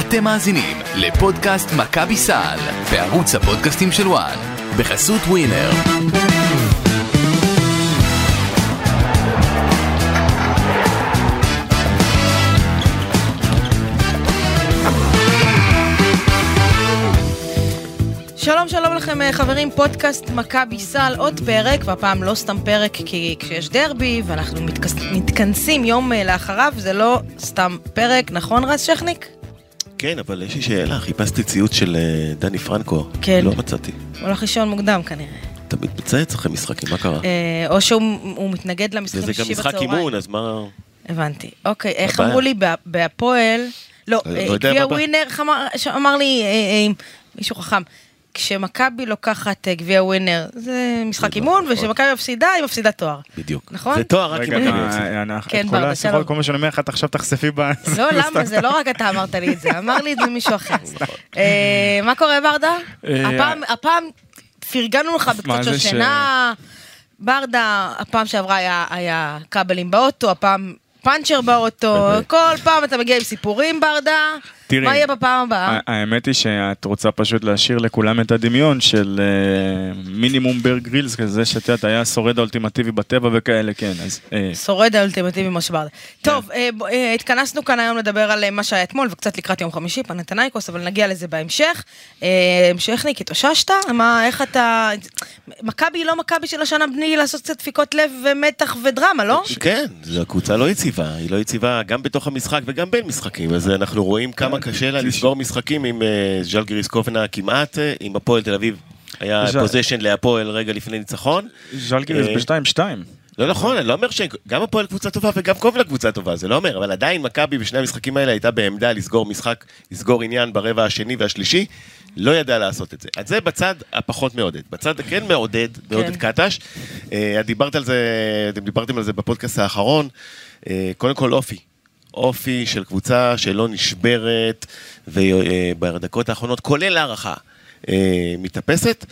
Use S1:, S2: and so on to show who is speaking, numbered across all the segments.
S1: אתם מאזינים לפודקאסט מכבי סל בערוץ הפודקאסטים של וואן בחסות ווינר.
S2: שלום שלום לכם אה, חברים, פודקאסט מכבי סל, עוד פרק, והפעם לא סתם פרק כי כשיש דרבי ואנחנו מתכס... מתכנסים יום אה, לאחריו, זה לא סתם פרק, נכון רז שכניק?
S3: כן, אבל יש לי שאלה, חיפשתי ציוץ של אה, דני פרנקו.
S2: כן.
S3: לא מצאתי.
S2: הוא הולך לישון מוקדם כנראה.
S3: אתה מתמצץ אחרי משחקים, מה קרה?
S2: אה, או שהוא הוא מתנגד למשחקים
S3: וזה גם
S2: בשישי
S3: משחק
S2: בצהריים.
S3: אימון, אז מה...
S2: הבנתי. אוקיי, איך
S3: הבעיה.
S2: אמרו לי בה- בהפועל, לא,
S3: לא
S2: אה,
S3: יודע
S2: גביע
S3: מה בא.
S2: ווינר, איך אמר- ש- אמר לי אה, אה, מישהו חכם. כשמכבי לוקחת אה, גביע ווינר, זה משחק
S3: זה
S2: אימון,
S3: נכון.
S2: וכשמכבי מפסידה, היא מפסידה תואר.
S3: בדיוק.
S2: נכון?
S3: זה תואר רק עם
S4: רגע,
S3: מכבי.
S4: אתה-
S3: הפסידה.
S4: אנחנו-
S2: כן,
S4: את
S2: ברדה,
S4: כל
S2: שלום.
S4: השיחות, כל מה שאני אומר לך, אתה עכשיו תחשפי ב...
S2: לא, למה? זה לא רק אתה אמרת לי את זה, אמר לי את זה מישהו אחר. אה, מה קורה, ברדה?
S5: אה,
S2: הפעם- הפעם פרגנו לך בקצת
S5: מה
S2: של
S5: זה ש-
S2: שינה. ברדה, הפעם שעברה היה- היה כבלים באוטו, הפעם פאנצ'ר באוטו, כל פעם אתה מגיע עם סיפורים, ברדה.
S4: תראי,
S2: מה יהיה בפעם הבאה?
S4: ה- אה, האמת היא שאת רוצה פשוט להשאיר לכולם את הדמיון של אה, מינימום בר גרילס כזה, שאת יודעת, היה השורד האולטימטיבי בטבע וכאלה, כן, אז... אה,
S2: שורד האולטימטיבי משה ברדה. טוב, אה, בוא, אה, התכנסנו כאן היום לדבר על אה, מה שהיה אתמול וקצת לקראת יום חמישי, פנתנייקוס, אבל נגיע לזה בהמשך. אה, המשכניק, התאוששת? מה, איך אתה... מכבי היא לא מכבי של השנה בלי לעשות קצת דפיקות לב ומתח ודרמה,
S4: אה,
S2: לא?
S3: כן, זו הקבוצה לא יציבה, היא לא יציבה גם בתוך המשחק וגם בין משחקים, אז אה, אנחנו רואים
S4: אה,
S3: כמה קשה לה לסגור משחקים עם אה, ז'לגיריס קובנה כמעט, אה, עם הפועל תל אביב. היה
S4: ז'ל-
S3: פוזיישן להפועל רגע לפני ניצחון.
S4: ז'לגיריס
S3: אה,
S4: ב-2-2.
S3: לא נכון, אני לא אומר שגם הפועל קבוצה טובה וגם קובלה קבוצה טובה, זה לא אומר, אבל עדיין מכבי בשני המשחקים האלה הייתה בעמדה לסגור משחק, לסגור עניין ברבע השני והשלישי, לא ידעה לעשות את זה. אז זה בצד הפחות מעודד. בצד הכן מעודד, מעודד קטש. אה, את דיברת על זה, אתם דיברתם על זה בפודקאסט האחרון. אה, קודם כל אופי. אופי של קבוצה שלא נשברת, ובדקות האחרונות, כולל הערכה, אה, מתאפסת.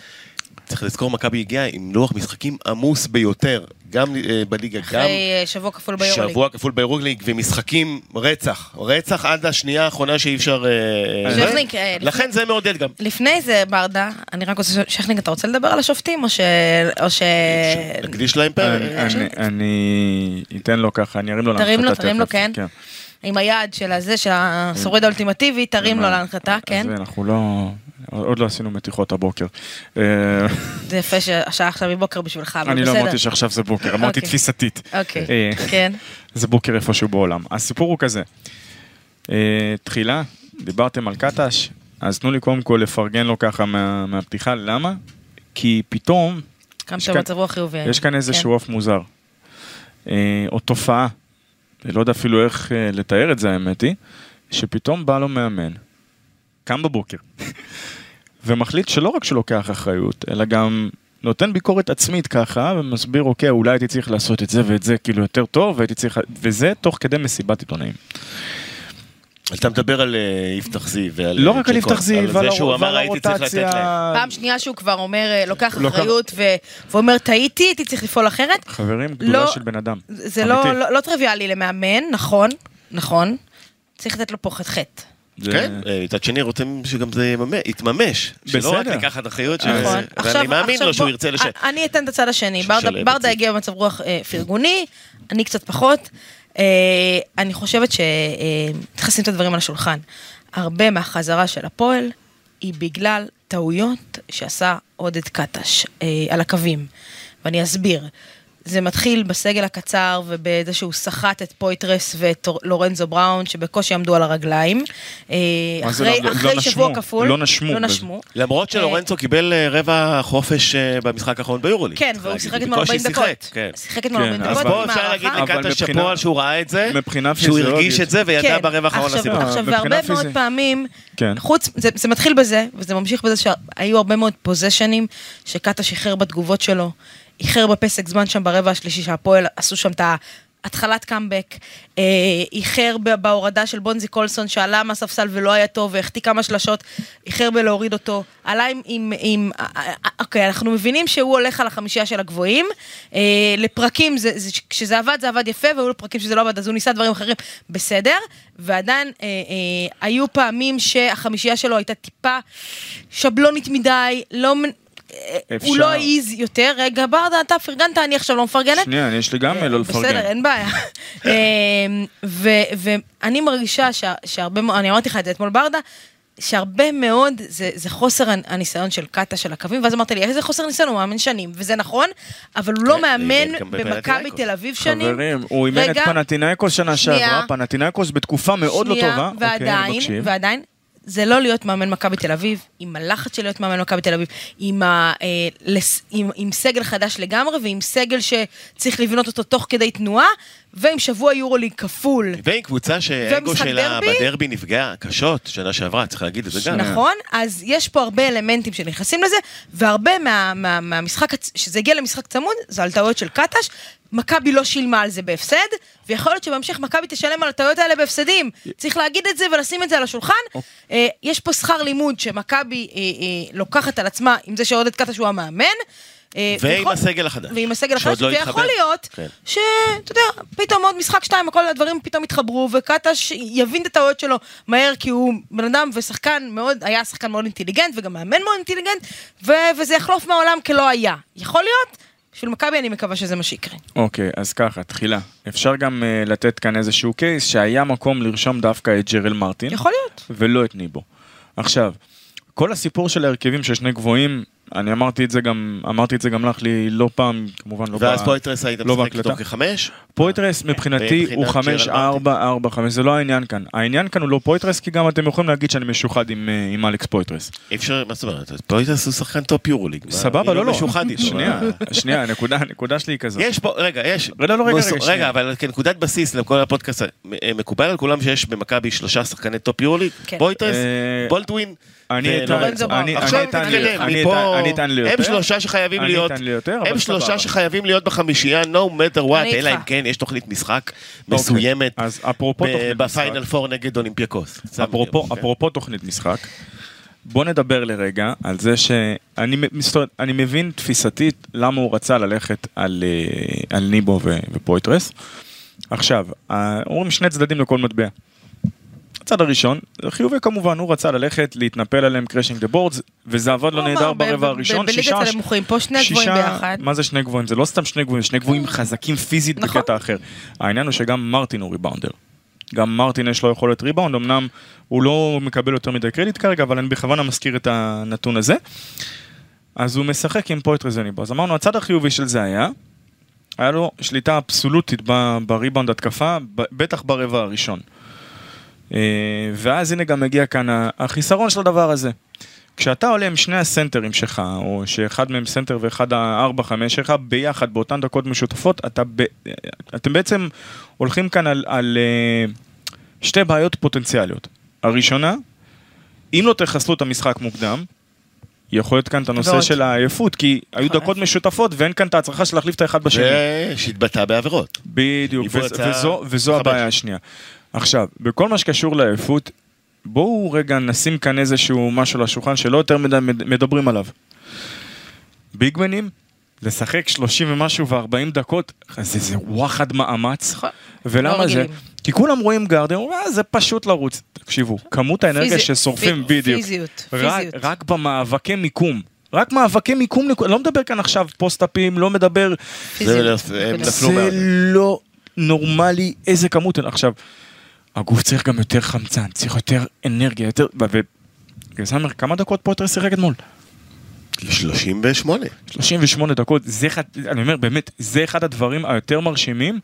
S3: צריך לזכור, מכבי הגיעה עם לוח משחקים עמוס ביותר, גם אה, בליגה, גם
S2: אחרי אה, שבוע כפול ביורוליג.
S3: שבוע כפול ביורוליג, ומשחקים רצח, רצח עד השנייה האחרונה שאי אפשר... אה,
S2: שכניק,
S3: זה.
S2: אה, לפני-
S3: לכן זה מעודד גם.
S2: לפני זה, ברדה, אני רק רוצה... שכניק, אתה רוצה לדבר על השופטים, או ש... או ש... אה,
S3: נקדיש להם פרק.
S4: אני- אני- אני אתן לו ככה, אני ארים לו
S2: תרים לו,
S4: להנחתה
S2: תרים לו,
S4: תכף,
S2: כן. עם היד של הזה, של השורד האולטימטיבי, תרים לו להנחתה, כן?
S4: אה, אז אנחנו לא... עוד לא עשינו מתיחות הבוקר. אה,
S2: זה יפה שהשעה עכשיו היא בוקר בשבילך, אבל
S4: אני
S2: בסדר.
S4: לא אמרתי שעכשיו זה בוקר, אמרתי
S2: אוקיי.
S4: תפיסתית.
S2: אוקיי,
S4: אה,
S2: כן.
S4: זה בוקר איפשהו בעולם. הסיפור הוא כזה, אה, תחילה, דיברתם על קטש, אז תנו לי קודם כל לפרגן לו ככה מה- מהפתיחה, למה? כי פתאום
S2: קמת
S4: יש כאן-
S2: במצב רוח חיובי.
S4: יש כאן איזשהו
S2: כן.
S4: עוף מוזר, אה, או תופעה, אני לא יודע אפילו איך אה, לתאר את זה האמת היא, שפתאום בא לו מאמן, קם בבוקר, ומחליט שלא רק שלוקח אחריות, אלא גם נותן ביקורת עצמית ככה, ומסביר, אוקיי, אולי הייתי צריך לעשות את זה ואת זה כאילו יותר טוב, והייתי צריך, וזה תוך כדי מסיבת עיתונאים.
S3: אז אתה מדבר על אה, יפתח זיו ועל...
S4: לא
S3: אה,
S4: רק על
S3: צ'קו,
S4: יפתח זיו,
S3: על
S4: ועל
S3: זה שהוא
S4: הרו-
S3: אמר
S4: ועל
S3: הייתי צריך לתת להם.
S4: הרוטציה.
S2: פעם שנייה שהוא כבר אומר, אה, לוקח
S4: לוקח-
S2: אחריות ו- ואומר, טעיתי, הייתי צריך לפעול אחרת.
S4: חברים,
S2: לא-
S4: גדולה של בן אדם.
S2: זה לא-
S4: אמיתי.
S2: לא לא טריוויאלי למאמן, נכון, נכון. צריך לתת לו פה חטא.
S4: זה-
S3: כן, אה, מצד שני רוצים שגם זה יממ- יתממש. שלא רק
S4: בסדר.
S3: לקחת אחריות שלו.
S2: נכון.
S3: ואני מאמין
S2: עכשיו
S3: לו שהוא
S2: בוא- אה,
S3: ירצה לש...
S2: א- אני אתן את הצד השני.
S3: שישלב
S2: ברדה-
S3: את
S2: ברדה
S3: זה.
S2: הגיע במצב רוח אה, פרגוני, אני קצת פחות. אה, אני חושבת שצריך לשים את הדברים על השולחן. הרבה מהחזרה של הפועל היא בגלל טעויות שעשה עודד קטש אה, על הקווים. ואני אסביר. זה מתחיל בסגל הקצר ובזה שהוא סחט את פויטרס ואת לורנזו בראון, שבקושי עמדו על הרגליים. אה,
S4: מה זה
S2: אחרי
S4: לא- לא
S2: אחרי
S4: נשמו?
S2: שבוע כפול.
S4: לא נשמו.
S2: לא נשמו.
S3: למרות שלורנצו קיבל אה, רבע חופש אה, במשחק האחרון ביורוליג.
S2: כן,
S3: צריך
S2: והוא
S3: להגיד.
S2: שיחק
S3: הוא
S2: אתמול 40
S3: בקושי
S2: דקות.
S3: שיחק, כן.
S2: שיחק אתמול
S4: כן,
S2: 40
S4: אז
S2: דקות.
S3: אז פה
S2: עם
S3: אפשר
S2: הערכה.
S3: להגיד
S4: אבל
S3: לקטש
S4: מבחינה-
S3: שאפו על שהוא ראה את זה,
S4: מבחינה
S3: שהוא
S4: פיזיולוגית- אה.
S3: הרגיש את זה וידע
S2: כן.
S3: ברווח ההון
S2: עכשיו-
S3: לסיבוב.
S2: עכשיו,
S4: מבחינה
S2: והרבה מאוד
S4: פיזית.
S2: פעמים,
S4: כן.
S2: חוץ, זה זה מתחיל בזה, וזה ממשיך בזה שהיו הרבה מאוד פוזיישנים, שקאטה שחרר בתגובות שלו, איחר בפסק זמן שם ברבע השלישי, שהפועל עשו שם את ה... התחלת קאמבק, אה, איחר ב- בהורדה של בונזי קולסון שעלה מהספסל ולא היה טוב והחטיא כמה שלשות, איחר בלהוריד אותו, עלה עם, עם, עם אה, אה, אה, אוקיי, אנחנו מבינים שהוא הולך על החמישייה של הגבוהים, אה, לפרקים, זה, זה, כשזה עבד זה עבד יפה, והיו לו פרקים שזה לא עבד, אז הוא ניסה דברים אחרים, בסדר, ועדיין אה, אה, היו פעמים שהחמישייה שלו הייתה טיפה שבלונית מדי, לא... מ- אה, הוא
S4: אפשר.
S2: לא העיז יותר, רגע ברדה, אתה פרגנת, אני עכשיו לא מפרגנת,
S4: שנייה, אני- יש לי גם לא לפרגן.
S2: בסדר, אין בעיה. אמ, ו- ואני מרגישה שה- שהרבה מאוד, אני אמרתי לך את זה אתמול ברדה, שהרבה מאוד זה, זה חוסר הנ- הניסיון של קאטה של הקווים, ואז אמרת לי, איזה חוסר ניסיון, הוא מאמן שנים, וזה נכון, אבל הוא
S3: כן,
S2: לא
S3: ואימן
S2: מאמן
S3: גם
S2: במכבי
S3: בפנתיאקוס.
S2: תל אביב שנים.
S4: חברים, הוא אימן את
S2: רגע,
S4: פנטינאיקוס שנה
S2: שנייה.
S4: שעברה, פנטינאיקוס בתקופה מאוד לא
S2: שנייה,
S4: טובה. אוקיי, אני
S2: ועדיין,
S4: מקשיב.
S2: ועדיין, זה לא להיות מאמן מכבי תל אביב, עם הלחץ של להיות מאמן מכבי תל אביב, עם, ה, אה, לס, עם, עם סגל חדש לגמרי, ועם סגל שצריך לבנות אותו תוך כדי תנועה, ועם שבוע יורוליג כפול.
S3: ועם קבוצה שהאגו
S2: ומשחק
S3: שלה
S2: דרבי?
S3: בדרבי נפגע קשות שנה שעברה, צריך להגיד את זה גם.
S2: נכון? אז יש פה הרבה אלמנטים שנכנסים לזה, והרבה מה, מה, מהמשחק, הצ- שזה הגיע למשחק צמוד, זה על טעויות של קטש. מכבי לא שילמה על זה בהפסד, ויכול להיות שבהמשך מכבי תשלם על הטעויות האלה בהפסדים. צריך להגיד את זה ולשים את זה על השולחן. אה, יש פה שכר לימוד שמכבי אה, אה, לוקחת על עצמה עם זה שעודד קטש הוא המאמן. אה,
S3: ועם
S2: ויכול-
S3: הסגל החדש.
S2: ועם הסגל
S3: שעוד
S2: החדש,
S3: לא
S2: ויכול
S3: התחבר.
S2: להיות
S3: כן.
S2: שאתה יודע, פתאום עוד משחק שתיים, כל הדברים פתאום יתחברו, וקטש יבין את הטעויות שלו מהר, כי הוא בן אדם ושחקן מאוד, היה שחקן מאוד אינטליגנט, וגם מאמן מאוד אינטליגנט, ו- וזה יחלוף מהעולם כלא היה. יכול להיות, בשביל מכבי אני מקווה שזה מה שיקרה.
S4: אוקיי, אז ככה, תחילה. אפשר גם אה, לתת כאן איזשהו קייס שהיה מקום לרשום דווקא את ג'רל
S3: כן.
S4: מרטין.
S2: יכול להיות.
S4: ולא את ניבו. עכשיו, כל הסיפור של ההרכבים של שני גבוהים, אני אמרתי את זה גם, אמרתי את זה גם לך לי לא פעם, כמובן לא
S3: ואז
S4: ב-
S3: פויטרס היית
S4: לא
S3: משחק איתו
S4: בהקלטה.
S3: כחמש?
S4: פויטרס מבחינתי
S3: מבחינת
S4: הוא
S3: ג'רלד
S4: 5,
S3: מרטין.
S4: 4, 4, 5, זה לא העניין כאן. העניין כאן הוא לא פויטרס, כי גם אתם יכולים להגיד שאני משוחד עם, אה, עם אלכס פויטרס.
S3: אי אפשר, מה זאת אומרת? פויטרס הוא שחקן טופ יורוליג. מה,
S4: סבבה,
S3: אני
S4: לא, לא.
S3: משוחד איתו.
S4: שנייה,
S3: מה?
S4: שנייה, הנקודה, הנקודה שלי היא כזאת.
S3: יש פה, רגע, יש.
S4: רגע, לא, רגע,
S3: מוס-
S4: רגע, שנייה.
S3: רגע, אבל כנקודת בסיס לכל הפודקאסט, מ- מקובל על כולם שיש במכבי שלושה שחקני טופ יורוליג?
S2: כן.
S3: פויטרס,
S4: אה,
S3: בולדווין.
S4: אני
S3: ולורנזו.
S4: אטען- אני-
S3: עכשיו
S4: אני אטען לי-
S3: נתקדם,
S4: אני
S3: מפה-
S4: אטען- אני אטען לי יותר.
S3: הם שלושה שחייבים
S4: אני
S3: להיות,
S4: אטען לי יותר, אבל
S3: הם
S4: סבבה.
S3: שלושה שחייבים להיות בחמישייה, no matter what,
S2: אני
S3: אלא
S2: איתך.
S3: אם כן, יש תוכנית משחק
S4: אוקיי.
S3: מסוימת,
S4: אז אפרופו תוכנית משחק.
S3: בפיינל פור נגד אולימפיאקוס. זה
S4: אפרופו,
S3: המדיום, כן.
S4: אפרופו תוכנית משחק, בוא נדבר לרגע על זה שאני מ- מסתכל- אני מבין תפיסתית למה הוא רצה ללכת על, אה, על ניבו ו- ופויטרס. עכשיו, אה, אומרים שני צדדים לכל מטבע. הצד הראשון, זה חיובי כמובן, הוא רצה ללכת, להתנפל עליהם קרשינג דה בורדס, וזה עבד לו
S2: הוא אמר,
S4: נהדר
S2: ב-
S4: ברבע
S2: ב-
S4: הראשון.
S2: ב- בליגת
S4: שישה-
S2: הנמוכים, פה שני הגבוהים
S4: שישה-
S2: ביחד.
S4: מה זה שני גבוהים? זה לא סתם שני גבוהים, זה שני גבוהים חזקים פיזית
S2: נכון.
S4: בקטע אחר. העניין הוא שגם מרטין הוא ריבאונדר. גם מרטין יש לו יכולת ריבאונד, אמנם הוא לא מקבל יותר מדי קרדיט כרגע, אבל אני בכוונה מזכיר את הנתון הזה. אז הוא משחק עם פויטרס וניבו. אז אמרנו, הצד החיובי של זה היה, היה לו שליטה אבסולוטית ב- בריבאונד התקפה, ב- בטח ברבע הראשון. אה, ואז הנה גם מגיע כאן ה- החיסרון של הדבר הזה. כשאתה עולה עם שני הסנטרים שלך, או שאחד מהם סנטר ואחד הארבע חמש שלך, ביחד באותן דקות משותפות, אתה ב... אתם בעצם הולכים כאן על, על אה, שתי בעיות פוטנציאליות. הראשונה, אם לא תחסלו את המשחק מוקדם, יכול להיות כאן את הנושא
S2: ועוד.
S4: של העייפות, כי היו
S2: נכון.
S4: דקות משותפות ואין כאן את ההצלחה של להחליף את האחד בשני.
S3: זה שהתבטא בעבירות.
S4: בדיוק,
S3: ניבו
S4: וז,
S3: יצא
S4: וזו, וזו
S3: חמש.
S4: הבעיה השנייה. עכשיו, בכל מה שקשור לעייפות, בואו רגע נשים כאן איזשהו משהו לשולחן שלא יותר מדי מד- מדברים עליו. ביגמנים, לשחק 30 ומשהו ו-40 דקות, זה, זה וואחד מאמץ.
S2: נכון. לא
S4: ולמה זה?
S2: רגילים.
S4: כי כולם רואים גארדים, אה, זה פשוט לרוץ. תקשיבו, כמות האנרגיה
S2: פיזי-
S4: ששורפים,
S2: פי-
S4: בדיוק.
S2: פיזיות,
S4: רק,
S2: פיזיות.
S4: רק במאבקי מיקום. רק מאבקי מיקום, נקו- לא מדבר כאן עכשיו פוסט-אפים, לא מדבר
S3: זה- הם
S2: נקודה.
S3: נפלו
S4: זה
S3: מהארץ.
S4: לא נורמלי איזה כמות. עכשיו, הגוף צריך גם יותר חמצן, צריך יותר אנרגיה, יותר... ו- ו- בגלל זה אני אומר, כמה דקות פוטרס שיחק אתמול?
S3: 38.
S4: 38 דקות, זה אחד, אני אומר, באמת, זה אחד הדברים היותר מרשימים.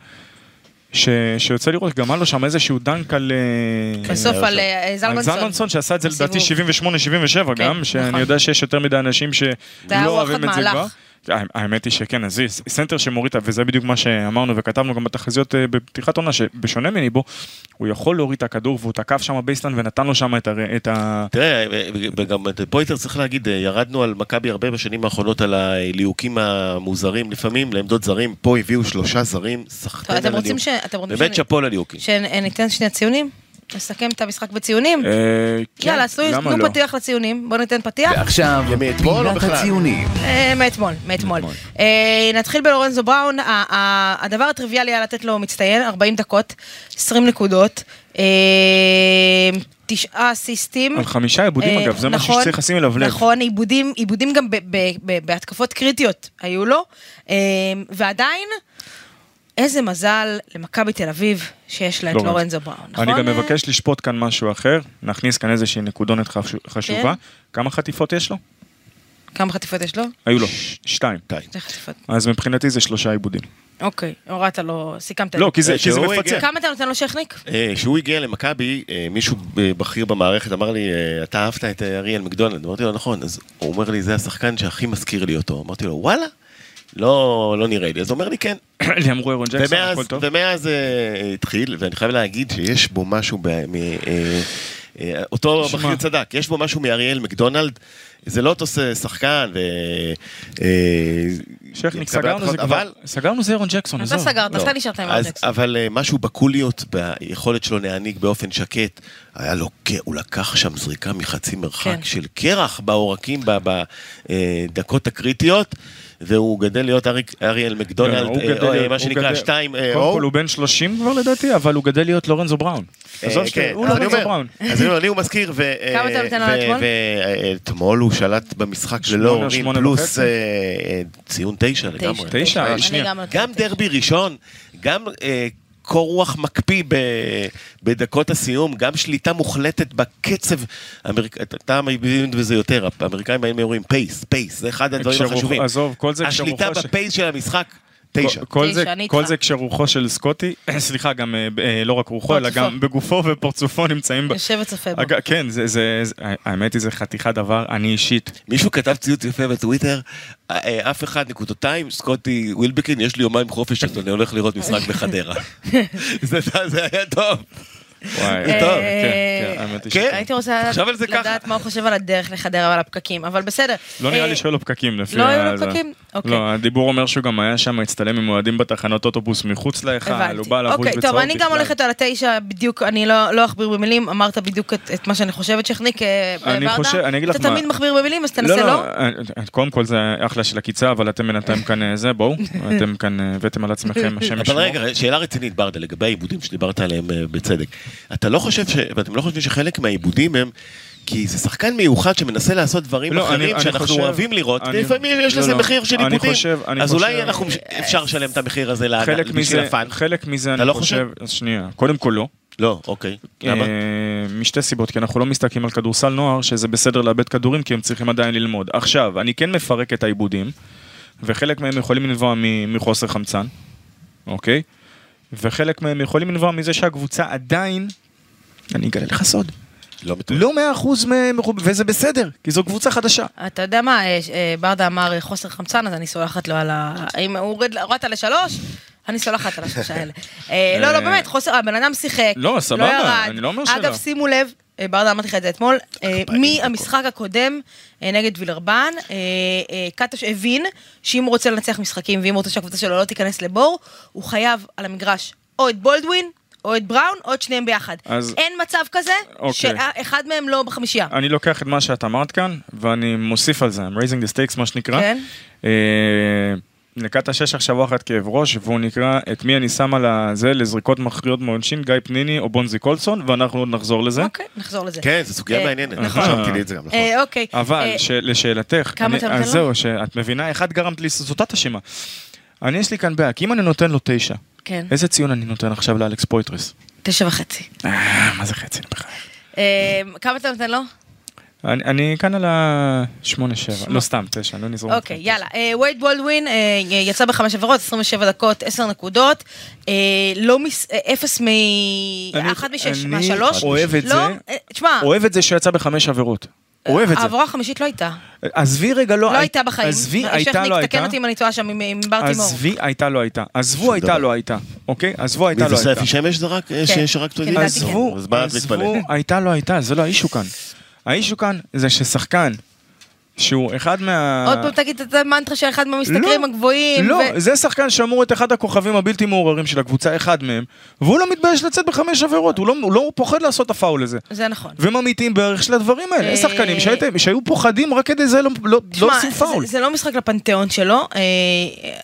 S4: ש... שיוצא לראות, גם היה לו שם איזשהו דנק על... אה,
S3: כן,
S2: בסוף על אה,
S4: על
S2: זלמנסון.
S4: זלמנסון שעשה את זה לדעתי
S2: בסיבוב.
S4: 78-77
S2: כן,
S4: גם, שאני
S2: נכון.
S4: יודע שיש יותר מדי אנשים שלא
S2: היה וואחד
S4: אוהבים את זה
S2: מהלך.
S4: כבר. הא- האמת היא שכן, אז זה סנטר שמוריד, וזה בדיוק מה שאמרנו וכתבנו גם בתחזיות אה, בפתיחת עונה, שבשונה מניבו, הוא יכול להוריד את הכדור והוא תקף שם בייסטן ונתן לו שם את ה- את ה...
S3: תראה, וגם את פויטר צריך להגיד, ירדנו על מכבי הרבה בשנים האחרונות על הליהוקים המוזרים לפעמים, לעמדות זרים, פה הביאו שלושה זרים, סחטן
S2: טוב,
S3: על
S2: אתם רוצים
S3: הליהוק.
S2: ש... אתם רוצים
S3: באמת שאפו לליהוקים.
S2: שניתן אה, שני ציונים? נסכם את המשחק בציונים?
S4: אה, כן,
S2: יאללה, עשו
S4: למה
S2: תנו
S4: לא?
S2: פתיח לציונים, בואו ניתן פתיח.
S1: ועכשיו,
S3: למי, אתמול או
S1: פינת
S3: בכלל?
S1: הציונים.
S2: אה, מאתמול, מאתמול.
S1: מאתמול.
S2: אה, נתחיל בלורנזו בראון, ה- ה- הדבר הטריוויאלי היה לתת לו מצטיין, 40 דקות, 20 נקודות, אה, תשעה אסיסטים.
S4: על חמישה עיבודים
S2: אה,
S4: אגב, זה משהו
S2: נכון,
S4: שצריך לשים אליו לב.
S2: נכון, עיבודים, עיבודים גם ב- ב- ב- בהתקפות קריטיות היו לו, אה, ועדיין, איזה מזל למכבי תל אביב שיש לה את
S4: לורנזו.
S2: לורנזו בראון, נכון?
S4: לא אני גם
S2: אה?
S4: מבקש לשפוט כאן משהו אחר, נכניס כאן איזושהי נקודונת חש- חשובה.
S2: כן.
S4: כמה חטיפות יש לו?
S2: כמה חטיפות יש לו?
S4: היו לו שתיים.
S2: שתי חטיפות.
S4: אז מבחינתי זה שלושה עיבודים.
S2: אוקיי, הורדת לו, סיכמת. את
S4: לא, כי זה
S3: אה,
S4: כי זה
S3: שהוא
S4: מפצה.
S3: הגיע-
S2: כמה אתה נותן לו שכניק?
S3: אה, כשהוא הגיע למכבי, אה, מישהו אה, בכיר במערכת אמר לי, אה, אתה אהבת את אה, אריאל מקדונלד? אמרתי לו, נכון. אז הוא אומר לי, זה השחקן שהכי מזכיר לי אותו. אמרתי לו, וואלה? לא, לא נראה לי. אז הוא אומר לי, כן.
S4: לי אמרו אירון ג'קסון,
S3: ומאז,
S4: הכל טוב.
S3: ומאז אה, התחיל, ואני חייב להגיד שיש בו משהו, ב, מ, אה, אה, אותו
S4: שמע.
S3: בכיר צדק, יש בו משהו מאריאל מקדונלד, זה לא אותו ש- שחקן, ו... אה,
S4: שכניק,
S3: יקבל
S4: סגרנו זה
S3: התחלות,
S4: כבר,
S3: אבל-
S4: סגרנו זה אירון ג'קסון,
S2: אתה
S4: עזוב.
S2: סגרת,
S3: לא.
S2: אתה נשארת עם
S3: אז-
S2: ארטקס.
S3: אבל אה, משהו בקוליות, ביכולת שלו להעניק באופן שקט, היה לו, ק- הוא לקח שם זריקה מחצי מרחק
S2: כן.
S3: של קרח בעורקים בדקות הקריטיות. והוא גדל להיות אריק- אריאל
S4: לא,
S3: מקדונלד,
S4: הוא
S3: אה,
S4: גדל-
S3: או, אה,
S4: הוא
S3: מה שנקרא
S4: גדל-
S3: 2
S4: קודם כל הוא בן 30 כבר לדעתי, אבל הוא גדל להיות לורנזו בראון.
S3: אה,
S4: עזוב
S3: כן,
S4: שאתה, הוא לא
S3: אז אני
S4: לורנזו
S3: אומר,
S4: בראון.
S3: אז אני אומר, לי הוא מזכיר, ו...
S2: כמה אתה נותן לו אתמול?
S3: ואתמול הוא שלט במשחק
S4: שמונה,
S3: ללא הורים,
S4: שמונה
S3: פלוס
S4: וחצי?
S3: אה, אה, ציון תשע לגמרי.
S4: תשע,
S2: אני
S4: שנייה.
S2: גם נותנת
S3: גם לא
S2: תשע.
S3: דרבי ראשון, גם אה, קור רוח מקפיא ב, בדקות הסיום, גם שליטה מוחלטת בקצב. האמריק- אתה- אתה מבין בזה יותר, האמריקאים באים ואומרים פייס, פייס, זה אחד הדברים
S4: כשרוח-
S3: החשובים.
S4: עזוב, כל זה
S3: השליטה
S4: כשרוחו ש-
S3: בפייס של המשחק, תשע.
S4: כל- כל זה-
S2: תשע, אני
S4: כל
S2: איתך.
S4: זה כשרוחו של סקוטי, סליחה, גם אה, ב- אה, לא רק רוחו, אלא
S2: פרצופו.
S4: גם בגופו ופרצופו נמצאים ב...
S2: יושב וצופה בו.
S4: אגב, כן, זה- זה, זה- האמת היא, זה חתיכת דבר, אני אישית.
S3: מישהו כתב ציוץ יפה בטוויטר, "אה, אה, אף אחד נקודתיים, סקוטי ווילבקין, יש לי יומיים חופש, אז אני הולך לראות משחק בחדרה. זה זה היה טוב.
S2: אה,
S4: וואי,
S3: זה טוב.
S4: כן, כן, האמת היא
S3: כן.
S4: שכן.
S2: הייתי רוצה
S3: תחשב על זה
S2: לדעת
S3: ככה.
S2: מה הוא חושב על הדרך לחדרה ועל הפקקים, אבל בסדר.
S4: לא נראה
S2: אה,
S4: לי שהיו לו פקקים לפי
S2: לא היו לו
S4: הזה.
S2: פקקים? אוקיי.
S4: לא, הדיבור אומר שהוא גם היה שם, הצטלם עם אוהדים בתחנות אוטובוס מחוץ להיכל, הוא
S2: הבנתי.
S4: בא לבוש בצהוב
S2: אוקיי,
S4: בכלל.
S2: טוב, אני גם הולכת על התשע, בדיוק, אני לא לא אכביר במילים, אמרת בדיוק את- את מה שאני חושבת, שכניק, אה,
S4: אני
S2: ברדה.
S4: חושב- אני אגיד לך
S2: אתה
S4: מה.
S2: תמיד מכביר במילים, אז תנסה
S4: לא,
S2: לא.
S4: לא, קודם כל זה אחלה של עקיצה, אבל אתם בינתיים כאן אה, זה, בואו, אתם כאן אה, הבאתם על עצמכם השם
S3: אבל
S4: ישמור.
S3: רגע, שאלה רצינית, ברדה, לגבי העיבודים שדיברת עליהם אה, בצדק. אתה לא חושב, ש- ואתם לא חושבים שחלק מהעיבודים הם... כי זה שחקן מיוחד שמנסה לעשות דברים
S4: לא, אני-
S3: אחרים
S4: אני
S3: שאנחנו
S4: חושב-
S3: אוהבים לראות,
S4: אני-
S3: ולפעמים יש
S4: לא,
S3: לזה
S4: לא.
S3: מחיר של
S4: אני
S3: עיבודים.
S4: חושב- אני
S3: אז אולי
S4: חושב- אה,
S3: אנחנו- אפשר לשלם את המחיר הזה לענ-
S4: חלק
S3: בשביל
S4: מזה,
S3: הפאן.
S4: חלק מזה
S3: אתה
S4: אני
S3: לא
S4: חושב, אז שנייה, קודם כל לא.
S3: לא, אוקיי. למה?
S4: אה, משתי סיבות, כי אנחנו לא מסתכלים על כדורסל נוער, שזה בסדר לאבד כדורים, כי הם צריכים עדיין ללמוד. עכשיו, אני כן מפרק את העיבודים, וחלק מהם יכולים לנבוע מ- מחוסר חמצן, אוקיי? וחלק מהם יכולים לנבוע מזה שהקבוצה עדיין, אני אגלה לך סוד,
S3: לא מתואם.
S4: לא 100% מ- מרוב- וזה בסדר, כי זו קבוצה חדשה.
S2: אתה יודע מה, אה, אה, ברדה אמר אה, חוסר חמצן, אז אני סולחת לו על ה... אם הוא הורד- הורדת לשלוש, אני סולחת על השלושה האלה. אה, לא, לא, באמת, חוסר, הבן אדם שיחק.
S4: לא, סבבה,
S2: ירד.
S4: אני לא אומר
S2: אגב,
S4: שלא.
S2: שימו לב, אה, ברדה אמרתי לך את זה אתמול, אה,
S3: כפיים,
S2: מהמשחק הקודם אה, נגד וילרבן, אה, אה, קטוש הבין שאם הוא רוצה לנצח משחקים ואם הוא רוצה שהקבוצה שלו לא תיכנס לבור, הוא חייב על המגרש או את בולדווין. או את בראון, או את שניהם ביחד.
S4: אז-
S2: אין מצב כזה,
S4: אוקיי. אה,
S2: שאחד מהם לא בחמישייה.
S4: אני לוקח את מה שאת אמרת כאן, ואני מוסיף על זה, I'm raising the stakes, מה שנקרא.
S2: כן.
S4: אה, נקעת שש עכשיו אחת כאב ראש, והוא נקרא, את מי אני שם על הזה לזריקות מכריעות מעונשין, גיא פניני או בונזי קולסון, ואנחנו עוד נחזור לזה.
S2: אוקיי, נחזור לזה.
S3: כן, זו סוגיה
S2: אה,
S3: מעניינת.
S2: נכון.
S3: חשבתי לי את זה גם, נכון.
S2: אה, אוקיי.
S4: אבל
S2: אה,
S4: ש... לשאלתך,
S2: כמה
S4: אני,
S2: אתה נותן
S4: אז
S2: לו?
S4: זהו, שאת מבינה, אחד גרמת לי, זאת את אשמה. אני יש לי כאן בעיה, כי אם אני נותן לו תשע,
S2: כן.
S4: איזה ציון אני נותן עכשיו לאלכס פויטרס?
S2: תשע וחצי.
S4: אה, מה זה חצי בחייך?
S2: אה, כמה אתה נותן לו?
S4: אני, אני כאן על השמונה שבע, לא סתם תשע, לא נזרום.
S2: אוקיי,
S4: אותך.
S2: יאללה. אה, וייד בולדווין אה, יצא בחמש עבירות, 27 דקות, 10 נקודות. אה, לא מס... אה, אפס מ...
S4: אני-
S2: אחת משש,
S4: אני
S2: מהשלוש.
S4: אוהב את
S2: לא,
S4: זה.
S2: אה, תשמע,
S4: אוהב את זה שהוא יצא בחמש עבירות. אוהב את זה.
S2: העברה החמישית לא הייתה.
S4: עזבי רגע, לא...
S2: לא הייתה בחיים.
S4: עזבי, הייתה, לא
S2: השכניק,
S4: הייתה.
S2: תקן אותי אם אני טועה שם עם- עם בר תימור.
S4: עזבי, הייתה, לא הייתה. עזבו,
S3: שום
S4: הייתה,
S3: דבר.
S4: לא הייתה. אוקיי? עזבו,
S3: מי
S4: הייתה,
S3: זה
S4: לא הייתה.
S3: ספי שמש זרק? אה,
S2: כן.
S3: ש- שרק
S2: כן,
S3: תודי?
S2: לדעתי כן.
S4: עזבו,
S3: אז מה את
S4: עזבו,
S3: מתפלאת?
S4: הייתה, לא הייתה, זה לא האישו כאן. האישו כאן זה ששחקן שהוא אחד מה...
S2: עוד פעם תגיד את המנטרה של אחד מהמשתכרים
S4: אה. לא,
S2: הגבוהים.
S4: לא,
S2: ו-
S4: זה שחקן שאמור את אחד הכוכבים הבלתי מעורערים של הקבוצה, אחד מהם, והוא לא מתבייש לצאת בחמש עבירות, הוא לא, הוא לא פוחד לעשות את הפאול הזה.
S2: זה נכון.
S4: והם אמיתיים בערך של הדברים האלה.
S2: אה,
S4: יש שחקנים שהייתם- שהיו פוחדים רק כדי זה לא- לא לא
S2: תשמע,
S4: עושים
S2: זה-
S4: פאול.
S2: זה לא משחק לפנתיאון שלו, אה,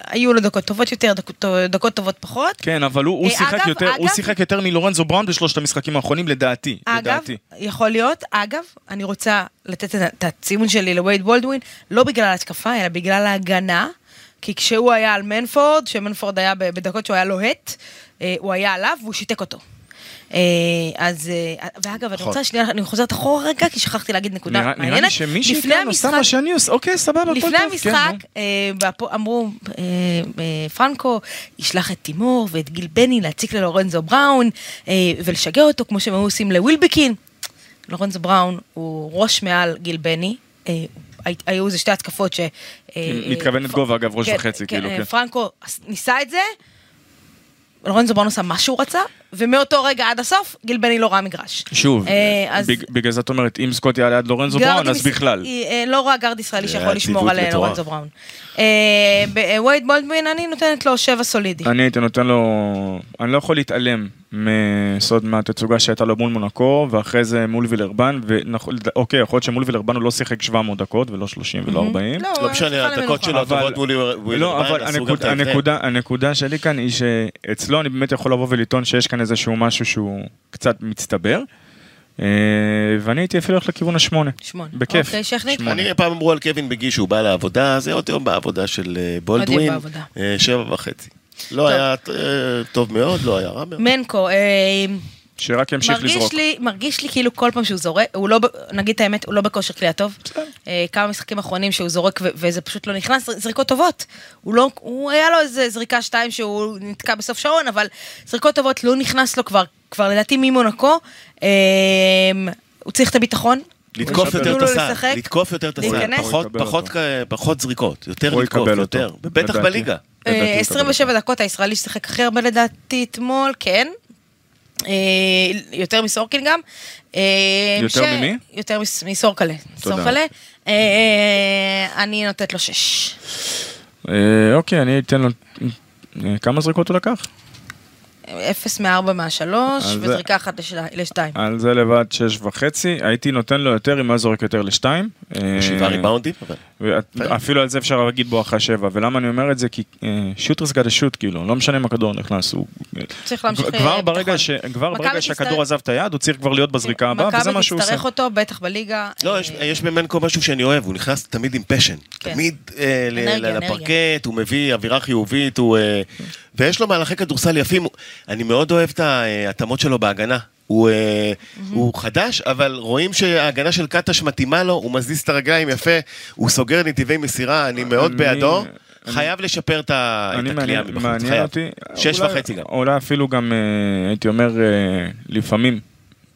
S2: היו לו דקות טובות יותר, דקות- דקות טובות פחות.
S4: כן, אבל הוא הוא
S2: אה,
S4: שיחק
S2: אגב,
S4: יותר- הוא
S2: אגב-
S4: שיחק יותר מלורנזו בראון בשלושת המשחקים האחרונים, לדעתי.
S2: אגב,
S4: לדעתי.
S2: יכול להיות, אגב, אני רוצה לתת את ה- את הציון שלי לווייד בולדווין, לא בגלל ההתקפה, אלא בגלל ההגנה, כי כשהוא היה על מנפורד, שמנפורד היה ב- בדקות שהוא היה לוהט, אה, הוא היה עליו והוא שיתק אותו. אה, אז, אה, ואגב, אני
S4: נכון.
S2: רוצה שנייה, אני חוזרת אחורה רגע, כי שכחתי להגיד נקודה
S4: נראה-
S2: מעניינת.
S4: נראה לי שמישהי
S2: לפני
S4: כאן עושה
S2: המשחק-
S4: מה שאני עושה, אוקיי, סבבה, הכל טוב.
S2: לפני
S4: כן,
S2: המשחק,
S4: נו.
S2: אה, בפו- אמרו, אה, אה, פרנקו ישלח את תימור ואת גיל בני להציק ללורנזו בראון אה, ולשגע אותו, כמו שהם היו עושים לווילבקין. לורנזו בראון הוא ראש מעל גיל בני. אה, הי- היו איזה שתי התקפות ש... אה,
S4: מתכוונת
S2: פר-
S4: גובה, אגב, ראש
S2: כן,
S4: וחצי, כאילו,
S2: אה,
S4: כן.
S2: פרנקו ניסה את זה, לורנזו בראון עשה מה שהוא רצה, ומאותו רגע עד הסוף, גיל בני לא ראה מגרש.
S4: שוב,
S2: אה, אז-
S4: בג- בגלל זה את אומרת, אם סקוט יעלה עד לורנזו
S2: גארד
S4: בראון, אז
S2: ישראל-
S4: בכלל.
S2: אה, לא רע גארד ישראלי
S3: זה
S2: שיכול לשמור
S3: עציבות
S2: על אה,
S3: מטורף.
S2: לורנזו בראון. אה, ב- אה, וייד בולדווין, אני נותנת לו שבע סולידי.
S4: אני הייתי נותן לו, אני לא יכול להתעלם מסוד מהתצוגה שהייתה לו מול מונקו, ואחרי זה מול וילרבן, ונכון, אוקיי, יכול להיות שמול וילרבן הוא לא שיחק 700 דקות, ולא 30 ולא 40.
S2: הוא
S3: לא
S2: היה
S3: משנה,
S2: חלה
S3: הדקות
S2: מנוחה.
S3: שלו הטובות מול ווילר
S4: לא, אבל הנקודה, הנקודה, הנקודה שלי כאן היא שאצלו אני באמת יכול לבוא ולטעון שיש כאן איזשהו משהו שהוא קצת מצטבר. אה, ואני הייתי אפילו הולך לכיוון השמונה.
S2: שמונה.
S4: בכיף.
S2: אוקיי, שכניק.
S4: שמונה.
S3: אני פעם אמרו על קווין בגי שהוא בא לעבודה, זה עוד יום בעבודה של אה,
S2: עוד
S3: בולדווין,
S2: יום בעבודה.
S3: אה, שבע וחצי. לא היה אה, טוב מאוד, לא היה רע מאוד.
S2: מנקו, אה,
S4: שרק ימשיך לזרוק.
S2: מרגיש לי, מרגיש לי כאילו כל פעם שהוא זורק, הוא לא, ב- נגיד את האמת, הוא לא בכושר קליעה טוב. אה, כמה משחקים אחרונים שהוא זורק ו- וזה פשוט לא נכנס, זר- זריקות טובות. הוא לא, הוא היה לו איזה זריקה שתיים שהוא נתקע בסוף שעון, אבל זריקות טובות לא נכנס לו כבר, כבר לדעתי ממונקו. אה, הוא צריך את הביטחון.
S3: לתקוף
S4: תנו
S3: יותר את
S2: לו
S3: הסל,
S2: לשחק.
S3: לתקוף יותר את הסל,
S2: להיכנס.
S3: פחות-
S4: הוא יקבל
S3: פחות
S4: אותו.
S3: כ- פחות זריקות, יותר
S4: הוא
S3: לתקוף,
S4: יקבל אותו.
S3: יותר, בטח
S4: לדעתי.
S3: בליגה.
S4: לדעתי הוא
S2: אה,
S4: יקבל
S2: 27 דקות הישראלי ששיחק הכי הרבה לדעתי אתמול, כן. אה, יותר מסורקין גם. אה,
S4: יותר ממי?
S2: יותר מס- מסורקלה.
S4: תודה.
S2: סורקלה. אה, אני נותנת לו שש.
S4: אה, אוקיי, אני אתן לו... אה, כמה זריקות הוא לקח?
S2: אפס מארבע מהשלוש,
S4: אז- אה,
S2: וזריקה אחת לשל- לשתיים.
S4: על זה לבד שש וחצי, הייתי נותן לו יותר אם היה זורק יותר לשתיים. אה,
S3: שבעה ריבאונדים, אבל
S4: ואת- אפילו על זה אפשר להגיד בואכה שבע, ולמה אני אומר את זה? כי אה, שוטרס גדה שוט, כאילו, לא משנה אם הכדור נכנס, הוא...
S2: צריך להמשיך,
S4: כבר
S2: אה,
S4: ברגע
S2: ביטחון.
S4: ש- כבר
S2: מכבי
S4: ברגע
S2: תצטרך-
S4: שהכדור עזב את היד, הוא צריך כבר להיות בזריקה הבאה, וזה מה שהוא
S2: מכבי
S4: עושה.
S2: תצטרך אותו, בטח בליגה.
S3: לא,
S2: אה,
S3: יש, יש במנקו משהו שאני אוהב, הוא נכנס תמיד עם פשן.
S2: כן.
S3: תמיד אה, ל-
S2: אנרגיה,
S3: ל-
S2: אנרגיה.
S3: לפרקט, הוא מביא אווירה חיובית, הוא, אה, ויש לו מהלכי כדורסל יפים. הוא- אני מאוד אוהב את ההתאמות שלו בהגנה. הוא, אה, הוא חדש, אבל רואים שההגנה של קטש מתאימה לו, הוא מזיז את הרגליים יפה, הוא סוגר נתיבי מסירה, אני מאוד
S4: אני-
S3: בעדו.
S4: אני-
S3: חייב לשפר את ה-
S4: אני
S3: את הכלייה
S4: מעניין-
S3: מבחוץ,
S4: מעניין
S3: חייב.
S4: אותי.
S3: שש
S4: אולי-
S3: וחצי גם.
S4: אולי אפילו גם, אה, הייתי אומר, אה, לפעמים,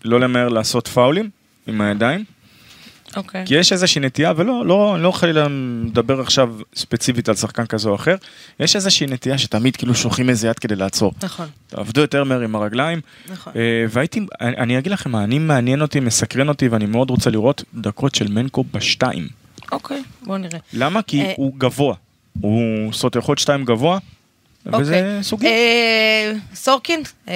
S4: לא למהר לעשות פאולים עם הידיים.
S2: אוקיי.
S4: כי יש איזושהי נטייה, ולא לא, לא חלילה מדבר עכשיו ספציפית על שחקן כזה או אחר, יש איזושהי נטייה שתמיד כאילו שולחים איזה יד כדי לעצור.
S2: נכון.
S4: עבדו יותר מהר עם הרגליים,
S2: נכון.
S4: אה, והייתי, אני, אני אגיד לכם מה, אני מעניין אותי, מסקרן אותי, ואני מאוד רוצה לראות דקות של מנקו בשתיים.
S2: אוקיי, בואו נראה.
S4: למה? כי
S2: אה.
S4: הוא גבוה. הוא סוטרחות שתיים גבוה, וזה
S2: אוקיי.
S4: סוגי.
S2: אה, סורקין, אה,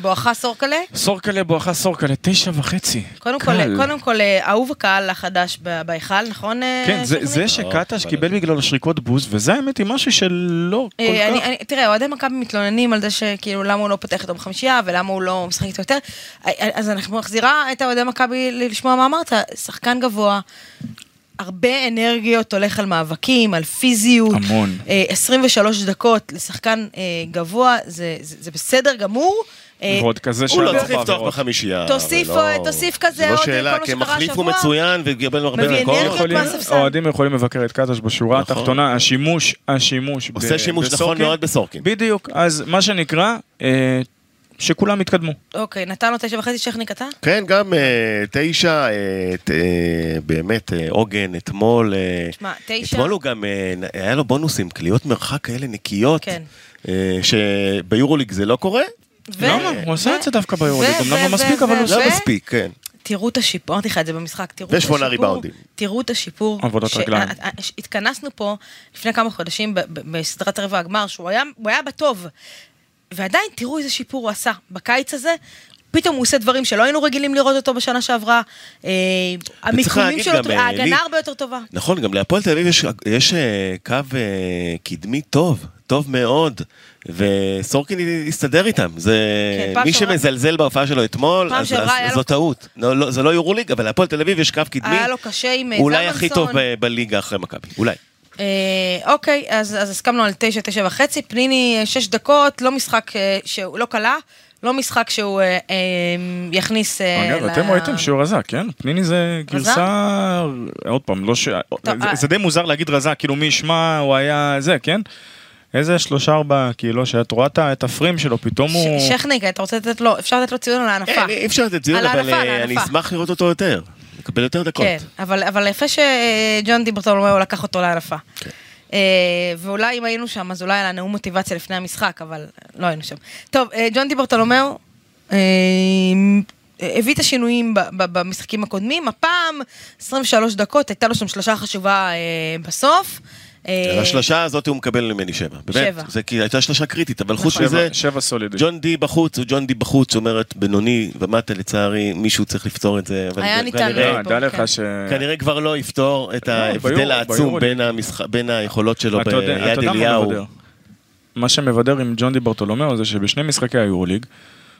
S2: בואכה סורקלה.
S4: סורקלה בואכה סורקלה, תשע וחצי.
S2: קודם כל,
S4: קל.
S2: קודם כל, אה, אהוב הקהל החדש ב- בהיכל, נכון? אה,
S4: כן, זה-
S2: שכניק?
S4: זה שקטש קיבל בגללו שריקות בוז, וזה האמת היא משהו שלא כל
S2: אה, אני-
S4: כך...
S2: אני- תראה, אוהדי מכבי מתלוננים על זה שכאילו למה הוא לא פותח איתו בחמישייה ולמה הוא לא משחק איתו יותר. אה, אה, אז אנחנו מחזירה את אוהדי מכבי ל- לשמוע מה אמרת, שחקן גבוה, הרבה אנרגיות, הולך על מאבקים, על פיזיות.
S4: המון.
S2: אה, 23 דקות לשחקן אה, גבוה, זה- זה זה בסדר גמור. אה,
S4: ועוד כזה
S3: הוא לא
S4: שעבר
S3: צריך לפתוח
S4: בעבירות.
S3: בחמישייה.
S2: תוסיף,
S3: אבל לא-
S2: תוסיף כזה
S3: זה לא
S2: עוד,
S3: שאלה,
S2: כל מה שקרה
S3: כמחליף הוא
S2: השבוע.
S3: מצוין וקיבל הרבה
S2: מביא
S3: דקות.
S2: אנרגיות
S4: יכולים-
S2: מהספסל.
S4: אוהדים יכולים לבקר את קטש בשורה
S3: נכון.
S4: התחתונה, השימוש, השימוש. ב-
S3: עושה שימוש נכון
S4: בסורקין.
S3: מאוד בסורקין.
S4: בדיוק, אז מה שנקרא, אה, שכולם יתקדמו.
S2: אוקיי, נתן לו תשע וחצי שכניק אתה?
S3: כן, גם אה, תשע, אה, ת- אה, באמת, אה, עוגן, אתמול. אה,
S2: תשמע, תשע-
S3: אתמול הוא גם, אה, היה לו בונוסים, קליעות מרחק כאלה נקיות.
S2: כן.
S3: אה, שביורוליג זה לא קורה?
S2: ו-
S4: למה? הוא עשה
S2: ו-
S4: את זה דווקא ביורוליג,
S2: ו-
S4: אמנם לא
S2: ו-
S4: מספיק,
S2: ו-
S4: אבל הוא
S2: ו-
S3: לא
S2: ו-
S3: מספיק, כן.
S2: תראו את השיפור, אמרתי לך את זה במשחק, תראו את השיפור.
S3: ושמונה ריבאונדים.
S2: תראו את השיפור.
S4: עבודת
S2: ש-
S4: רגליים.
S2: ה- ה- ש- התכנסנו פה לפני כמה חודשים ב- ב- בסדרת רבע הגמר, שהוא היה- הוא היה בטוב. ועדיין תראו איזה שיפור הוא עשה בקיץ הזה. פתאום הוא עושה דברים שלא היינו רגילים לראות אותו בשנה שעברה. אה, המיקומים
S3: להגיד
S2: שלו,
S3: גם, אה, לי-
S2: ההגנה הרבה יותר טובה.
S3: נכון, גם להפועל תל אביב יש, יש אה, קו אה, קדמי טוב, טוב מאוד, וסורקין הסתדר איתם. זה
S2: כן, פעם
S3: מי
S2: שעברה-
S3: שמזלזל בהופעה שלו אתמול,
S2: פעם
S3: אז,
S2: שעברה
S3: אז,
S2: היה
S3: זו
S2: לו-
S3: טעות. לא, לא, זה לא יורוליג, אבל להפועל תל אביב יש קו קדמי.
S2: היה לו קשה עם, אה,
S3: אולי
S2: זלמנסון.
S3: הכי טוב ב- בליגה אחרי מכבי, אולי.
S2: אה, אוקיי, אז, אז הסכמנו על תשע, תשע וחצי. פניני, אה, שש דקות, לא משחק אה, שהוא לא קלה, לא משחק שהוא אה, אה, יכניס... אה,
S4: אגב, אתם ראיתם שהוא רזה, כן? פניני זה גרסה... עוד פעם, לא ש... זה-
S2: אה.
S4: זה די מוזר להגיד רזה, כאילו מי ישמע, הוא היה זה, כן? איזה שלושה ארבע קילו שאת רואה את ה- את הפרים שלו, פתאום הוא...
S2: ש- שכניק, אתה רוצה לתת לו, אפשר לתת לו ציון על
S3: אה,
S2: הענפה.
S3: אי אפשר לתת ציון,
S2: על
S3: אבל
S2: הענפה, על
S3: אה, אני
S2: הענפה.
S3: אשמח לראות אותו יותר. לקבל יותר דקות.
S2: כן, אבל, אבל יפה שג'ון דיברטולומיאו לקח אותו לענפה. כן. ואולי אם היינו שם, אז אולי היה לנו מוטיבציה לפני המשחק, אבל לא היינו שם. טוב, אה, ג'ון דיברטולומיאו אה, הביא את השינויים ב- ב- במשחקים הקודמים. הפעם 23 דקות, הייתה לו שם שלושה חשובה אה, בסוף. אה,
S3: על השלשה הזאת הוא מקבל ממני שבע. באמת,
S2: שבע.
S3: זה כי הייתה שלשה קריטית, אבל חוץ
S2: נכון.
S4: שבע-
S3: מזה,
S4: שבע סולידי.
S3: ג'ון די בחוץ, הוא ג'ון די בחוץ, אומרת בינוני ומטה לצערי, מישהו צריך לפתור את זה. אבל
S2: היה
S3: זה-
S2: ניתן
S3: כנראה-
S4: לא,
S2: כן.
S4: דע לך ש...
S3: כנראה כבר לא יפתור את ההבדל
S4: ביורו-
S3: העצום
S4: ביורוליג.
S3: בין המשח- בין היכולות שלו
S4: אתה יודע-
S3: ביד
S4: אתה יודע מה
S3: אליהו.
S4: מבדר? לא, מה שמבדר עם ג'ון די ברטולומיאו זה שבשני משחקי היורוליג,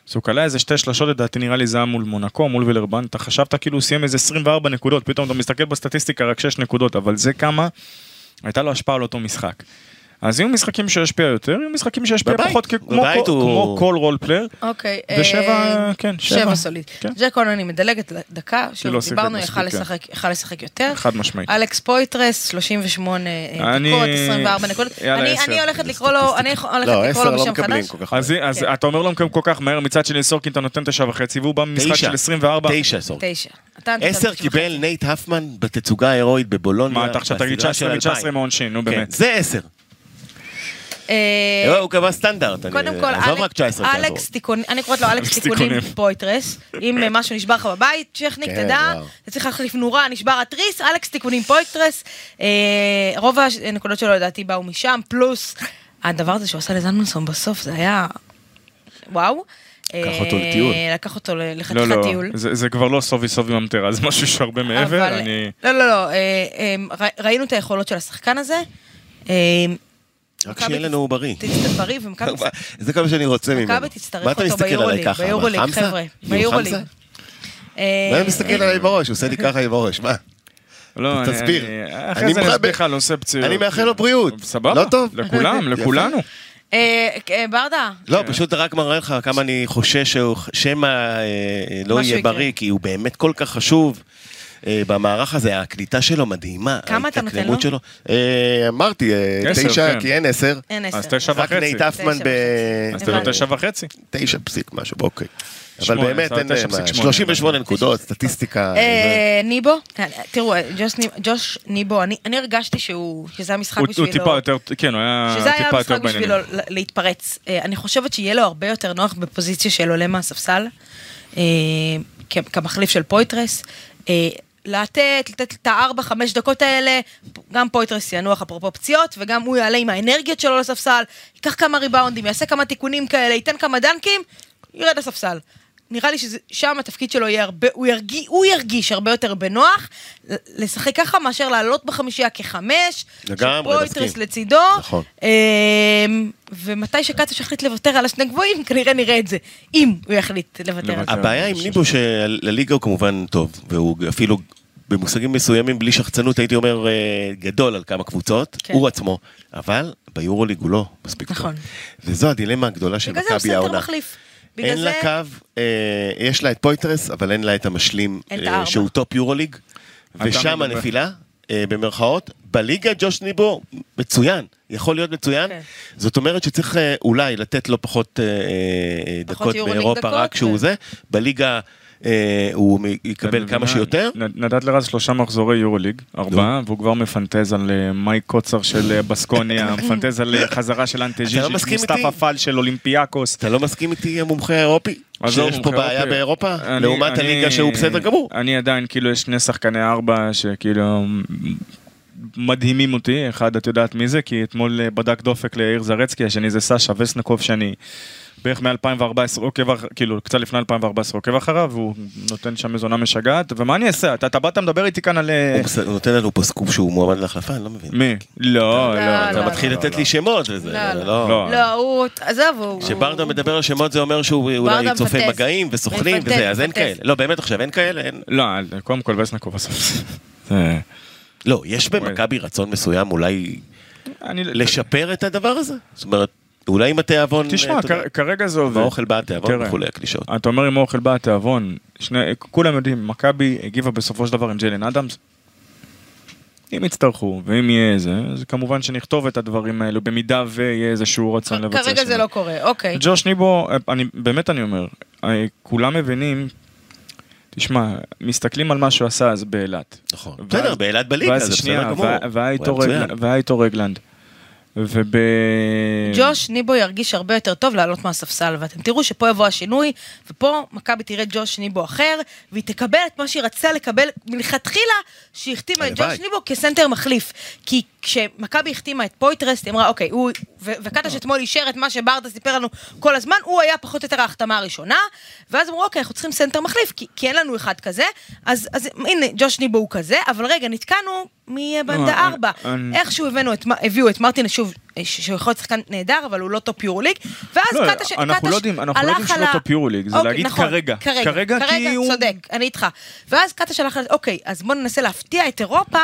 S4: אז הוא קלע איזה שתי שלשות לדעתי נראה לי זה היה מול מונקו, מול וילרבן, אתה חשבת כאילו הוא סיים איזה 24 נקודות, פתאום אתה מסתכל בסטטיסטיקה רק 6 נקודות, אבל זה כמה, הייתה לו השפעה על אותו משחק. אז יהיו משחקים שישפיע יותר, יהיו משחקים שישפיע
S3: בבית.
S4: פחות, כי- כמו
S3: בבית
S4: כל-
S3: הוא-
S4: כמו כל רול פלייר.
S2: אוקיי.
S4: ושבע,
S2: אה,
S4: כן,
S2: שבע
S4: שבע.
S2: סוליד.
S4: כן.
S2: ג'ק כהן, אני מדלגת דקה,
S4: כי לא
S2: שוב,
S4: שיחק
S2: דיברנו,
S4: מספיק,
S2: יכל
S4: כן.
S2: לשחק- יכל לשחק יותר.
S4: חד משמעית.
S2: אלכס פויטרס, 38 אה,
S4: אני-
S2: דקות, 24 נקודות.
S4: יאללה,
S2: אני-
S4: עשר.
S2: אני הולכת לקרוא לו, אני הולכת
S3: לא,
S2: לקרוא
S3: עשר
S2: לו
S3: לא
S2: בשם
S3: מקבלים
S2: חדש.
S3: כל כך.
S4: אז, אז
S2: כן.
S4: אתה אומר לו מקום כל כך מהר, מצד שני סורקין אתה נותן תשע וחצי, והוא בא ממשחק
S3: תשע.
S4: של 24.
S3: תשע, סורי.
S2: תשע. אתה נתת
S3: עשר
S2: תשע
S3: קיבל נייט הפמן בתצוגה ההירואית בבולוניה.
S4: מה אתה עכשיו תגיד
S3: בסדרה
S4: 19
S3: של
S4: מ-19
S3: אלפיים.
S4: מעונשין, נו
S3: כן,
S4: באמת.
S3: זה עשר.
S2: וחצי. אה,
S3: לא, הוא קבע סטנדרט. אני- אה,
S2: קודם כל,
S3: עזוב רק
S2: אלכס-
S3: 19 כעבור.
S2: אלכס תיקונים, אני קוראת לו אלכס תיקונים
S4: תיקונים.
S2: פויטרס. אם אה, משהו נשבר לך בבית, שכניק,
S3: כן,
S2: תדע,
S3: וואו.
S2: אתה צריך להחליף נורה, נשבר התריס, אלכס תיקונים פויטרס. אה, רוב הנקודות שלו לדעתי באו משם, פלוס הדבר הזה שהוא עשה לזלמנסון בסוף, זה היה... וואו. אה,
S3: אותו לטיול.
S2: לקח אותו ל- לחתיכת
S4: לא,
S2: טיול.
S4: לא, זה זה כבר לא סובי סובי ממטרה, זה משהו שהרבה מעבר,
S2: אבל-
S4: אני...
S2: לא, לא, לא, אה, אה, ר- ראינו את היכולות של השחקן הזה. אה,
S3: רק
S2: מכבי
S3: שיהיה לנו הוא בריא.
S2: תצטרך בריא ומכבי
S3: זה כל מה שאני רוצה ממנו.
S2: מכבי
S3: מה
S2: תצטרך
S3: אתה
S2: אותו
S3: מסתכל עליי
S2: ביורוליג,
S3: ככה? מה,
S2: ביורוליג,
S3: חמסה?
S2: חבר'ה,
S3: כאילו,
S2: ביורוליג.
S3: חמסה?
S2: אה,
S3: מה אתה מסתכל עליי בראש? הוא עושה לי ככה עם הראש, מה?
S4: לא, אני-
S3: תסביר.
S4: אני-
S3: אני
S4: אחרי
S3: מאחל-
S4: זה אני אסביר לך על נושא פציעות.
S3: אני מאחל לו בריאות.
S4: סבבה.
S3: לא טוב?
S4: לכולם,
S3: יפה.
S4: לכולנו.
S2: אה, אה, ברדה,
S3: לא, פשוט רק מראה לך כמה אני חושש שהוא- שמא אה, אה, לא
S2: משהו
S3: יהיה
S2: יקרה.
S3: בריא, כי הוא באמת כל כך חשוב. אה, במערך הזה, הקליטה שלו מדהימה.
S2: כמה אתה נותן לו?
S3: ההתאקלמות שלו. אה, אמרתי, אה,
S4: עשר,
S3: תשע,
S4: כן.
S3: כי אין עשר.
S2: אין עשר.
S4: אז תשע
S3: רק
S4: וחצי.
S3: נייט אפמן
S2: תשע
S3: ב...
S4: אז
S2: הבנתי.
S4: אתה תשע וחצי.
S3: תשע פסיק משהו, אוקיי. אבל
S4: שמונה,
S3: באמת,
S4: זה
S3: אין...
S4: תשע
S3: מה,
S4: פסיק שמונה.
S3: 38 נקודות, סטטיסטיקה. זה-
S2: אה, ניבו, אה, תראו, אה, ג'וש ניב- ג'וש ניבו, אני אני הרגשתי שהוא, שזה המשחק
S4: הוא הוא
S2: בשבילו.
S4: טיפה יותר, כן, הוא היה
S2: שזה היה
S4: טיפה יותר
S2: המשחק
S4: בעניינים.
S2: בשבילו ל- להתפרץ. אה, אני חושבת שיהיה לו הרבה יותר נוח בפוזיציה של עולה מהספסל, אה, כ- כמחליף של פויטרס. אה, לתת, לתת את הארבע, חמש דקות האלה, גם פויטרס ינוח אפרופו פציעות, וגם הוא יעלה עם האנרגיות שלו לספסל, ייקח כמה ריבאונדים, יעשה כמה תיקונים כאלה, ייתן כמה דנקים, ירד לספסל. נראה לי ששם התפקיד שלו יהיה הרבה, הוא, ירגיש, הוא ירגיש הרבה יותר בנוח ל- לשחק ככה מאשר לעלות בחמישייה כחמש,
S3: לגמרי,
S2: שפויטרס
S3: מסכים.
S2: לצידו,
S3: נכון.
S2: אמ, ומתי שקצוש יחליט לוותר על השני גבוהים, כנראה נראה את זה. אם הוא יחליט לוותר על
S4: לוותר.
S2: זה.
S3: הבעיה עם ניבו שלליגה הוא כמובן טוב, והוא אפילו במושגים מסוימים בלי שחצנות הייתי אומר אה, גדול על כמה קבוצות,
S2: כן.
S3: הוא עצמו, אבל ביורוליג הוא לא מספיק טוב.
S2: נכון.
S3: וזו הדילמה הגדולה של
S2: בגלל זה הוא
S3: מכבי
S2: סנטר
S3: העונה.
S2: מחליף. בגלל
S3: אין לה
S2: זה-
S3: קו, אה, יש לה את פויטרס, אבל אין לה את המשלים
S2: אין את
S3: אה,
S2: הארבע.
S3: שהוא טופ יורוליג,
S4: אתה
S3: ושם
S4: מדבר.
S3: הנפילה. אה, במרכאות. בליגה ג'וש ניבו מצוין, יכול להיות מצוין.
S2: כן.
S3: זאת אומרת שצריך אה, אולי לתת לו פחות אה, אה,
S2: פחות
S3: דקות
S2: יורוליג
S3: באירופה,
S2: דקות,
S3: רק
S2: כן.
S3: כשהוא זה. בליגה אה, הוא מ- יקבל כמה
S4: לא-
S3: שיותר.
S4: נ- נדד לרז שלושה מחזורי יורוליג, ארבעה, והוא כבר מפנטז על אה, מייק קוצר של אה, בסקוניה, מפנטז על אה, חזרה של אנטג'י,
S3: אתה לא
S4: של
S3: מסכים איתי?
S4: מוסטפה פאל של אולימפיאקוס.
S3: אתה לא מסכים איתי, המומחה האירופי?
S4: עזוב,
S3: שיש פה
S4: מומחה,
S3: בעיה
S4: אוקיי.
S3: באירופה?
S4: אני-
S3: לעומת
S4: אני-
S3: הליגה שהוא בסדר גמור.
S4: אני עדיין, כאילו, יש שני שחקני ארבע שכאילו מדהימים אותי. אחד, את יודעת מי זה? כי אתמול אה, בדק דופק ליאיר זרצקי, השני זה סשה וסנקוב, שאני בערך מ-2014 עוקב, אח- כאילו, קצת לפני 2014 עוקב אחריו, והוא נותן שם איזו עונה משגעת. ומה אני אעשה? אתה אתה באת מדבר איתי כאן על... אה,
S3: הוא מס- הוא נותן לנו פה סקופ שהוא מועמד להחלפה, אני לא מבין.
S4: מי? לא,
S2: לא,
S4: לא.
S2: לא,
S3: אתה מתחיל
S4: לא,
S3: לתת
S4: לא.
S3: לי שמות וזה,
S2: לא, לא.
S3: לא.
S4: לא.
S2: לא, הוא... עזוב, הוא...
S3: כשברדה
S2: הוא-
S3: מדבר על שמות זה אומר שהוא אולי
S2: ברדה
S3: צופה
S2: מפנטז.
S3: מגעים וסוכנים
S2: מפנטז,
S3: וזה, אז אין
S2: מפנטז.
S3: כאלה. לא, באמת עכשיו, אין כאלה? אין.
S4: לא, אל- קודם כל וסנקוב בסוף. זה-
S3: לא, יש במכבי רצון מסוים אולי
S4: אני...
S3: לשפר את הדבר הזה? זאת אומרת, אולי עם התיאבון...
S2: אה,
S4: תשמע,
S3: אתה יודע,
S4: כ- כרגע זה עובד.
S3: האוכל בא התיאבון
S4: תראה.
S3: וכולי, הקלישאות.
S4: אתה אומר עם האוכל בא התיאבון, שני, כולם יודעים, מכבי הגיבה בסופו של דבר עם ג'לן אדמס. אם יצטרכו, ואם יהיה זה, אז כמובן שנכתוב את הדברים האלו, במידה ויהיה איזשהו רצון לבצע
S2: כרגע זה
S4: שינוי.
S2: לא קורה, אוקיי.
S4: ג'וש ניבו, אני, באמת אני אומר, אה, כולם מבינים, תשמע, מסתכלים על מה שהוא עשה אז באילת.
S3: נכון.
S4: ואז-
S3: בסדר, באילת בליגה,
S4: ואז-
S3: זה
S4: שנייה,
S3: בסדר גמור.
S4: וה- והיה
S3: הוא היה
S4: איתו
S3: מצוין.
S4: רגלנד- והיה איתו רגלנד. וב...
S2: ג'וש ניבו ירגיש הרבה יותר טוב לעלות מהספסל, ואתם תראו שפה יבוא השינוי, ופה מכבי תראה ג'וש ניבו אחר, והיא תקבל את מה שהיא רצתה לקבל מלכתחילה, שהיא החתימה את
S3: הלוואי.
S2: ג'וש ניבו כסנטר מחליף. כי כשמכבי החתימה את פויטרסט, היא אמרה, אוקיי, הוא, ו- וקטש אתמול אישר את מה שברדה סיפר לנו כל הזמן, הוא היה פחות או יותר ההחתמה הראשונה, ואז אמרו, אוקיי, אנחנו צריכים סנטר מחליף, כי, כי אין לנו אחד כזה, אז, אז הנה, ג'וש ניבו הוא כזה, אבל רגע, נתקענו
S4: לא,
S2: מבנדה
S4: אני-
S2: ארבע.
S4: אני-
S2: איכשהו הבאנו את, מ- הביאו את מרטין שוב, אה, ש- שהוא יכול להיות שחקן נהדר, אבל הוא לא טופ יורו ליג, ואז
S4: לא,
S2: קטש,
S4: אנחנו
S2: קטש
S4: לא יודעים- אנחנו לא
S2: הלך
S4: יודעים שהוא
S2: על
S4: לא
S2: ה-
S4: טופ יורו ליג, זה
S2: אוקיי,
S4: להגיד
S2: נכון,
S4: כרגע.
S2: כרגע,
S4: כרגע, כי הוא-
S2: צודק, אני איתך. ואז קטש הלך, על- אוקיי, אז בואו ננסה להפתיע את אירופה,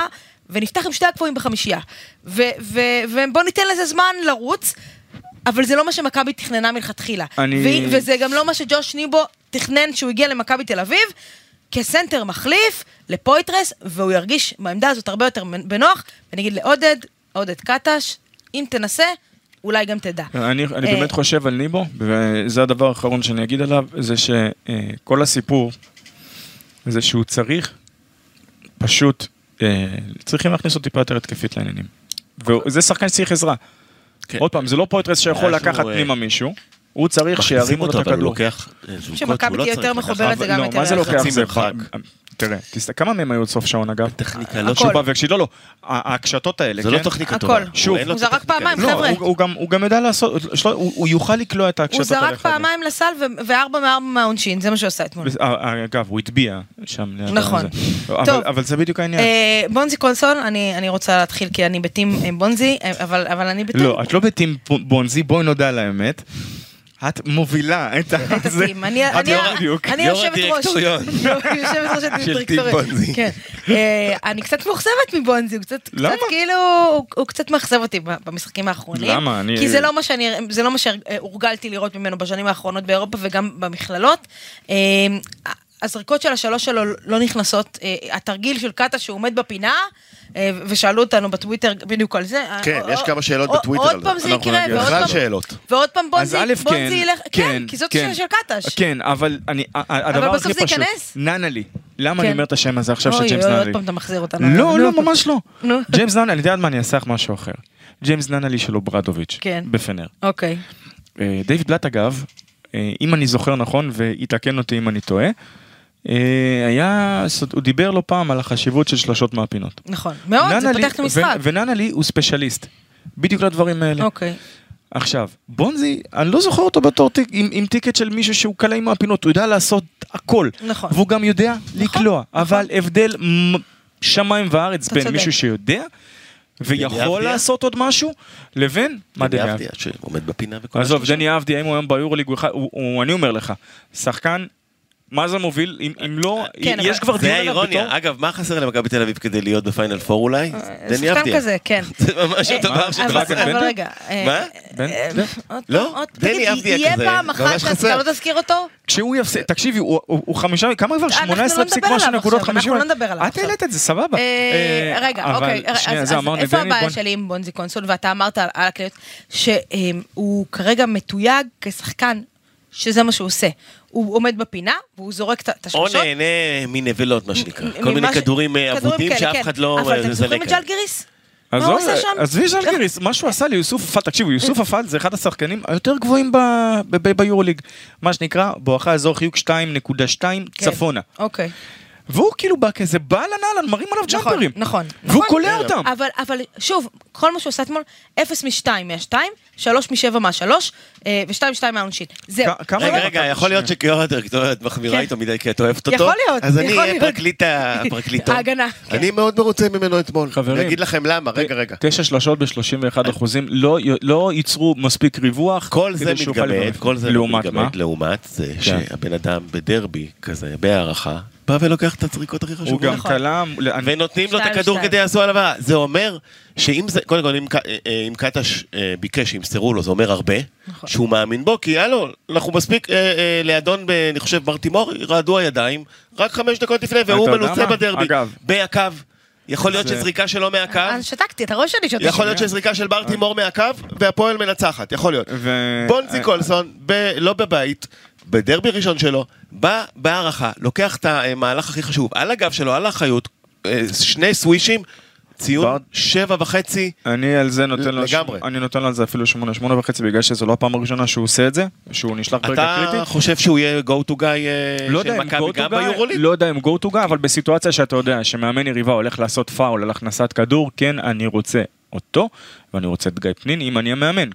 S2: ונפתח עם שתי הגבוהים בחמישייה. ו- ו- ובואו ניתן לזה זמן לרוץ, אבל זה לא מה שמכבי תכננה מלכתחילה.
S4: אני-
S2: והיא- וזה גם לא מה שג'וש ניבו תכנן כשהוא הגיע למכבי תל אביב. כסנטר מחליף לפויטרס, והוא ירגיש בעמדה הזאת הרבה יותר בנוח, ואני אגיד לעודד, עודד קטש, אם תנסה, אולי גם תדע.
S4: אני, אני
S2: אה,
S4: באמת חושב על ניבו, וזה הדבר האחרון שאני אגיד עליו, זה שכל הסיפור זה שהוא צריך פשוט, אה, צריכים להכניס אותו טיפה יותר התקפית לעניינים. וזה שחקן שצריך עזרה.
S3: אוקיי. כן.
S4: עוד פעם, זה לא פויטרס שיכול
S3: אנחנו,
S4: לקחת
S3: אה,
S4: פנימה מישהו, הוא צריך
S3: מכניסים
S4: שירימו לו
S3: אותו,
S4: את
S3: אבל הוא
S4: הכדור.
S3: לוקח אה, זוגות,
S2: שמכבי
S3: הוא לא
S2: תהיה
S3: צריך
S2: יותר
S3: לקחת.
S2: מחוברת זה גם
S4: לא,
S2: את
S4: מה זה
S2: אלה.
S4: לוקח?
S3: חצי
S4: זה
S3: מרחק.
S4: תראה, תסת- כמה מהם היו עד סוף שעון אגב?
S3: טכניקה לא
S2: הכל.
S4: שהוא
S3: טובה.
S4: בא והקשיב, לא, לא, ההקשתות האלה,
S3: זה
S4: כן?
S3: לא טכניקה
S2: הכל.
S3: טובה.
S4: שוב,
S3: אין לו
S2: הוא זרק
S3: טכניקה.
S2: פעמיים,
S4: לא,
S2: חבר'ה.
S4: הוא- הוא גם- הוא גם יודע לעשות, יש לו- הוא הוא יוכל לקלוע את
S2: הוא
S4: ההקשתות האלה.
S2: זרק פעמיים לסל ו- וארבע מארבע מהעונשין, זה מה שהוא עשה אתמול.
S4: וס- אה, אה, אגב, הוא הטביע שם. ליד
S2: נכון.
S4: הזה.
S2: טוב.
S4: אבל- אבל זה בדיוק העניין.
S2: אה, בונזי קונסול, אני אני רוצה להתחיל כי אני בטים אה, בונזי, אה, אבל אבל אני בטים.
S4: לא, את לא בטים ב- בונזי, בואי נודה על האמת. את מובילה
S2: את
S4: את הזה.
S2: הטים. אני-
S4: את
S2: אני-
S4: לא בדיוק.
S2: אני
S3: יו"ר
S2: יושבת ראש.
S3: הדירקטוריון.
S2: יושבת ראש
S3: של טים בונזי.
S2: הדירקטוריון. כן. אה, אני קצת מאוכזבת מבונזי, הוא קצת קצת
S4: למה?
S2: כאילו, הוא- הוא קצת מאכזב אותי ב- במשחקים האחרונים.
S4: למה? אני-
S2: כי זה לא מה שאני, זה לא מה שהורגלתי לראות ממנו בשנים האחרונות באירופה וגם במכללות. אה, הזריקות של השלוש שלו לא נכנסות, אה, התרגיל של קאטה שהוא עומד בפינה, אה, ושאלו אותנו בטוויטר בדיוק על זה.
S5: כן,
S2: אה,
S5: יש
S2: אה,
S5: כמה שאלות
S2: אה,
S5: בטוויטר על
S2: עוד
S5: זה.
S2: פעם זה
S4: אנחנו
S2: יקרה,
S4: נגיע.
S2: ועוד
S5: בכלל
S2: פעם...
S5: שאלות.
S2: ועוד פעם
S4: אז
S2: בונזי,
S4: א', כן,
S2: בונזי ילך, כן, כי זאת השאלה של קטש.
S4: כן, אבל אני, ה- ה- הדבר
S2: בסוף
S4: הכי
S2: זה
S4: פשוט,
S2: ייכנס?
S4: ננלי, למה
S2: כן.
S4: אני אומר את השם הזה עכשיו של
S2: אוי,
S4: ג'יימס
S2: אוי,
S4: ננלי?
S2: עוד פעם אתה מחזיר אותנו. נו.
S4: לא, לא, ממש לא.
S2: נו.
S4: ג'יימס ננלי, אני יודעת מה, אני אעשה לך משהו אחר. ג'יימס ננלי של אוברדוביץ',
S2: כן.
S4: בפנר.
S2: אוקיי.
S4: אה, דיוויד בלאט אגב, אה, אם אני זוכר נכון ויתקן אותי אם אני טועה, אה, היה, זאת- הוא דיבר לא פעם על החשיבות של שלשות מהפינות.
S2: נכון. מאוד, זה
S4: ננה לי-
S2: פותח את המשחק.
S4: ו- וננלי הוא ספיישליסט, בדיוק לדברים האלה.
S2: אוקיי.
S4: עכשיו, בונזי, אני לא זוכר אותו בתור טיק, עם, עם טיקט של מישהו שהוא קלה עם הפינות, הוא יודע לעשות הכל.
S2: נכון.
S4: והוא גם יודע לקלוע, אבל הבדל מ- שמיים וארץ
S2: אתה
S4: בין
S2: צודק.
S4: מישהו שיודע ויכול
S3: ודניאבדיה?
S4: לעשות עוד משהו, לבין מה
S3: אני
S4: דניאב.
S3: אהבתי, שעומד בפינה וכל
S4: עזוב,
S3: השלושה.
S4: דני אבדיה, אם הוא היום ביורוליג, הוא אחד- הוא- הוא- אני אומר לך, שחקן מה זה מוביל, אם, אם לא,
S2: כן,
S4: יש
S2: אבל-
S4: כבר דיון
S3: זה
S4: עליו בתור...
S3: האירוניה. אגב, מה חסר למכבי תל אביב כדי להיות בפיינל פור אולי? דני
S2: אה, שחקן
S3: אבדיה.
S2: כזה, כן.
S3: זה ממש
S2: אה,
S3: הדבר
S2: אבל-
S3: שחסר.
S4: בנדר?
S2: אבל רגע. אה,
S3: מה?
S4: בן-
S2: אה,
S4: בן-
S2: עוד
S3: לא,
S2: פעם, עוד-
S3: דני
S2: תגיד,
S3: אבדיה
S2: יהיה
S3: כזה,
S2: פעם
S3: ממש
S2: אחת
S3: חסר.
S2: שאתה לא תזכיר אותו?
S4: כשהוא יפסיד, תקשיבי, הוא- הוא הוא חמישה, כמה כבר?
S2: אנחנו לא
S4: 18 פסיק
S2: נדבר
S4: משהו
S2: עליו
S4: נקודות
S2: עכשיו, אנחנו
S4: 50?
S2: לא נדבר עליו
S4: את
S2: עכשיו.
S4: העלית את זה, סבבה.
S2: אה, רגע,
S4: אבל
S2: אוקיי, אז-
S4: שנייה,
S2: אז
S4: זה אמרנו,
S2: איפה
S4: דני, בוא-
S2: הבעיה שלי עם בונזי קונסול, ואתה אמרת על על הכלליות, שהוא כרגע מתויג כשחקן, שזה מה שהוא עושה. הוא עומד בפינה, והוא זורק את- את
S3: או
S2: השלושות.
S3: נהנה מנבלות, מה שנקרא.
S2: מ-
S3: כל מיני
S2: ממה ש-
S3: כדורים אה,
S2: כדורים
S3: אבודים
S2: כאלה,
S3: שאף
S2: כן.
S3: אחד לא
S2: אבל אתם
S3: מזלק.
S2: זוכרים את ג'לגיריס? מה
S4: אז
S2: הוא
S4: לא,
S2: עושה שם? נכון.
S4: עזבי ז'לגיריס, מה שהוא עשה ליוסוף אפל, תקשיבו, יוסוף אפל זה אחד השחקנים היותר גבוהים ב- ב- ב- ביורוליג. מה שנקרא, בואכה אזור חיוק 2.2
S2: כן.
S4: צפונה.
S2: אוקיי.
S4: והוא כאילו בא כזה באהלן אהלן, מרים עליו
S2: נכון,
S4: ג'אמפרים.
S2: נכון,
S4: והוא
S2: נכון.
S4: קולע אותם.
S2: אבל, אבל שוב, כל מה שהוא עשה אתמול, 0 מ-2 מה-2, 3 מ-7 מה-3, ו-2 מ-2 אה, מהעונשין. זהו.
S4: כ- כמה-
S3: רגע,
S4: אבל-
S3: רגע, יכול להיות שכיו"ר הדירקטוריה את מחמירה
S2: כן.
S3: איתו מדי כי את אוהבת אותו?
S2: יכול להיות,
S3: אז אני
S2: יכול
S3: אהיה
S2: להיות.
S3: פרקליט ה- הפרקליטון.
S2: ההגנה, כן.
S3: אני מאוד מרוצה ממנו אתמול.
S4: חברים.
S3: אני אגיד לכם למה, רגע, רגע.
S4: תשע שלשות ב-31 אחוזים, לא- לא ייצרו מספיק ריווח.
S3: כל זה
S4: כדי שהוא יוכל
S3: מתגמד,
S4: לברך.
S3: כל זה
S4: לעומת מה? כן.
S3: מתגמד לעומת זה שהבן אדם בדרבי כזה, בהערכה, בא ולוקח את הצריקות הכי
S4: הוא
S3: חשובות.
S4: גם
S2: נכון.
S4: קלע...
S3: ונותנים לו את
S2: שתיים,
S3: הכדור
S2: שתיים.
S3: כדי לעשו עליו העלאה. זה אומר שאם זה, קודם כל, אם ק- אה, אה, אם קטש אה, ביקש שימסרו לו, זה אומר הרבה,
S2: נכון.
S3: שהוא מאמין בו, כי הלו, אנחנו מספיק אה, אה, לאדון, ב- אני חושב, ברטימור, רעדו הידיים, רק חמש דקות לפני, והוא
S4: יודע
S3: מנוצה
S4: מה?
S3: בדרבי.
S4: אגב.
S3: מהקו. יכול להיות
S4: זה-
S3: שזריקה שלו מהקו,
S2: אז אה, שתקתי, אתה רואה שאני שותקת.
S3: יכול להיות שזריקה של ברטימור מהקו, והפועל מנצחת, יכול להיות.
S4: אוקיי. ו- אה,
S3: בונזי קולסון, ב- לא בבית, בדרבי ראשון שלו, בא בהערכה, לוקח את המהלך הכי חשוב, על הגב שלו, על האחריות, אה, שני סווישים, ציון
S4: בר-
S3: שבע וחצי.
S4: אני על זה נותן לו...
S3: לגמרי.
S4: אני נותן לו על זה אפילו שמונה, שמונה וחצי, בגלל שזו לא הפעם הראשונה שהוא עושה את זה, שהוא נשלח ברגע
S3: אתה
S4: קריטי.
S3: חושב שהוא יהיה go to guy אה,
S4: לא
S3: של
S4: יודע אם
S3: מכבי
S4: go
S3: גם
S4: to guy,
S3: ביורוליג?
S4: לא יודע אם go to guy, אבל בסיטואציה שאתה יודע שמאמן יריבה הולך לעשות פאול על הכנסת כדור, כן, אני רוצה אותו, ואני רוצה את גיא פנין, אם אני המאמן.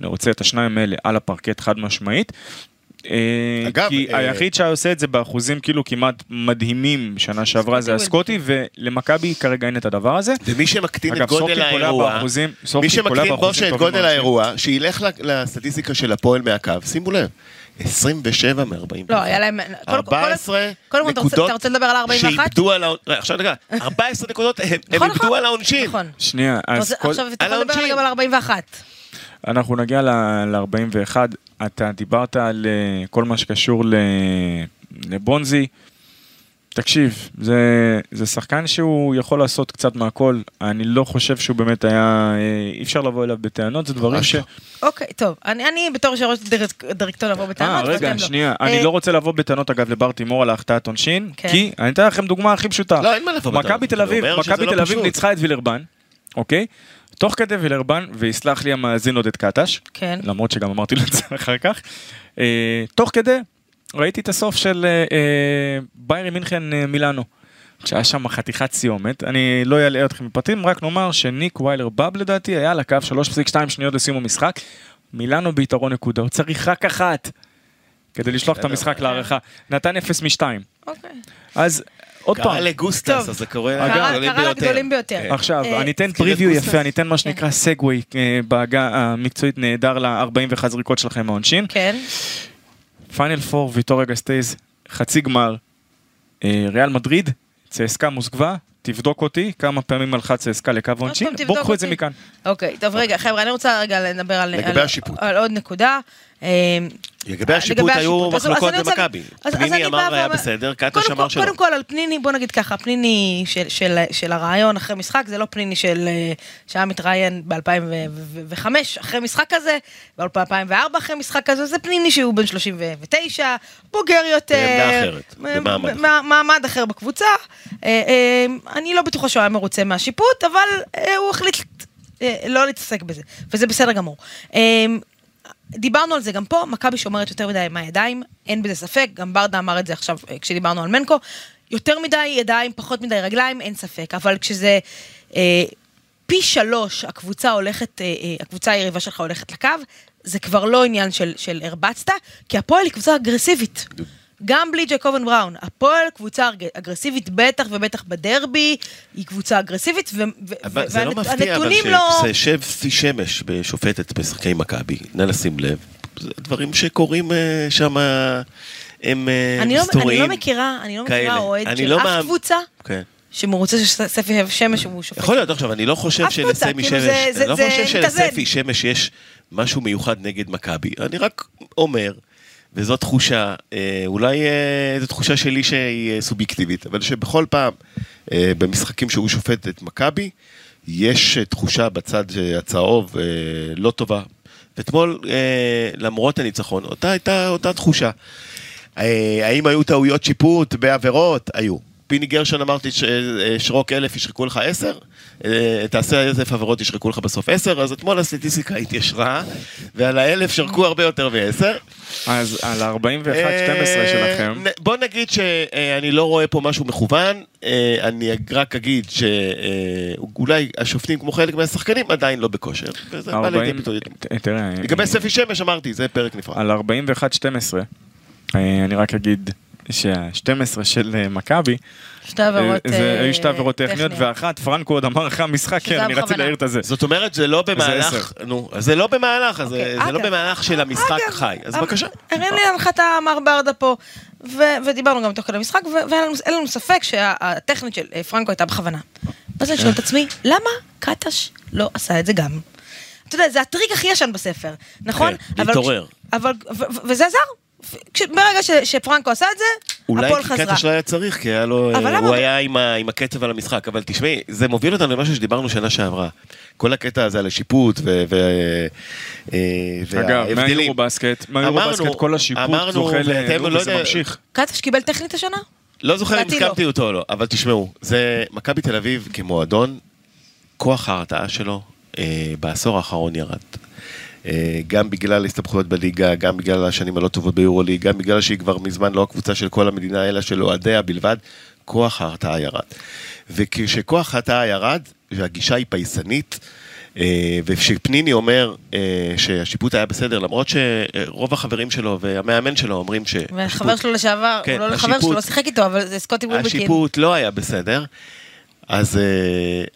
S4: אני רוצה את השניים האלה על הפרקט חד משמעית. אה,
S3: אגב,
S4: כי
S3: אה,
S4: היחיד שהיה עושה את זה באחוזים כאילו כמעט מדהימים שנה שעברה זה
S2: סקוטי
S4: הסקוטי, ולמכבי כרגע אין את הדבר הזה.
S3: ומי שמקטין
S4: אגב,
S3: את גודל
S4: סורקין קולע
S3: האירוע,
S4: באחוזים-
S3: מי
S4: סורקין קולע
S3: שמקטין
S4: באחוזים
S3: משה את
S4: טובים
S3: גודל
S4: מאוד.
S3: האירוע, שילך ל- לסטטיסטיקה של הפועל מהקו, שימו לב, 27 מ-40.
S2: לא, היה להם... קודם כל-
S3: 14
S2: קודם כל, אתה רוצה-
S3: נקודות
S2: אתה רוצה לדבר על 41?
S3: שאיבדו על העונשין, עכשיו דקה, 14 נקודות הם הם
S2: נכון, נכון.
S3: איבדו על העונשין.
S2: נכון.
S4: שנייה,
S2: אתה
S4: אז
S2: רוצה-
S4: כל...
S2: עכשיו אתה
S3: על
S2: יכול לדבר
S3: העונשין.
S2: גם על 41.
S4: אנחנו נגיע ל-41, אתה דיברת על אה, כל מה שקשור ל- לבונזי. תקשיב, זה, זה שחקן שהוא יכול לעשות קצת מהכל, אני לא חושב שהוא באמת היה, אה, אי אפשר לבוא אליו בטענות, זה דברים
S3: ממש
S4: ש...
S3: לא.
S2: אוקיי, טוב, אני אני בתור יושב-ראש דירק- דירקטוריון אבוא
S4: אה,
S2: בטענות, ואתם
S4: רגע,
S2: לא.
S4: שנייה,
S2: אה,
S4: אני לא רוצה לבוא בטענות אגב לבר תימור על ההחטאת עונשין,
S2: כן.
S4: כי אני אתן לכם דוגמה הכי פשוטה.
S3: לא, אין מה לבוא בטענות.
S4: מכבי תל
S3: אני
S4: אביב,
S3: אומר שזה
S4: מכבי
S3: לא
S4: תל אביב
S3: פשוט.
S4: ניצחה את וילרבן, אוקיי? תוך כדי וילרבן, ויסלח לי המאזין עוד את קטש,
S2: כן.
S4: למרות שגם אמרתי לו את זה אחר כך, אה, תוך כדי ראיתי את הסוף של אה, אה, ביירי מינכן אה, מילאנו. שהיה שם חתיכת סיומת, אני לא אלאה אתכם בפרטים, רק נאמר שניק ויילר בב לדעתי היה על הקו 3.2 שניות לסיום המשחק, מילאנו ביתרון נקודה, הוא צריך רק אחת כדי לשלוח את המשחק להערכה, נתן 0 מ-2,
S2: אוקיי.
S4: אז עוד
S3: קרה
S4: פעם,
S3: לגוסטס,
S2: טוב. אה,
S3: אז זה קורה
S4: אגב,
S2: קרה
S3: לגדולים
S2: קרה
S3: ביותר.
S2: לגדולים ביותר.
S3: כן.
S4: עכשיו,
S2: אה,
S4: אני אתן
S3: סקירת
S4: פריוויו
S3: בוסטר.
S4: יפה, אני
S2: כן.
S4: אתן מה שנקרא סגווי אה, בעגה המקצועית נהדר ל-41 זריקות שלכם מהעונשין.
S2: כן.
S4: פיינל 4, ויטוריה גסטייז, חצי גמר, אה, ריאל מדריד, צסקה מוסקבה, תבדוק אותי כמה פעמים הלכה צסקה לקו העונשין,
S2: עוד פעם,
S4: בואו
S2: תבדוק
S4: קחו את זה
S2: אותי.
S4: מכאן.
S2: אוקיי, טוב רגע, חבר'ה, אני רוצה רגע לדבר על...
S3: לגבי
S2: על-
S3: השיפוט.
S2: על עוד נקודה. אה,
S3: לגבי השיפוט
S2: לגבי
S3: היו
S2: השיפוט. אז- אז
S3: מחלוקות
S2: אני רוצה-
S3: במכבי.
S2: אז- אז אני
S3: פניני
S2: באה
S3: אמר היה
S2: ואומר-
S3: בסדר,
S2: קודם
S3: קטש
S2: כל-
S3: אמר שלא.
S2: קודם כל על פניני, בוא נגיד ככה, פניני של- של- של הרעיון אחרי משחק, זה לא פניני של אה, שהיה מתראיין ב-2005 אחרי משחק כזה, ב-2004 אחרי משחק כזה, זה פניני שהוא בן 39, בוגר יותר.
S3: בעמדה אחרת,
S2: מ-
S3: במעמד
S2: מ-
S3: אחר.
S2: מע- מעמד אחר בקבוצה. אה, אה, אני לא בטוחה שהוא היה מרוצה מהשיפוט, אבל אה, הוא החליט אה, לא להתעסק בזה, וזה בסדר גמור. אה, דיברנו על זה גם פה, מכבי שומרת יותר מדי מהידיים, אין בזה ספק, גם ברדה אמר את זה עכשיו אה, כשדיברנו על מנקו, יותר מדי ידיים, פחות מדי רגליים, אין ספק, אבל כשזה... אה, פי שלוש הקבוצה הולכת, אה, אה, הקבוצה היריבה שלך הולכת לקו, זה כבר לא עניין של, של הרבצת, כי הפועל היא קבוצה אגרסיבית. גם בלי ג'קובן בראון, הפועל קבוצה ארג- אגרסיבית, בטח ובטח בדרבי, היא קבוצה אגרסיבית, ו- ו-
S3: אבל זה לא
S2: והנת-
S3: מפתיע, אבל
S2: הנתונים לא...
S3: שתשב שיא שמש בשופטת בשחקי מכבי, נא לשים לב, זה דברים שקורים שם אה, הם אה,
S2: אני לא- אני
S3: מסתוריים.
S2: לא מכירה, אני לא מכירה
S3: כאלה.
S2: אוהד
S3: אני
S2: של
S3: לא
S2: אף
S3: מאמ-
S2: קבוצה
S3: כן.
S2: שמרוצה של ספי שמש הוא שופט.
S3: יכול להיות, עכשיו, אני לא חושב
S2: אף קבוצה,
S3: שלסמי
S2: כאילו,
S3: שמש,
S2: זה- זה-
S3: אני לא
S2: זה
S3: חושב
S2: מתאזן.
S3: שלספי שמש יש משהו מיוחד נגד מכבי. אני רק אומר, וזו תחושה, אה, אולי אה, זו תחושה שלי שהיא אה, סובייקטיבית, אבל שבכל פעם, אה, במשחקים שהוא שופט את מכבי, יש אה, תחושה בצד אה, הצהוב אה, לא טובה. ואתמול, אה, למרות הניצחון, אותה הייתה אותה תחושה. אה, האם היו טעויות שיפוט בעבירות? היו. פיני גרשון אמרתי, ש- אה, שרוק אלף ישחקו לך עשר, אה, תעשה אלף עבירות ישחקו לך בסוף עשר, אז אתמול הסטטיסטיקה התיישרה, ועל האלף שרקו הרבה יותר מעשר.
S4: אז על
S3: אה,
S4: ה-41-12 שלכם,
S3: נ- בוא נגיד שאני לא רואה פה משהו מכוון, אה, אני רק אגיד שאולי השופטים, כמו חלק מהשחקנים, עדיין לא בכושר, וזה בא לידי
S4: 40...
S3: ביטוי.
S4: ת- תראה,
S3: לגבי
S4: אה,
S3: ספי שמש אמרתי, זה פרק נפרד.
S4: על 41-12, אה, אני רק אגיד שה-12 של אה, מכבי,
S2: שתי עבירות
S4: אה, זה-
S2: אה,
S4: היו שתי עבירות
S2: טכניות.
S4: טכניות, ואחת, פרנקו עוד אמר אחרי המשחק,
S2: שזה
S4: כן, אני רציתי
S2: בכוונה.
S4: להעיר את הזה.
S3: זאת אומרת, זה לא במהלך,
S4: עשר.
S3: נו, אז זה לא במהלך, אז זה-
S2: אוקיי,
S3: זה לא
S2: אגב-
S3: במהלך של המשחק
S2: אגב,
S3: חי, אז
S2: אמ-
S3: בבקשה.
S2: הרים לי להנחתה מר ברדה פה, ו- ודיברנו גם תוך כדי המשחק, ו- ואין לנו- אין לנו ספק שהטכנית של אה, פרנקו הייתה בכוונה. ואז אני שואל את עצמי, למה קטש לא עשה את זה גם? אתה יודע, זה הטריק הכי ישן בספר, נכון?
S3: כן,
S2: אבל-
S3: להתעורר.
S2: אבל, ו- ו- וזה עזר. כש- ברגע ש- שפרנקו עשה את זה,
S3: אולי
S2: הפועל
S3: כי
S2: חזרה.
S3: קטש לא היה צריך, כי היה לו,
S2: אבל
S3: אה,
S2: למה-
S3: הוא היה עם ה- עם הקצב על המשחק, אבל תשמעי, זה מוביל אותנו למשהו שדיברנו שנה שעברה. כל הקטע הזה על השיפוט ו- ו- אה,
S4: אגב,
S3: וההבדלים.
S4: מהיורובסקט, מהיורובסקט
S3: אמרנו-
S4: כל השיפוט
S3: אמרנו,
S4: זוכה ל...
S3: ואתם לא
S4: וזה
S3: יודע-
S4: ממשיך.
S2: קטש קיבל טכנית השנה?
S3: לא זוכר אם
S2: לדעתי לא.
S3: הסכמתי אותו או לא, אבל תשמעו, זה מכבי תל אביב כמועדון, כוח ההרתעה שלו אה, בעשור האחרון ירד. אה, גם בגלל הסתבכויות בליגה, גם בגלל השנים הלא טובות ביורוליג, גם בגלל שהיא כבר מזמן לא הקבוצה של כל המדינה, אלא של אוהדיה בלבד, כוח ההרתעה ירד. וכשכוח ההרתעה ירד, והגישה היא פייסנית, אה, וכשפניני אומר אה, שהשיפוט היה בסדר, למרות שרוב החברים שלו והמאמן שלו אומרים ש...
S2: והחבר שלו לשעבר,
S3: כן,
S2: הוא לא חבר שלו,
S3: השיפוט-
S2: לא שיחק איתו, אבל זה סקוטי רוביקין.
S3: השיפוט לא היה בסדר. אז אה,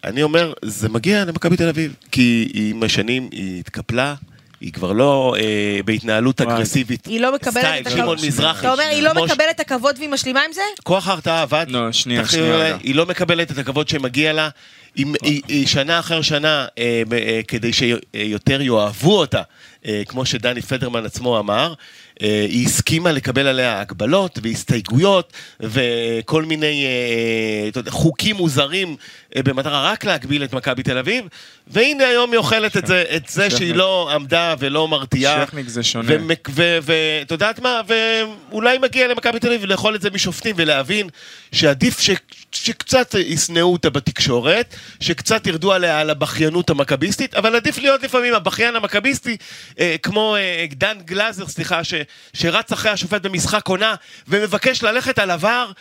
S3: אני אומר, זה מגיע למכבי תל אביב, כי עם השנים היא התקפלה, היא כבר לא אה, בהתנהלות
S4: וואי.
S3: אגרסיבית.
S2: היא לא מקבלת את
S3: סטייל שמעון
S2: הכבוד.
S3: מזרחי.
S2: אתה אומר, היא לא
S3: כמו ש-
S2: מקבלת את הכבוד והיא משלימה עם זה?
S3: כוח ההרתעה עבד.
S4: לא, אוקיי. שנייה,
S3: תחשבי
S4: שנייה,
S3: עליה,
S4: רגע.
S3: היא לא מקבלת את הכבוד שמגיע לה. היא, היא, היא שנה אחר שנה, אה, ב- אה, כדי שיותר יאהבו אותה, אה, כמו שדני פדרמן עצמו אמר, אה, היא הסכימה לקבל עליה הגבלות והסתייגויות וכל מיני אה, אתה יודע, חוקים מוזרים אה, במטרה רק להגביל את מכבי תל אביב, והנה היום היא אוכלת את זה, את זה שהיא
S4: שכניק.
S3: לא עמדה ולא מרתיעה.
S4: שכניק זה שונה.
S3: ומק- ו- ואת יודעת מה, ואולי מגיע למכבי תל אביב לאכול את זה משופטים ולהבין שעדיף ש... שקצת ישנאו אותה בתקשורת, שקצת ירדו עליה על הבכיינות המכביסטית, אבל עדיף להיות לפעמים הבכיין המכביסטי, אה, כמו אה, דן גלאזר, סליחה, ש... שרץ אחרי השופט במשחק עונה ומבקש ללכת על עבר.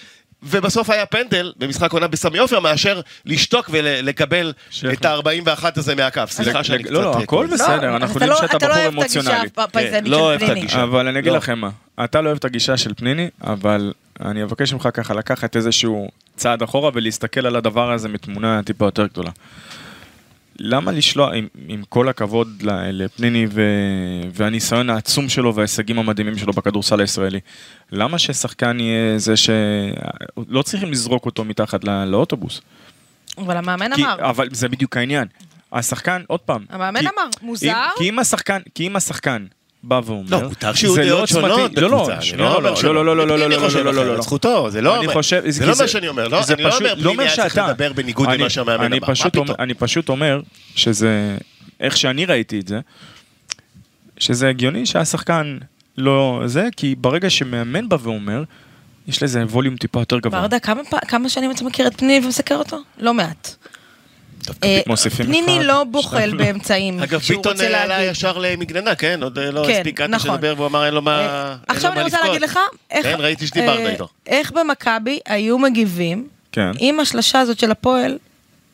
S3: ובסוף היה פנדל במשחק עונה בסמי עופר, מאשר לשתוק ולקבל
S4: שכניק.
S3: את ה-41 הזה מהקו. סליחה שאני
S4: לא,
S3: קצת...
S4: לא,
S3: אה,
S4: הכל
S3: כועס.
S4: בסדר,
S2: לא,
S4: אנחנו
S2: אתה
S4: יודעים
S2: לא-
S4: שאתה
S2: אתה לא
S4: בחור
S2: אוהב את הגישה
S4: אמוציונלי.
S2: הפ- הפייזנית
S3: כן, לא
S2: של
S3: אוהב את
S2: פניני.
S3: הגישה.
S4: אבל אני אגיד
S3: לא.
S4: לכם מה, אתה לא אוהב את הגישה של פניני, אבל אני אבקש ממך ככה לקחת איזשהו צעד אחורה ולהסתכל על הדבר הזה מתמונה טיפה יותר גדולה. למה לשלוח, עם, עם כל הכבוד ל- לפניני ו, והניסיון העצום שלו וההישגים המדהימים שלו בכדורסל הישראלי, למה ששחקן יהיה זה ש... לא צריכים לזרוק אותו מתחת לא, לאוטובוס.
S2: אבל המאמן
S4: כי, אה,
S2: אמר.
S4: אבל זה בדיוק העניין. השחקן, עוד פעם.
S2: המאמן
S4: כי-
S2: אמר, מוזר.
S4: אם- כי אם השחקן, כי אם השחקן בא ואומר...
S3: לא, מותר שיהיו
S4: "זה לא
S3: דעות
S4: עוצמתי",
S3: שונות
S4: לא, לא,
S3: בקבוצה, אני
S4: שנייה, לא, לא,
S3: אומר
S4: לא, לא, לא, לא,
S3: שלא.
S4: לא, לא,
S3: אני
S4: לא,
S3: חושב
S4: לא,
S3: אחרת,
S4: לא, לא.
S3: זכותו, זה לא
S4: אני
S3: אומר.
S4: חושב-
S3: זה
S4: כי
S3: לא מה שאני אומר, לא-
S4: זה
S3: אני לא
S4: פשוט-
S3: אומר, פניני היה צריך
S4: שאתה-
S3: לדבר בניגוד
S4: אני-
S3: למה שהמאמן
S4: אני
S3: אמר, מה
S4: פשוט אומר-
S3: פתאום?
S4: אני פשוט אומר שזה, איך שאני ראיתי את זה, שזה הגיוני שהשחקן לא זה, כי ברגע שמאמן בא ואומר, יש לזה ווליום טיפה יותר גבוה.
S2: ברדה, כמה פע- כמה שנים אתה מכיר את פניני ומסקר אותו? לא מעט. אה,
S4: מוסיפים
S2: פניני
S4: אחד,
S2: לא
S4: שתיים.
S2: באוכל באמצעים
S3: אגב,
S2: שהוא
S3: ביטון
S2: רוצה
S3: עלה
S2: להגיד.
S3: ישר למגננה, כן? עוד אה, לא
S2: כן,
S3: הספיק קטש
S2: נכון.
S3: לדבר והוא אמר אין לו מה
S2: אה,
S3: אין לו
S2: עכשיו
S3: מה
S2: אני רוצה
S3: לבכות."
S2: להגיד לך, איך-
S3: כן, ראיתי שדיברת
S2: אה,
S3: איתו.
S2: איך במכבי היו מגיבים
S4: כן.
S2: אם השלשה הזאת של הפועל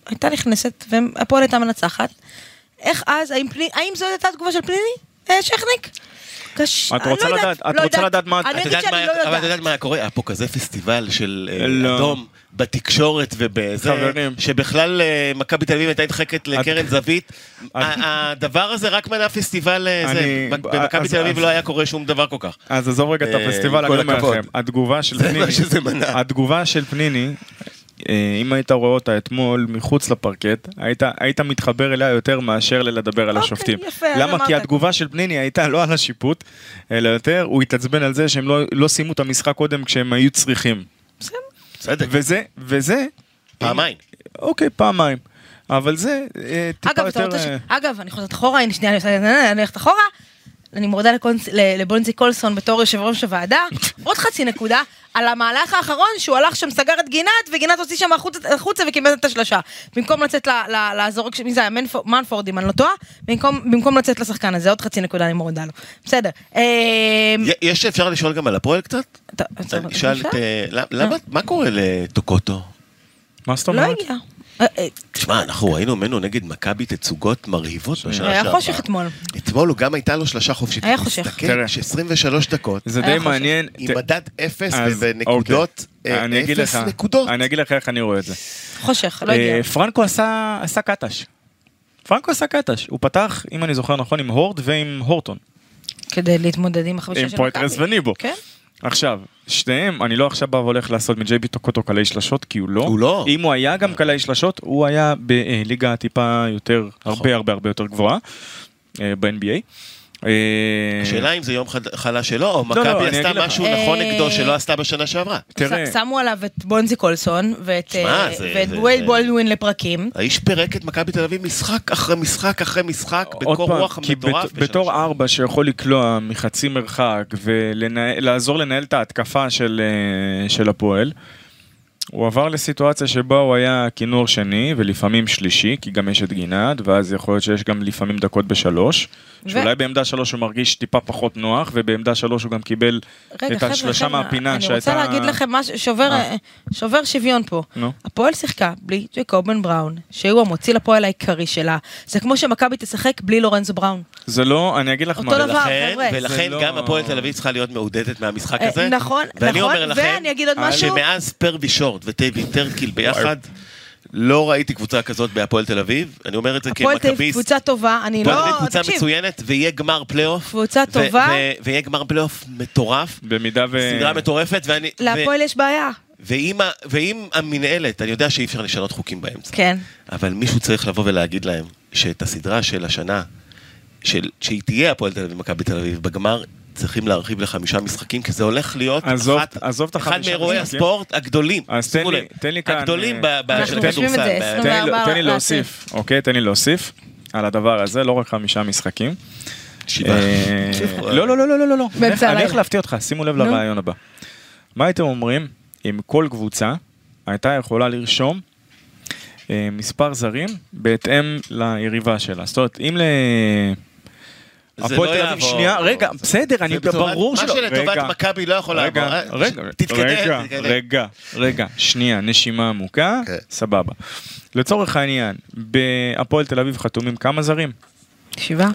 S2: הייתה נכנסת והפועל הייתה מנצחת, איך אז, האם פני- האם זו הייתה התגובה של פניני? אה, שכניק? קש...
S4: את רוצה
S2: לא יודעת,
S4: לדעת- את
S2: לא
S4: רוצה
S2: יודעת.
S4: לדעת מה- את
S2: אני
S3: את
S2: אגיד
S3: יודעת
S2: שאני
S3: מה-
S2: לא
S3: אבל
S2: יודעת.
S3: את יודעת מה קורה? היה פה כזה פסטיבל של אה,
S4: לא.
S3: אדום בתקשורת ובזה,
S4: חברים.
S3: שבכלל אה, מכבי תל אביב הייתה נדחקת לקרן זווית. ה- הדבר הזה רק מנע פסטיבל אה, זה.
S4: אני-
S3: במכבי
S4: אז-
S3: תל אביב
S4: אז-
S3: לא היה קורה שום דבר כל כך.
S4: אז עזוב רגע את
S3: אה,
S4: הפסטיבל,
S3: עם כל
S4: אני אומר
S3: הכבוד.
S4: לכם, התגובה של
S3: זה מה
S4: פניני,
S3: שזה מנע.
S4: התגובה של פניני, אה, אם היית רואה אותה אתמול מחוץ לפרקט, היית, היית מתחבר אליה יותר מאשר ללדבר על
S2: אוקיי,
S4: השופטים.
S2: יפה,
S4: למה?
S2: אמרת.
S4: כי התגובה של פניני הייתה לא על השיפוט, אלא יותר, הוא התעצבן על זה שהם לא, לא סיימו את המשחק קודם כשהם היו צריכים.
S3: בסדר,
S4: וזה, וזה,
S3: פעמיים.
S4: אוקיי, פעמיים. אבל זה אה, טיפה
S2: אגב, אתה
S4: יותר...
S2: רוצה ש...
S4: אה,
S2: אגב, אני חוזרת אחורה, הנה שנייה, אני עושה- אני הולכת אחורה. אני מורדה לקונס- ל- לבונזי קולסון בתור יושב ראש הוועדה, עוד חצי נקודה, על המהלך האחרון שהוא הלך שם, סגר את גינת, וגינת הוציא שם החוצה- החוצה וקיבל את השלושה. במקום לצאת ל- ל- לעזור, כש- מי זה היה? מנפו- מנפורד, אם אני לא טועה, במקום במקום לצאת לשחקן הזה, עוד חצי נקודה אני מורדה לו. בסדר. אמ,
S3: י- יש אפשר לשאול גם על הפועל קצת?
S2: אתה- אתה-
S3: אני אשאל את...
S2: אפשר?
S3: אה, למה- למה, מה קורה לטוקוטו?
S4: מה זאת
S2: לא
S4: אומרת?
S2: הגיע. אה, אה,
S3: תשמע, אנחנו ראינו ממנו נגד מכבי תצוגות מרהיבות בשנה שעברה.
S2: היה חושך אתמול.
S3: אתמול הוא גם הייתה לו שלושה חופשית.
S2: היה חושך.
S3: תסתכל,
S4: תראה.
S3: יש 23 דקות.
S4: זה
S2: היה
S4: די
S2: חושב.
S4: מעניין. ת-
S3: עם מדד אפס
S4: אז,
S3: ונקודות,
S4: אוקיי.
S3: אה,
S4: אני אגיד
S3: אפס
S4: לך-
S3: נקודות.
S4: אני אגיד לך איך אני רואה את זה.
S2: חושך, לא הגיע.
S4: אה, פרנקו עשה עשה קטש. פרנקו עשה קטש. הוא פתח, אם אני זוכר נכון, עם הורד ועם הורטון.
S2: כדי להתמודד עם החמישה של
S4: עם
S2: מכבי.
S4: פויטרס וניבו.
S2: כן.
S4: עכשיו, שניהם, אני לא עכשיו בא והולך לעשות מג'ייבי טוקוטו קלעי שלשות, כי הוא לא.
S3: הוא לא.
S4: אם הוא היה גם קלעי שלשות, הוא היה בליגה טיפה יותר, הרבה הרבה הרבה יותר גבוהה, אה, ב-NBA. אה,
S3: השאלה אם זה יום חד- חלש שלו, או
S4: לא,
S3: מכבי
S4: אני
S3: עשתה
S4: אגיד לך.
S3: משהו נכון
S2: אה,
S3: נגדו שלא עשתה בשנה שעברה.
S4: תראה,
S2: ש- שמו עליו את בונזי קולסון, ואת
S3: שמע,
S2: אה,
S3: זה-
S2: ואת
S3: זה-
S2: וייד
S3: זה-
S2: בולדווין לפרקים.
S3: האיש פירק את מכבי תל אביב משחק אחרי משחק אחרי משחק,
S4: עוד
S3: בקור
S4: פעם,
S3: רוח
S4: כי
S3: מטורף.
S4: בת-
S3: בשנה
S4: בתור
S3: שעברה.
S4: ארבע שיכול לקלוע מחצי מרחק ולעזור לנהל את ההתקפה של, אה, של הפועל, הוא עבר לסיטואציה שבה הוא היה כינור שני ולפעמים שלישי, כי גם יש את גינת, ואז יכול להיות שיש גם לפעמים דקות בשלוש,
S2: ו-
S4: שאולי בעמדה שלוש הוא מרגיש טיפה פחות נוח, ובעמדה שלוש הוא גם קיבל
S2: רגע,
S4: את
S2: חבר'ה,
S4: השלושה
S2: חבר'ה,
S4: מהפינה
S2: אני
S4: שהייתה...
S2: רוצה להגיד לכם משהו, שובר,
S4: אה.
S2: שובר שוויון פה.
S4: נו.
S2: הפועל שיחקה בלי ג'קובן בראון, שהוא המוציא לפועל העיקרי שלה. זה כמו שמכבי תשחק בלי לורנזו בראון.
S4: זה לא, אני אגיד לך
S2: אותו
S4: מה.
S2: דבר.
S3: ולכן,
S2: חבר'ה.
S4: זה
S3: ולכן
S4: לא-
S3: גם הפועל תל אביב צריכה להיות מעודדת מהמשחק
S2: אה,
S3: הזה.
S2: נכון,
S3: ואני
S2: נכון,
S3: אומר לכם,
S2: ואני אגיד עוד משהו.
S3: שמאז פרבי שורט וטייבי טרקיל ביחד, לא ראיתי קבוצה כזאת בהפועל תל אביב. אני אומר את זה
S2: הפועל תל אביב
S3: כמכביסט.
S2: קבוצה טובה, אני
S3: הפועל תל אביב
S2: לא...
S3: קבוצה
S2: תקשיב,
S3: מצוינת, ויהיה גמר פלייאוף.
S2: קבוצה
S3: ו-
S2: טובה.
S3: ו- ויהיה גמר פלייאוף מטורף.
S4: במידה ו...
S3: סדרה מטורפת, ואני... ו-
S2: להפועל יש בעיה.
S3: ואם ה- ואם המינהלת, אני יודע שאי אפשר לשנות חוקים באמצע.
S2: כן.
S3: אבל מישהו צריך לבוא ולהגיד להם שאת הסדרה של השנה, של, שהיא תהיה הפועל תל אביב ומכבי תל אביב, בגמר צריכים להרחיב לחמישה משחקים, כי זה הולך להיות
S4: עזוב-
S3: אחת,
S4: עזוב את
S3: אחד
S4: החמישה
S3: מאירועי
S4: משחקים.
S3: הספורט הגדולים.
S4: אז תן
S3: שימו
S4: לי-
S3: לב,
S4: תן לי כאן,
S3: הגדולים
S4: אה,
S3: ב- ב-
S2: אנחנו
S3: של
S2: משווים את זה,
S3: הכדורסל. ב-
S2: 24
S4: תן לי- תן לי
S2: לעתיד.
S4: להוסיף, אוקיי? תן לי להוסיף על הדבר הזה, לא רק חמישה משחקים.
S3: שבעה.
S4: אה,
S3: שבעה.
S4: לא, לא, לא, לא, לא, לא, לא.
S2: באמצע
S4: אני
S2: הלילה.
S4: הולך להפתיע אותך, שימו לב
S2: נו.
S4: לרעיון הבא. מה הייתם אומרים אם כל קבוצה הייתה יכולה לרשום אה, מספר זרים בהתאם ליריבה שלה? זאת אומרת, אם ל...
S3: זה
S4: הפועל
S3: לא
S4: תל אביב-
S3: יעבור.
S4: שנייה, רגע,
S3: זה-
S4: בסדר, אני,
S3: זה לטובת-
S4: ברור שלא.
S3: מה שלטובת
S4: רגע.
S3: מכבי לא יכול לעבור.
S4: רגע,
S3: אה,
S4: רגע,
S3: תתקדם,
S4: רגע,
S3: תתקדם.
S4: רגע, רגע, שנייה, נשימה עמוקה,
S3: כן.
S4: סבבה. לצורך העניין, בהפועל תל אביב חתומים כמה זרים?
S2: שבעה.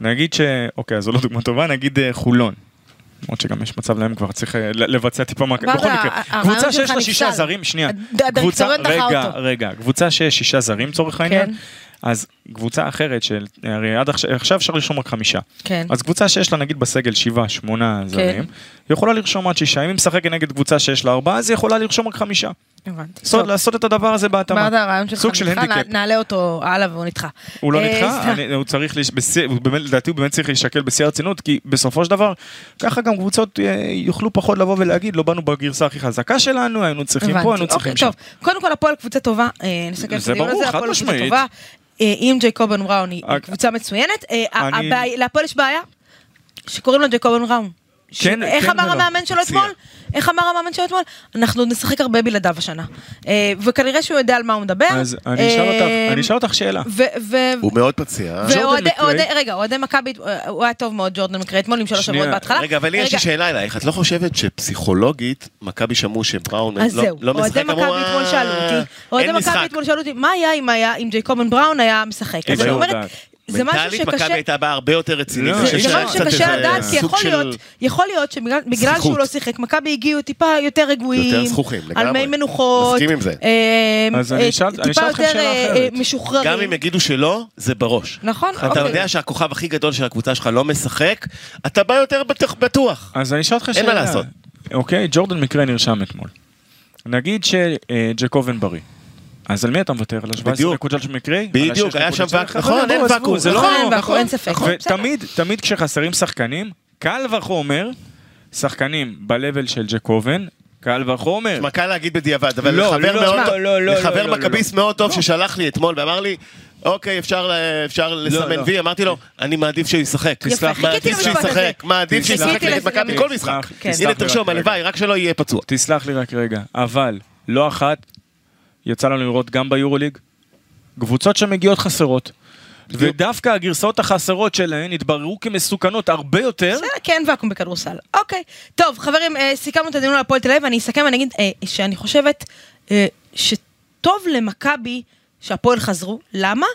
S4: נגיד ש... אוקיי, אז זו לא דוגמה טובה, נגיד אה, חולון. למרות שגם יש מצב להם כבר צריך אה, ל- לבצע טיפה מה...
S2: ברדה,
S4: בכל מקרה,
S2: ה- הרעיון
S4: קבוצה שיש
S2: שלך
S4: לה שישה
S2: נפסל.
S4: זרים, שנייה.
S2: הד-
S4: קבוצה,
S2: הדירקטוריון דחה
S4: רגע,
S2: אותו.
S4: רגע, קבוצה שיש שישה זרים לצורך העניין,
S2: כן.
S4: אז קבוצה אחרת של... הרי עד עכשיו עכשיו אפשר לרשום רק חמישה.
S2: כן.
S4: אז קבוצה שיש לה נגיד בסגל 7, 8 זרים, יכולה לרשום עד 6, אם היא משחקת נגד קבוצה שיש לה 4, אז היא יכולה לרשום רק 5.
S2: הבנתי.
S4: זאת
S2: טוב.
S4: אומרת, לעשות את הדבר הזה בהתאמה.
S2: ברדה, הרעיון שלך
S4: לא- סוג של
S2: נדחה,
S4: הנדיקאפ.
S2: נע- נעלה אותו הלאה והוא נדחה.
S4: הוא לא
S2: אה,
S4: נדחה,
S2: סתם.
S4: אני- הוא צריך, לש- בשיא- הוא באמת- לדעתי הוא באמת צריך להישקל בשיא הרצינות, כי בסופו של דבר, ככה גם קבוצות אה, יוכלו פחות לבוא ולהגיד, לא באנו בגרסה הכי חזקה שלנו, היינו צריכים
S2: הבנתי.
S4: פה, היינו צריכים
S2: אוקיי,
S4: שם.
S2: טוב, קודם כל הפועל קבוצה טובה, אה, נסכם את
S4: זה
S2: הדיון
S4: ברור,
S2: הזה,
S4: חד
S2: הפועל קבוצה
S4: משמעית.
S2: טובה. אה, עם ג'ייקובן בראון היא
S4: אג-
S2: קבוצה מצוינת, אה, ה-
S4: אני-
S2: הבעיה- להפועל יש בעיה שקוראים לו ג'ייקובן בראון. ש-
S4: כן,
S2: איך
S4: כן
S2: אמר
S4: ולא.
S2: המאמן שלו
S4: הציע.
S2: אתמול? איך אמר המאמן שלו אתמול? אנחנו עוד נשחק הרבה בלעדיו השנה. אה, וכנראה שהוא יודע על מה הוא מדבר.
S4: אז אני אשאל אותך,
S2: אה,
S4: אני אשאל אותך שאלה.
S2: ו- ו-
S3: הוא מאוד פציע. אה?
S4: ג'ורדן
S2: ואוהדי,
S4: מקרי.
S2: אוהדי- רגע, אוהדי מכבי, אה, הוא היה טוב מאוד, ג'ורדן מקרי, אתמול עם שלוש
S4: שנייה,
S2: שבועות בהתחלה.
S3: רגע, אבל לי יש לי שאלה אלייך, את לא חושבת שפסיכולוגית, מכבי שמעו שבראון
S2: אז
S3: לא-
S2: זהו,
S3: לא משחק,
S2: אוהדי
S3: אמרו,
S2: מכבי
S3: "אה,
S2: אתמול שאלו אותי, אוהדי
S3: אין
S2: מכבי
S3: משחק.
S2: אתמול שאלו אותי, מה היה אם היה, אם ג'ייקובן בראון היה משחק? אז אני
S4: היו
S2: אומרת,
S4: יודעת.
S2: זה משהו
S3: מנטלית מכבי
S2: שקשה...
S3: הייתה באה הרבה יותר רצינית.
S4: לא,
S3: אני חושב
S2: זה
S3: שהיה
S2: דבר
S4: קצת
S2: שקשה
S4: איזה
S2: לדעת, כי
S3: סוג
S2: יכול
S3: של-
S2: להיות, יכול להיות שבגלל בגלל שהוא
S3: זכות.
S2: לא שיחק, מכבי הגיעו טיפה יותר רגועים,
S3: יותר זכוכים, לגמרי.
S2: על מי מנוחות,
S3: מסכים עם זה.
S2: אה,
S4: אז אני
S2: אה,
S4: אשאל- אני
S2: טיפה
S4: אשאל אתכם
S2: יותר,
S4: שאלה
S2: אה,
S4: אחרת.
S2: אה, משוחררים.
S3: גם אם יגידו שלא, זה בראש.
S2: נכון,
S3: אתה
S2: אוקיי.
S3: יודע שהכוכב הכי גדול של הקבוצה שלך לא משחק, אתה בא יותר בטוח- בטוח.
S4: אז אני אשאל אותך שאלה.
S3: אין מה לעשות.
S4: אוקיי, ג'ורדן מקרה נרשם אתמול. נגיד שג'קובן בריא. אז על מי אתה מוותר? על ה-17
S3: בדיוק.
S4: נקודות של מקרי?
S3: בדיוק, היה שם ואקום. נכון, אין ואקום.
S4: זה
S2: נכון,
S4: לא...
S2: אין ואקום, אין ספק. בסדר.
S4: ותמיד, תמיד כשחסרים שחקנים, קל וחומר, שחקנים ב-level של ג'קובן, קל וחומר.
S3: תשמע, כן. קל להגיד בדיעבד, אבל
S4: לא,
S3: לחבר
S4: לא,
S3: מאוד
S4: לא,
S3: טוב,
S4: לא, לא,
S3: לחבר
S4: לא, לא,
S3: מכביסט מאוד טוב ששלח לי אתמול ואמר לי, אוקיי, אפשר ל- אפשר לסמן
S4: לא.
S3: וי, אמרתי לו, אני מעדיף שהוא ישחק.
S2: יפה, חיכיתי
S3: מעדיף
S2: למשפט הזה.
S3: שישחק, מעדיף
S4: תסלח
S3: שישחק
S4: לי,
S3: נגד
S2: תסלח
S3: מכבי
S2: לי.
S3: כל משחק.
S4: תסלח
S2: לי
S3: הנה
S4: כן. רק
S3: תרשום,
S4: רגע.
S3: הלוואי, רק שלא יהיה פצוע.
S4: תסלח לי רק רגע, אבל לא אחת יצא לנו לראות גם ביורוליג קבוצות שמגיעות חסרות. ודווקא הגרסאות החסרות שלהן התבררו כמסוכנות הרבה יותר.
S2: בסדר, כן ואקום בכדורסל. אוקיי. טוב, חברים, אה, סיכמנו את הדיון על הפועל תל אביב, אני אסכם ואני אגיד אה, שאני חושבת אה, שטוב למכבי שהפועל חזרו. למה?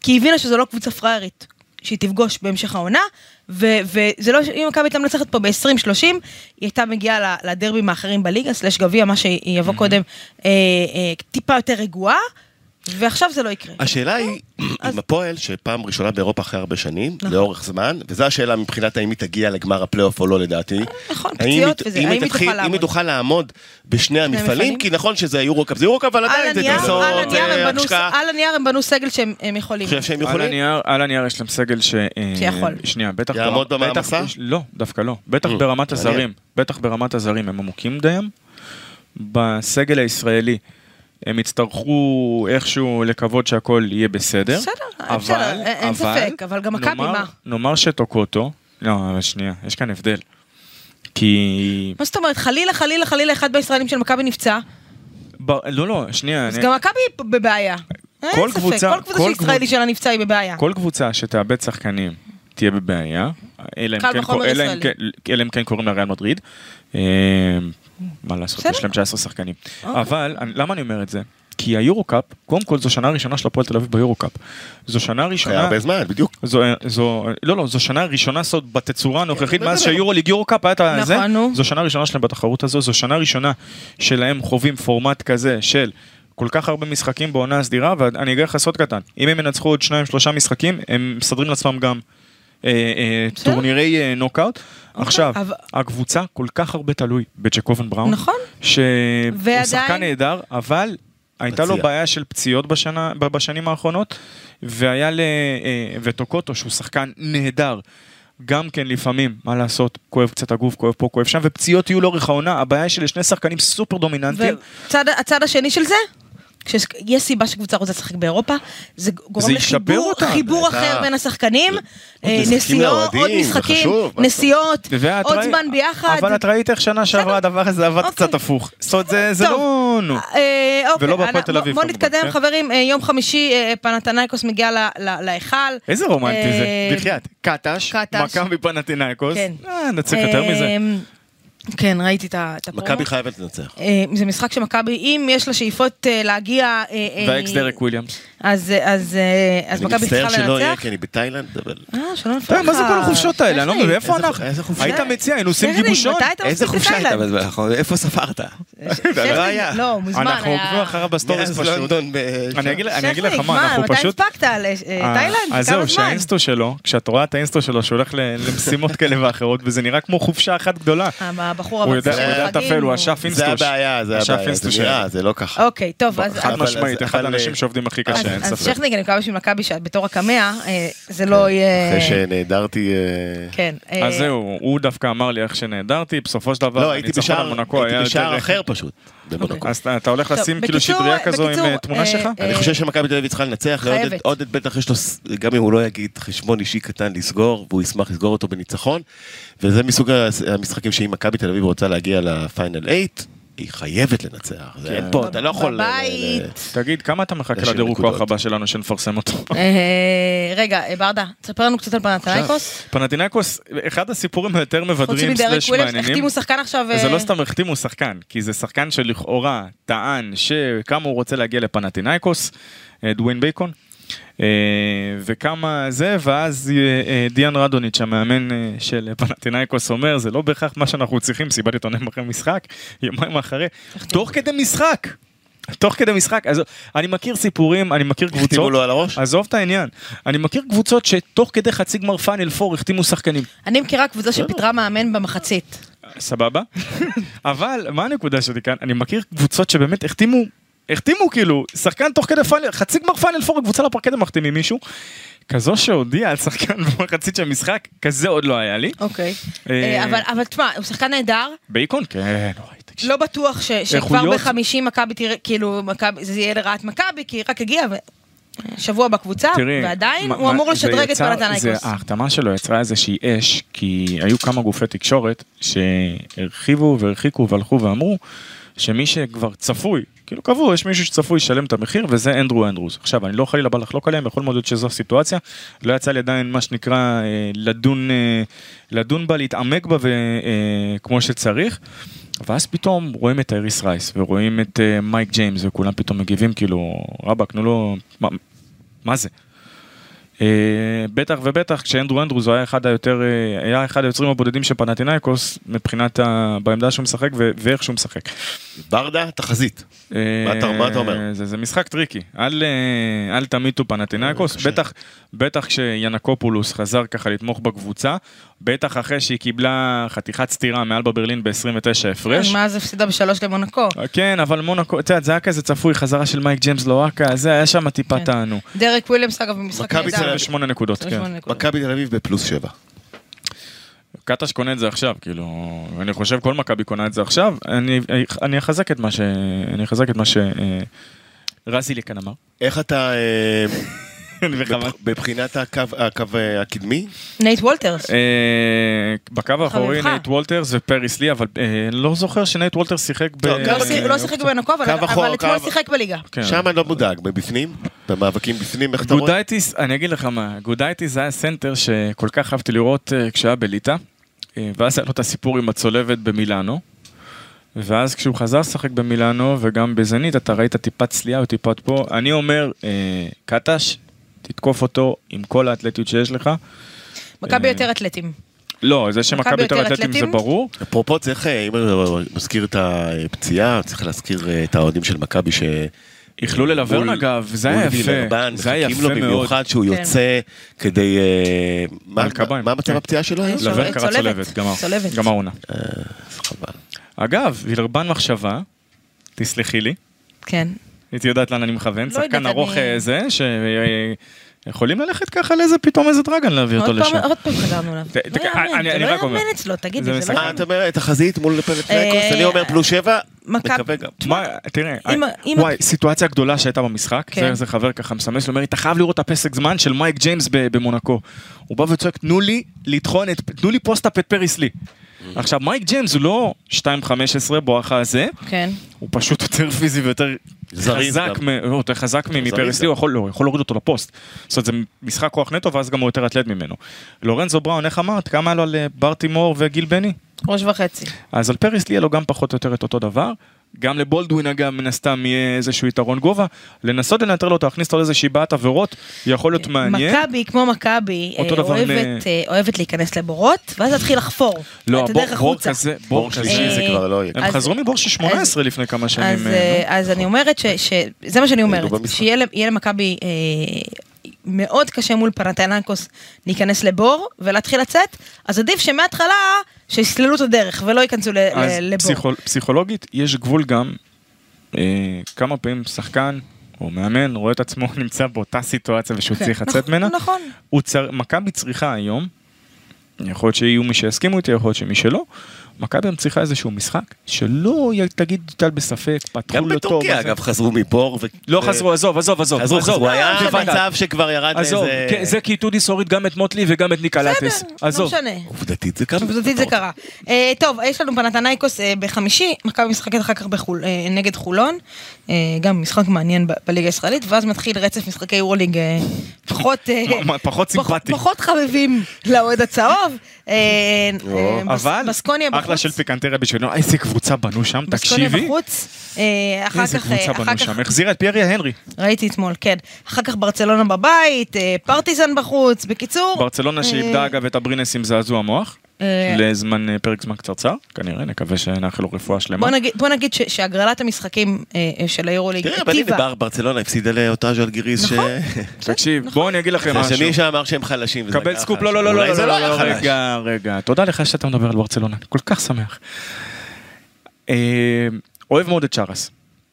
S2: כי היא הבינה שזו לא קבוצה פראיירית שהיא תפגוש בהמשך העונה, ו- וזה לא, ש- אם מכבי הייתה מנצחת פה ב-20-30, היא הייתה מגיעה ל- לדרבים האחרים בליגה, סלש גביע, מה
S3: Mhm.
S2: שיבוא קודם, אה, אה, טיפה יותר רגועה, ועכשיו זה לא יקרה.
S3: השאלה היא, אם הפועל, שפעם ראשונה באירופה אחרי הרבה שנים,
S2: נכון.
S3: לאורך זמן, וזו השאלה מבחינת האם היא תגיע לגמר הפלייאוף או לא לדעתי.
S2: נכון,
S3: האם
S2: פציעות
S3: היא-
S2: וזה,
S3: אם
S2: האם היא
S3: תתחיל-
S2: תוכל
S3: אם היא
S2: לעמוד?
S3: תוכל לעמוד בשני המפעלים,
S2: המפעלים?
S3: כי נכון שזה היורו-קאפ, זה יורו-קאפ, אבל עדיין לא זה
S2: הנייר-
S3: טיסות,
S2: על הנייר
S3: זה
S2: הם בנו-
S3: השקעה.
S2: על הנייר הם בנו סגל שהם הם יכולים.
S3: חושב שהם
S4: על
S3: יכולים?
S4: הנייר, על הנייר יש להם סגל ש... אה,
S2: שיכול.
S4: שנייה, בטח...
S3: יעמוד
S4: ברמת- בטח-
S3: במעמסה?
S4: לא, דווקא לא. בטח
S3: Mm,
S4: ברמת
S3: מעניין.
S4: הזרים. בטח ברמת הזרים הם עמוקים דיים. בסגל הישראלי הם יצטרכו איכשהו לקוות שהכל יהיה בסדר.
S2: בסדר, בסדר, אין- אין ספק, אבל גם מכבי,
S4: נאמר-
S2: מה?
S4: נאמר שטוקוטו... לא, אבל שנייה, יש כאן הבדל. כי...
S2: מה זאת אומרת, חלילה, חלילה, חלילה, אחד בישראלים של מכבי נפצע,
S4: ב... לא, לא, שנייה.
S2: אז
S4: אני-
S2: גם מכבי היא בבעיה. אין
S4: כל
S2: ספק,
S4: קבוצה-
S2: כל קבוצה
S4: כל
S2: שישראלי
S4: קבוצ-
S2: שלה נפצע היא בבעיה.
S4: כל קבוצה שתאבד שחקנים תהיה בבעיה, אלא אם
S2: קל
S4: כן,
S2: וחומר
S4: קור- אלא אם כן,
S2: ישראלי.
S4: אלא אם כן קוראים לה ריאל מדריד. אה, מה לעשות,
S2: בסדר.
S4: יש להם 19 שחקנים.
S2: אוקיי.
S4: אבל אני- למה אני אומר את זה? כי היורו-קאפ, קודם כל זו שנה ראשונה של הפועל תל אביב ביורו-קאפ. זו שנה
S3: היה
S4: ראשונה...
S3: הרבה זמן, בדיוק.
S4: זו, זו, לא, לא, זו שנה ראשונה זאת בתצורה הנוכחית,
S2: לא,
S3: כן,
S4: מאז
S3: בסדר.
S4: שהיורו ליג יורו קאפ היה את
S2: נכון,
S4: הזה,
S2: נו.
S4: זו שנה ראשונה שלהם בתחרות הזו, זו שנה ראשונה שלהם חווים פורמט כזה של כל כך הרבה משחקים בעונה הסדירה, ואני אגיד לך סוד קטן, אם הם ינצחו עוד שניים שלושה משחקים, הם מסדרים לעצמם גם אה, אה,
S2: בסדר.
S4: טורנירי אה, נוקאוט. עכשיו,
S2: כן. אוקיי, אבל-
S4: הקבוצה כל כך הרבה תלוי בג'קובן בראון,
S2: נכון.
S4: שהוא
S2: ועדיין-
S4: שחקן נהדר, אבל הייתה לו
S3: פציע.
S4: בעיה של פציעות בשנה, ב- בשנים האחרונות, והיה ל... אה, וטוקוטו, שהוא שחקן נהדר. גם כן לפעמים, מה לעשות, כואב קצת הגוף, כואב פה, כואב שם, ופציעות יהיו לאורך העונה, הבעיה היא שלשני שחקנים סופר דומיננטיים,
S2: והצד- הצד השני של זה? כשיש סיבה שקבוצה רוצה לשחק באירופה, זה גורם
S4: זה ישפר
S2: לחיבור
S4: אותה.
S2: חיבור
S3: אתה-
S2: אחר בין השחקנים, אה,
S3: משחקים
S2: נסיעות,
S3: לאוהדים,
S2: עוד
S3: זה
S2: משחקים,
S3: חשוב, מה
S2: נסיעות,
S4: ואת
S2: עוד
S4: ראית-
S2: זמן ביחד.
S4: אבל את ראית איך שנה שעברה הדבר הזה עבד
S2: אוקיי.
S4: קצת הפוך. זאת אומרת, זה זה
S2: טוב.
S4: לא... נו.
S2: אה, אוקיי,
S4: ולא בהפועל
S2: אנ-
S4: תל אביב,
S2: בוא
S4: כמובן,
S2: נתקדם
S4: כן?
S2: חברים, אה, יום חמישי אה, פנתנייקוס מגיע ל- ל- להיכל.
S4: איזה רומנטי זה,
S2: אה,
S4: בחייאת. קטש,
S2: קטש.
S4: מכבי פנתינאיקוס,
S2: כן.
S4: אה, נצליח יותר מזה.
S2: אה, כן, ראיתי את ה- את הפרומו.
S3: מכבי חייבת לנצח.
S2: אה, זה משחק שמכבי, אם יש לה שאיפות אה, להגיע... אה, אה,
S4: והאקס דרק וויליאמס.
S2: אז אה, אז, אה, אז
S3: אני
S2: מכבי צריכה
S3: מצטער שלא יהיה,
S2: לנצח.
S3: כי אני בתאילנד, אבל...
S2: אה, שלא נפלא
S4: כן. אתה,
S2: לך.
S4: מה זה כל החופשות האלה? אני לא
S2: איזה-
S4: מבין, איפה
S3: איזה-
S4: אנחנו?
S3: איזה חופשה?
S4: היית מציע, היינו עושים
S2: טכני,
S4: גיבושון.
S2: מתי היית
S5: איזה
S2: מספיק
S5: חופשה הייתה?
S2: בתאילנד?
S5: בזמן
S3: נכון?
S5: האחרון? איפה ספרת?
S2: שפלינג,
S3: היה.
S2: לא, מוזמן.
S4: אנחנו
S2: היה-
S4: עוקבים אחריו בסטוריז
S3: מאז
S4: פשוט.
S3: לונדון ב...
S4: אני אגיד- אני אגיד לך
S2: שפלינג,
S4: מה, אנחנו
S2: מתי
S4: פשוט...
S2: הספקת? על, אה,
S4: אה,
S2: תאילנד?
S4: אז
S2: כמה
S4: זהו,
S2: זמן?
S4: שהאינסטו שלו, כשאת רואה את האינסטו שלו שהולך ל- למשימות כאלה ואחרות, וזה נראה כמו חופשה אחת גדולה.
S2: הבחור
S4: הוא
S2: אה, אבל
S4: יודע
S2: צריך
S4: הוא יודע
S2: לחגים,
S4: לטפל, הוא
S2: הוא-
S4: אשף
S3: זה
S4: אינסטוש.
S3: הבעיה, זה
S4: אשף
S3: הבעיה, זה
S4: אינסטו
S3: נראה,
S4: שלו.
S3: זה לא ככה.
S2: אוקיי, טוב, אז...
S4: חד
S3: אבל-
S4: משמעית,
S3: אז-
S4: אחד
S3: אבל-
S4: האנשים שעובדים הכי
S2: אז-
S4: קשה, אין
S2: אז
S4: ספק. כן.
S2: שכניק, אני מקווה שבמכבי שאת בתור הקמע, אה, זה לא יהיה...
S3: אחרי שנעדרתי... אה,
S2: כן. אה,
S4: אז זהו, הוא דווקא אמר לי איך שנעדרתי, בסופו של דבר,
S3: לא, הייתי
S4: הניצחון על
S3: בשער
S4: מונקו היה
S3: הייתי בשער
S4: יותר-
S3: אחר פשוט.
S2: אוקיי.
S3: במונקו.
S4: אז אתה- אתה הולך
S2: טוב,
S4: לשים כאילו
S2: בקיצור,
S4: שטריה כזו עם
S2: בקיצור,
S4: אה, תמונה
S2: אה,
S4: שלך?
S2: אה,
S3: אני חושב שמכבי תל אביב צריכה לנצח, לעודד-
S2: חייבת.
S3: עודד בטח יש לו, ס- גם אם הוא לא יגיד, חשבון אישי קטן לסגור, והוא ישמח לסגור אותו בניצחון, וזה מסוג הס- המשחקים שאם מכבי תל אביב רוצה להגיע לפיינל 8, היא חייבת לנצח, זה
S4: כן.
S3: אין פה, אתה לא יכול... ל- ל-
S2: בבית.
S4: תגיד, כמה אתה מחכה
S3: להשאיר
S4: לדירוג
S3: נקודות.
S4: כוח הבא שלנו שנפרסם אותו?
S2: אה, רגע, אה, ברדה, תספר לנו קצת על פנתנייקוס.
S4: פנטינקוס, אחד הסיפורים היותר
S2: חוץ
S4: מבדרים
S2: מדרק
S4: סלש
S2: וויליאמס,
S4: מעניינים.
S2: החתימו שחקן עכשיו...
S4: זה
S2: אה,
S4: לא סתם החתימו שחקן, כי זה שחקן שלכאורה טען שכמה הוא רוצה להגיע לפנטינאיקוס, דוויין בייקון. אה, וכמה זה, ואז אה, אה, דיאן רדוניץ', המאמן אה, של פנטינאיקוס, אומר, זה לא בהכרח מה שאנחנו צריכים, מסיבת עיתונאים אחרי משחק, יומיים אחרי, תוך כדי משחק. תוך כדי משחק, אז אני מכיר סיפורים, אני מכיר קבוצות.
S3: החתימו לו על הראש?
S4: עזוב את העניין. אני מכיר קבוצות שתוך כדי חצי גמר פיינל 4 החתימו שחקנים.
S2: אני מכירה קבוצה
S4: לא-
S2: שפיטרה מאמן במחצית.
S4: סבבה. אבל, מה הנקודה שלי כאן? אני מכיר קבוצות שבאמת החתימו, החתימו כאילו, שחקן תוך כדי פיינל, חצי גמר פיינל פור, קבוצה לפרקד הם מחתימים מישהו. כזו שהודיעה על שחקן במחצית של משחק, כזה עוד לא היה לי.
S2: אוקיי.
S4: אה,
S2: אה, אבל, אבל תשמע, הוא שחקן נהדר,
S4: באיקון? כן, אוי, תקשיב.
S2: לא בטוח ש, שכבר
S4: איכויות.
S2: בחמישים מכבי תראה, כאילו, מכבי- זה יהיה לרעת מכבי, כי רק הגיע ו... שבוע בקבוצה,
S4: תראי,
S2: ועדיין
S4: מה-
S2: הוא אמור
S4: מה-
S2: לשדרג
S4: זה
S2: את
S4: יצר- זה-
S2: פלטנייקוס.
S4: ההחתמה שלו יצרה איזושהי אש, כי היו כמה גופי תקשורת שהרחיבו והרחיקו והלכו ואמרו שמי שכבר צפוי, כאילו קבעו, יש מישהו שצפוי ישלם את המחיר וזה אנדרו אנדרוס. עכשיו, אני לא חלילה בא לחלוק עליהם, יכול מאוד להיות שזו הסיטואציה, לא יצא לי עדיין מה שנקרא אה, לדון, אה, לדון בה, להתעמק בה וכמו שצריך. ואז פתאום רואים את אריס רייס ורואים את אה, מייק ג'יימס וכולם פתאום מגיבים כאילו רבאק נו לא מה, מה זה אה, בטח ובטח כשאנדרו אנדרוס היה אחד היותר אה, היה אחד היוצרים הבודדים של פנטינאיקוס מבחינת ה... בעמדה שהוא משחק ו... ואיך שהוא משחק.
S3: ברדה, תחזית. מה אתה- מה אתה אומר?
S4: אה, זה, זה משחק טריקי אל, אה, אל תמיתו פנטינאיקוס
S3: קשה.
S4: בטח בטח כשינקופולוס חזר ככה לתמוך בקבוצה בטח אחרי שהיא קיבלה חתיכת סטירה מעל בברלין ב-29 הפרש.
S2: כן, מאז הפסידה בשלוש למונקו.
S4: כן, אבל מונקו, את יודעת, זה היה כזה צפוי, חזרה של מייק ג'יימס לואקה, זה היה שם טיפה
S2: כן.
S4: טענו.
S2: דרק וויליאמס, אגב, במשחק
S3: מכבי תל
S2: נהדר.
S3: אביב.
S4: 28 נקודות, כן.
S2: 28 נקודות.
S3: מכבי תל אביב בפלוס שבע.
S4: קטש קונה את זה עכשיו, כאילו, אני חושב כל מכבי קונה את זה עכשיו, אני- אני אחזק את מה ש... אני אחזק את מה ש... אה, רזי ליקן אמר.
S3: איך אתה אה,
S4: אני בכוונה.
S3: מבח- מבחינת הקו- הקו אה, הקדמי?
S2: נייט וולטרס.
S4: אה, בקו האחורי
S2: חביבך.
S4: נייט וולטרס ופריס לי, אבל אה, לא זוכר שנייט וולטרס שיחק ב...
S3: לא, גם
S2: הוא לא שיחק- הוא לא שיחק
S4: אה,
S2: במונקו, אבל
S3: קו אחורה,
S2: אבל אתמול
S3: קו-
S2: שיחק בליגה.
S4: כן.
S3: שם אני לא מודאג, מבפנים? במאבקים בפנים, איך אתה רואה?
S4: גודייטיס, אני אגיד לך מה, גודייטיס זה היה סנטר שכל כך אהבתי לראות אה, כשהיה בליטא, אה, ואז היה לו את הסיפור עם הצולבת במילאנו, ואז כשהוא חזר לשחק במילאנו וגם בזנית, אתה ראית טיפה צליעה או טיפת פה, אני אומר, אה, קטש, תתקוף אותו עם כל האתלטיות שיש לך.
S2: מכבי
S4: אה,
S2: יותר אתלטים.
S4: לא, זה שמכבי
S2: מכבי
S4: יותר
S2: יותר
S4: אתלטים זה
S2: אתלטים?
S4: ברור.
S3: אפרופו צריך, אה, אם אני מזכיר את הפציעה, צריך להזכיר אה, את האוהדים של מכבי ש...
S4: איחלו ללברן, אגב, זה היה יפה. זה היה
S3: מחכים לו
S4: יפה מאוד.
S3: במיוחד שהוא
S2: כן.
S3: יוצא כדי... אה, מה-
S4: מלקביים.
S3: מה מצב
S4: כן.
S3: הפציעה שלו היום?
S2: לא.
S4: לברן קרא
S2: צולבת,
S4: צולבת, גמר.
S2: צולבת.
S4: גמר עונה.
S3: חבל.
S4: אגב, וילרבן מחשבה, תסלחי לי,
S2: כן.
S4: הייתי יודעת לאן אני מכוון,
S2: לא
S4: שחקן
S2: יודעת,
S4: ארוך
S2: אני-
S4: אה, זה, שיכולים ללכת ככה לאיזה פתאום איזה דרגן להביא אותו
S2: עוד
S4: לשם.
S2: פעם- עוד פעם חזרנו אליו.
S4: ת- ת-
S2: לא יאמן,
S4: אני-
S2: זה
S4: אני
S2: לא
S4: רק אומר.
S2: יאמן אצלו, תגיד
S4: זה
S2: לי, זה לא
S4: משחק-
S3: אה,
S2: יאמן.
S3: אתה אומר, תחזית מול פלטנקוס,
S2: אה,
S3: אני אומר פלוס שבע,
S2: מכבי-
S3: מקווה גם.
S4: מה, תראה,
S2: אם-
S4: אה,
S2: אם-
S4: וואי, סיטואציה גדולה שהייתה במשחק,
S2: כן.
S4: זה איזה חבר ככה מסמס, אומר, לי, אתה חייב לראות את הפסק זמן של מייק ג'יימס ב- במונקו. הוא בא וצועק, תנו לי לטחון את, תנו לי פוסט-אפ את פריס לי. עכשיו, מייק ג'יימס הוא לא 2.15 בואכה הזה,
S2: כן.
S4: הוא פשוט יותר פיזי ויותר
S3: זריז
S4: חזק,
S3: גם.
S4: מ... לא, יותר חזק מ- מפרס לי,
S3: גם.
S4: הוא יכול, לא, הוא יכול להוריד אותו לפוסט. זאת אומרת, זה משחק כוח נטו, ואז גם הוא יותר אתלט ממנו. לורנזו בראון, איך אמרת? כמה היה לו על אה, ברטימור וגיל בני?
S2: ראש וחצי.
S4: אז על פרס לי יהיה לו גם פחות או יותר את אותו דבר. גם לבולדווין אגב, מן הסתם יהיה איזשהו יתרון גובה. לנסות לנטרל אותו, להכניס אותו לאיזושהי בעיית עבירות, יכול להיות מעניין.
S2: אה, מכבי, כמו מכבי,
S4: אותו
S2: אה,
S4: דבר
S2: אוהבת,
S4: נ-
S2: אה, אוהבת להיכנס לבורות, ואז להתחיל לחפור.
S4: לא,
S2: את
S4: הבור-
S2: הדרך
S4: בור
S2: החוצה.
S4: כזה, בור
S3: בור
S4: כזה.
S3: שלישי זה
S2: אה,
S3: כבר לא יהיה.
S4: הם
S2: אז-
S4: חזרו מבור של 18 לפני כמה שנים.
S2: אז,
S4: אה, נו.
S2: אה, אז אני אומרת ש... ש- זה מה שאני
S3: היינו
S2: אומרת,
S3: במשחק.
S2: שיהיה ל- יהיה למכבי אה, מאוד קשה מול פנתנקוס להיכנס לבור ולהתחיל לצאת, אז עדיף שמההתחלה שיסללו את הדרך ולא ייכנסו ל-
S4: אז
S2: ל- לבור.
S4: פסיכול, פסיכולוגית יש גבול גם אה, כמה פעמים שחקן או מאמן רואה את עצמו נמצא באותה סיטואציה ושהוא
S2: כן.
S4: צריך לצאת
S2: נכון,
S4: ממנה.
S2: נכון.
S4: הוא צר... מכבי צריכה היום, יכול להיות שיהיו מי שיסכימו איתי, יכול להיות שמי שלא, מכבי היום צריכה איזשהו משחק שלא י- תגיד טל בספק, פתחו
S3: גם
S4: לו טוב.
S3: בטורקיה,
S4: אז-
S3: אגב, חזרו מבור. ו-
S4: לא
S3: ו-
S4: חזרו, עזוב, עזוב, עזוב. אה,
S3: חזרו, חזרו. היה
S4: עזוב,
S3: מצב שכבר ירד
S4: עזוב,
S3: לאיזה...
S4: כן, זה כי טודיס הוריד גם את מוטלי וגם את ניקלטס.
S2: לא
S4: עזוב.
S2: משנה.
S3: עובדתית זה קרה.
S2: עובדתית זה קרה. אה, טוב, יש לנו פנתנייקוס אה, בחמישי, מכבי משחקת אחר כך בחול- אה, נגד חולון, אה, גם משחק מעניין ב- בליגה הישראלית, ואז מתחיל רצף משחקי יורוליג אה, פחות... אה,
S4: מה, פחות סימפטי.
S2: פחות חביבים לאוהד הצהוב. אה, אה, בס-
S4: אבל
S2: בסקוניה
S4: אחלה אחלה של פיקנטריה בשבילו, איזה קבוצה בנו שם,
S2: בסקוניה
S4: תקשיבי.
S2: בחוץ, אה, אחר
S4: איזה
S2: כך, אה,
S4: קבוצה
S2: אחר
S4: בנו
S2: כך,
S4: שם, החזירה את פיירי הנרי.
S2: ראיתי אתמול, כן. אחר כך ברצלונה בבית, אה, פרטיזן בחוץ, בקיצור.
S4: ברצלונה שאיבדה אגב את הברינס עם זעזוע מוח,
S2: אה,
S4: לזמן, אה, פרק זמן קצרצר, כנראה, נקווה שנאחל לו רפואה שלמה.
S2: בוא נגיד, בוא נגיד ש- שהגרלת המשחקים אה, אה, של היורוליג
S3: תראה, אבל הנה
S2: היטיבה.
S3: בר- ברצלונה הפסידה לאותה ז'לגיריס ש...
S2: נכון.
S4: תקשיב, בוא אני אגיד לכם משהו.
S3: השני שאמר שהם חלשים. וזה
S4: קבל
S3: היה
S4: סקופ,
S3: חלש.
S4: לא, לא, לא, לא,
S3: אולי
S4: לא,
S3: זה
S4: לא,
S3: היה
S4: לא,
S3: חלש.
S4: רגע, רגע. תודה לך שאתה מדבר על ברצלונה, אני כל כך שמח. אה, אוהב מאוד את צ'רס.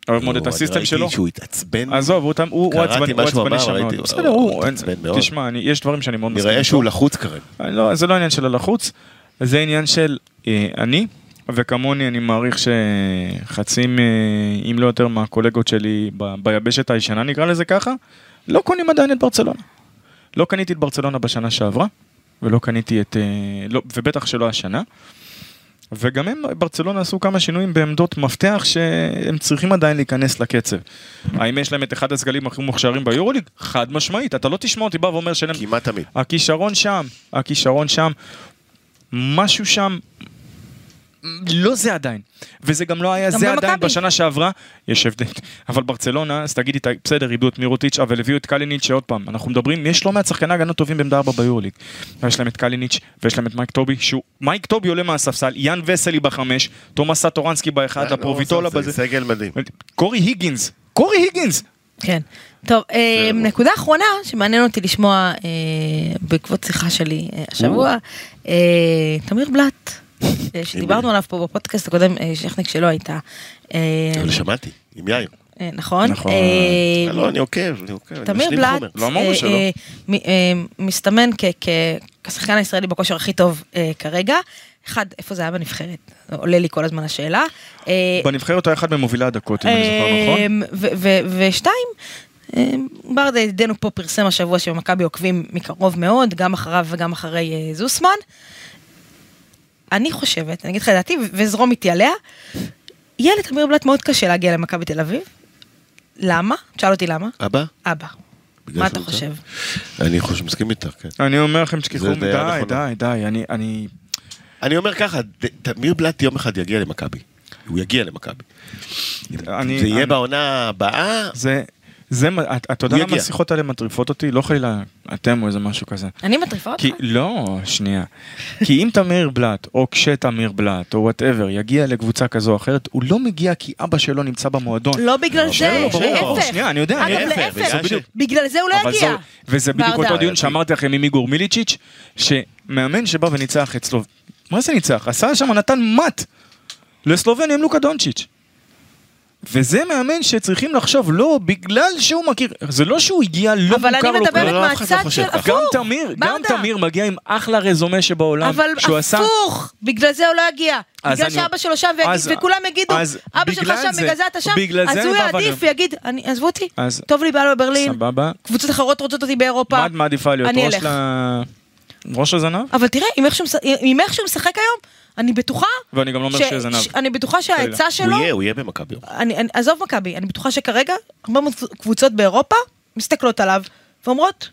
S4: אוהב מאוד
S3: נו,
S4: את
S3: אני
S4: הסיסטם
S3: ראיתי
S4: שלו.
S3: לא שהוא התעצבן.
S4: עזוב, הוא תם- הוא- הוא
S3: קראתי
S4: עצבני
S3: מה
S4: הוא
S3: שהוא
S4: עצבני
S3: אמר,
S4: שם
S3: ראיתי,
S4: מאוד.
S3: הוא-
S4: בסדר,
S3: הוא
S4: הוא... אין-
S3: התעצבן מאוד.
S4: תשמע, אני- יש דברים שאני מאוד מסכים.
S3: נראה
S4: איתו.
S3: שהוא לחוץ כרגע.
S4: לא, זה לא עניין של הלחוץ, זה עניין של אה, אני, וכמוני אני מעריך שחצי, מ- אם לא יותר מהקולגות שלי ב, ביבשת הישנה נקרא לזה ככה, לא קונים עדיין את ברצלונה. לא קניתי את ברצלונה בשנה שעברה, ולא קניתי את, אה, לא, ובטח שלא השנה. וגם הם, ברצלונה עשו כמה שינויים בעמדות מפתח שהם צריכים עדיין להיכנס לקצב. האם יש להם את אחד הסגלים הכי מוכשרים ביורוליג? חד משמעית, אתה לא תשמע אותי בא ואומר שאין להם
S3: כמעט תמיד.
S4: הכישרון שם, הכישרון שם, משהו שם, לא זה עדיין. וזה גם לא היה
S2: גם
S4: זה עדיין
S2: במכבי.
S4: בשנה שעברה, יש הבדל. אבל ברצלונה, אז תגידי, ת- בסדר, איבדו את מירוטיץ', אבל הביאו את קליניץ' שעוד פעם, אנחנו מדברים, יש לא מעט שחקני הגנה טובים בעמדה 4 ביורוליג. יש להם את קליניץ' ויש להם את מייק טובי, שהוא, מייק טובי עולה מהספסל, יאן וסלי בחמש, תומאס סטורנסקי באחד, לפרוביטולה
S3: אה, לא, זה
S4: בזה.
S3: סגל מדהים.
S4: קורי היגינס, קורי היגינס!
S2: כן. טוב, אה, נקודה אחרונה שמעניין אותי לשמוע אה, בעקבות שיחה שלי אה, השבוע, אה, תמיר בלאט, אה, שדיברנו עליו פה בפודקאסט הקודם, אה, שכניק שלא הייתה. אה,
S3: אבל שמעתי, עם יאיר.
S2: אה, נכון.
S4: נכון.
S2: אה,
S3: לא, אני עוקב, אני עוקב. אני
S2: תמיר
S3: משלים
S2: בלאט
S3: חומר.
S4: לא אמרנו
S2: אה,
S4: שלא.
S2: אה, מ- אה, מסתמן כ- כ- כשחקן הישראלי בכושר הכי טוב אה, כרגע. אחד, איפה זה היה בנבחרת? עולה לי כל הזמן השאלה. אה,
S4: בנבחרת הוא היה אחד ממובילי הדקות, אם אני זוכר נכון.
S2: אמ, ו- ו- ושתיים, אמ, ברדה ידידנו פה פרסם השבוע שבמכבי עוקבים מקרוב מאוד, גם אחריו וגם אחרי אה, זוסמן. אני חושבת, אני אגיד לך את דעתי, ו- וזרום איתי עליה, יהיה לתמיר בלאט מאוד קשה להגיע למכבי תל אביב. למה? תשאל אותי למה.
S3: אבא?
S2: אבא,
S3: בגלל
S2: מה
S3: שהוא
S2: אתה
S3: נמצא?
S2: חושב?
S3: אני חושב, מסכים איתך, כן.
S4: אני אומר לכם, תשכחו,
S3: זה
S4: די,
S3: דעה
S4: די,
S3: נכונה.
S4: די, די, אני, אני...
S3: אני אומר ככה, ד- תמיר בלאט יום אחד יגיע למכבי. הוא יגיע למכבי.
S4: אני-
S3: זה יהיה
S4: אני-
S3: בעונה הבאה,
S4: זה, זה, מה- את- אתה יודע
S3: הוא
S4: למה
S3: יגיע.
S4: השיחות האלה מטריפות אותי? לא חלילה אתם או איזה משהו כזה.
S2: אני מטריפה אותך?
S4: כי, לא, שנייה. כי אם תמיר בלאט, או כשתמיר בלאט, או וואטאבר, יגיע לקבוצה כזו או אחרת, הוא לא מגיע כי אבא שלו נמצא במועדון.
S2: לא בגלל זה,
S4: לא, ברור, ברור,
S2: להפך.
S4: שנייה, אני יודע,
S2: אגב,
S4: אני
S3: להפך, בגלל ש-
S2: להפך, בגלל זה הוא לא
S4: אבל
S2: יגיע.
S4: זו- וזה בדיוק
S2: ברדה.
S4: אותו דיון שאמרתי לכם עם איגור מיליצ'יץ', שמאמן שבא וניצח אצלו, מה זה ניצח? עשה שם נתן מט לסלובניה עם לוקה דונצ'יץ'. וזה מאמן שצריכים לחשוב, לא, בגלל שהוא מכיר, זה לא שהוא הגיע,
S2: אבל
S4: לא מוכר
S2: אני
S4: לו
S2: מדברת
S4: כבר.
S3: לא, אף אחד לא
S2: מהצד של
S3: חושב ככה.
S4: גם
S2: הפוך,
S4: תמיר, גם
S2: ברדה.
S4: תמיר מגיע עם אחלה רזומה שבעולם,
S2: אבל
S4: שהוא לא, עשה...
S2: הפוך, בגלל זה הוא לא יגיע.
S4: אז
S2: בגלל
S4: אני-
S2: שאבא שלו שם, ויגיד-
S4: אז-
S2: וכולם יגידו,
S4: אז
S2: אבא שלך
S4: בגלל
S2: שם,
S4: זה-
S2: בגלל זה אתה שם,
S4: בגלל
S2: אז
S4: זה
S2: הוא
S4: אני בא ואני-
S2: יעדיף, יגיד, "אני- עזבו אותי,
S4: אז-
S2: טוב לי בעל בברלין,
S4: סבבה.
S2: קבוצות אחרות רוצות אותי באירופה,
S4: מה את מעדיפה להיות?
S2: אני
S4: ראש
S2: אלך."
S4: ל- ראש הזנב?
S2: אבל תראה, עם איך שהוא מש- עם איך שהוא משחק היום, אני בטוחה,
S4: ואני גם לא אומר
S2: ש-
S4: שזה אוקיי. זנב.
S2: ש- אני בטוחה שהעצה
S3: הוא
S2: שלו,
S3: יהיה, הוא יהיה במכבי.
S2: אני- אני- עזוב מכבי, אני בטוחה שכרגע, הרבה מאוד קבוצות באירופה מסתכלות עליו ואומרות,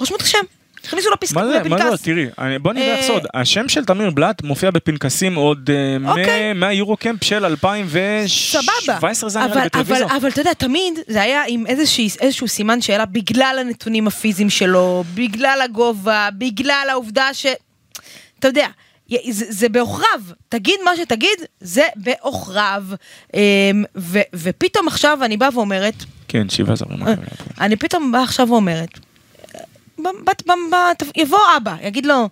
S2: רשמו את השם, הכניסו לו פסק-
S4: מה זה, מה זה,
S2: לפנקס.
S4: תראי, אני- בוא נראה לך
S2: אה,
S4: סוד, השם של תמיר בלאט מופיע בפנקסים עוד אה, מה-
S2: אוקיי.
S4: מהיורו-קמפ של
S2: סבבה,
S4: 2017, זה היה נראה
S2: אבל-
S4: לי בטלוויזיה.
S2: אבל- אבל אתה יודע, תמיד זה היה עם איזושהי- איזשהו סימן שאלה בגלל הנתונים הפיזיים שלו, בגלל הגובה, בגלל העובדה ש... אתה יודע, י- זה, זה בעוכריו, תגיד מה שתגיד, זה בעוכריו. אמ, ו- ופתאום עכשיו אני באה ואומרת,
S4: כן, שבעה זרים.
S2: אני פתאום באה עכשיו ואומרת, ב- ב- ב- ב- ת- יבוא אבא, יגיד לו,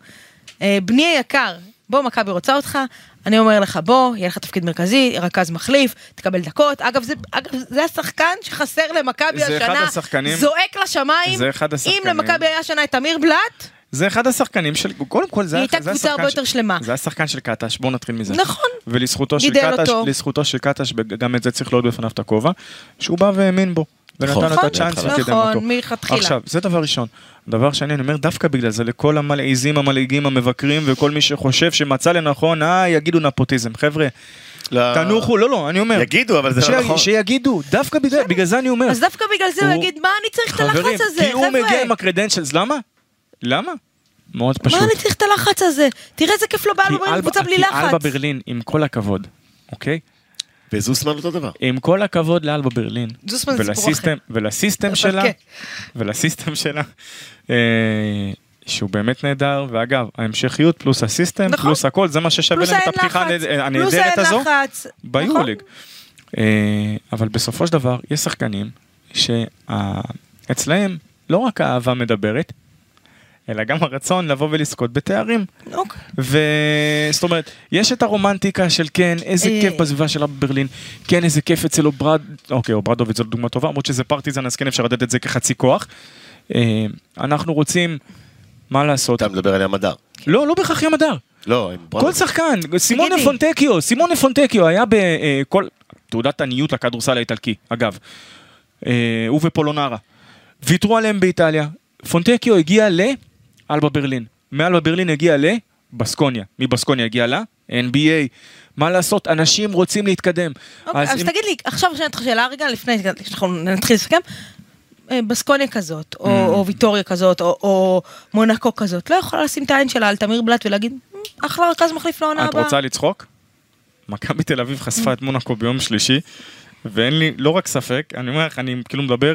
S2: "אה, בני היקר, בוא, מכבי רוצה אותך, אני אומר לך, בוא, יהיה לך תפקיד מרכזי, רכז מחליף, תקבל דקות. אגב, זה, אגב, זה השחקן שחסר למכבי
S4: זה אחד
S2: השנה,
S4: השחקנים-
S2: זועק לשמיים.
S4: זה אחד השחקנים-
S2: אם למכבי היה השנה את אמיר בלאט,
S4: זה אחד השחקנים של, קודם כל זה
S2: היא
S4: היה-
S2: הייתה
S4: זה
S2: קבוצה
S4: השחקן
S2: הרבה
S4: ש-
S2: יותר שלמה.
S4: זה השחקן של קטש, בואו נתחיל מזה.
S2: נכון.
S4: ולזכותו של
S2: גידל
S4: קטש,
S2: אותו.
S4: לזכותו של קטש, גם את זה צריך להוריד בפניו את הכובע, שהוא בא והאמין בו. ונתן
S3: נכון,
S4: לו את הצ'אנס
S3: נכון,
S4: וקידם
S2: נכון,
S4: אותו.
S2: מלכתחילה.
S4: עכשיו, זה דבר ראשון. דבר שני, אני אומר, דווקא בגלל זה, לכל המלעיזים, המלעיגים, המבקרים, וכל מי שחושב שמצא לנכון, אה, יגידו נפוטיזם. חבר'ה,
S3: לא.
S4: תנוחו, לא, לא, אני אומר.
S3: יגידו, אבל זה לא
S4: שי-
S3: נכון.
S4: שיגידו, דווקא בגלל- בגלל זה אני אומר.
S2: אז דווקא בגלל זה הוא
S4: הוא-
S2: יגיד, מה אני צריך את
S4: חברים,
S2: הלחץ הזה,
S4: כי הוא מגיע עם
S2: חבר'ה?
S4: הקרדנשלס, למה? למה? מאוד פשוט.
S2: מה אני צריך את הלחץ הזה? תראה איזה כיף לו בעל
S4: כי
S2: בברלין,
S4: אלבה-
S2: קבוצה בלי
S4: כי אלבה
S2: לחץ.
S4: ברלין, עם כל הכבוד, אוקיי?
S3: וזוסמן אותו דבר.
S4: עם כל הכבוד לאלבה ברלין.
S2: זוסמן זה סיפור אחר.
S4: ולסיסטם- ולסיסטם
S2: אבל
S4: שלה,
S2: כן.
S4: ולסיסטם שלה, אה, שהוא באמת נהדר, ואגב, ההמשכיות פלוס הסיסטם,
S2: נכון.
S4: פלוס הכל, זה מה ששווה
S2: פלוס
S4: להם את
S2: האין
S4: הפתיחה
S2: לחץ,
S4: הנהד-
S2: פלוס
S4: הנהדרת
S2: האין
S4: הזו
S2: לחץ. נכון.
S4: ביורוליג. אה, אבל בסופו של דבר, יש שחקנים שאצלהם לא רק האהבה מדברת, אלא גם הרצון לבוא ולזכות בתארים.
S2: אוקיי.
S4: וזאת אומרת, יש את הרומנטיקה של כן, איזה
S2: אה.
S4: כיף בסביבה שלה בברלין, כן, איזה כיף אצל אוברד, אוקיי, אוברדוביץ' זו דוגמה טובה, למרות שזה פרטיזן, אז כן אפשר לתת את זה כחצי כוח. אה, אנחנו רוצים, מה לעשות?
S3: אתה מדבר עליה מדר.
S4: לא, לא בהכרח ים הדר.
S3: לא, עם
S4: כל
S3: ברנד.
S4: שחקן, סימונה
S2: תגידי.
S4: פונטקיו, סימונה פונטקיו היה בכל, תעודת עניות לכדורסל האיטלקי, אגב. אה, הוא ופולונרה. ויתרו עליהם באיטליה. פונטקיו הגיע לאלבה ברלין. מאלבה ברלין הגיע לבסקוניה. מבסקוניה הגיע ל... NBA. מה לעשות, אנשים רוצים להתקדם.
S2: אוקיי, אז
S4: אם-
S2: תגיד לי, עכשיו אני אותך שאלה רגע, לפני שאנחנו נתחיל לסכם. אה, בסקוניה כזאת, או-
S4: Mm.
S2: או ויטוריה כזאת, או- או מונקו כזאת, לא יכולה לשים את העין שלה על תמיר בלאט ולהגיד, "מ, אחלה רכז מחליף לעונה
S4: את
S2: הבאה.
S4: רוצה לצחוק? מכבי תל אביב חשפה את מונאקו ביום שלישי, ואין לי לא רק ספק, אני אומר לך, אני כאילו מדבר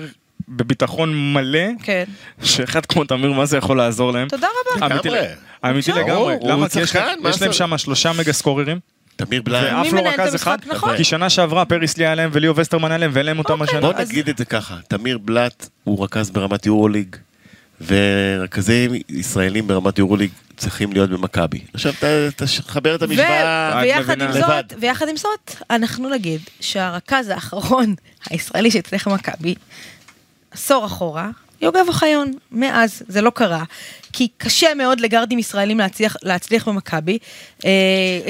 S4: בביטחון מלא,
S2: כן.
S4: שאחד כמו תמיר, מה זה יכול לעזור להם?
S2: תודה רבה.
S4: אמיתי
S3: לגמרי.
S4: אמיתי
S2: ברור,
S4: לגמרי.
S3: הוא
S4: למה? כי יש
S3: שחקן,
S4: להם-
S3: מה
S4: יש להם
S3: זה?
S4: שם שלושה מגה סקוררים,
S3: תמיר בליין.
S4: ואף
S2: מי
S4: לא
S2: מנהל את
S4: רכז
S2: המשחק?
S4: אחד,
S2: נכון.
S4: כי שנה שעברה פריס לי היה להם וליאו וסטרמן היה להם ואין להם אותם
S2: אוקיי,
S4: השנה.
S3: בוא
S2: אז-
S3: נגיד את זה ככה, תמיר בלאט הוא רכז ברמת יורוליג, ורכזים ישראלים ברמת יורוליג צריכים להיות במכבי. עכשיו ת- תחבר את
S2: ו-
S3: המשוואה
S2: ויחד עם
S4: מבינה.
S3: לבד.
S2: זאת, ויחד עם זאת, אנחנו נגיד שהרכז האחרון הישראלי שהצליח במכבי, עשור אחורה, יוגב אוחיון, מאז זה לא קרה, כי קשה מאוד לגארדים ישראלים להצליח, להצליח במכבי. אה,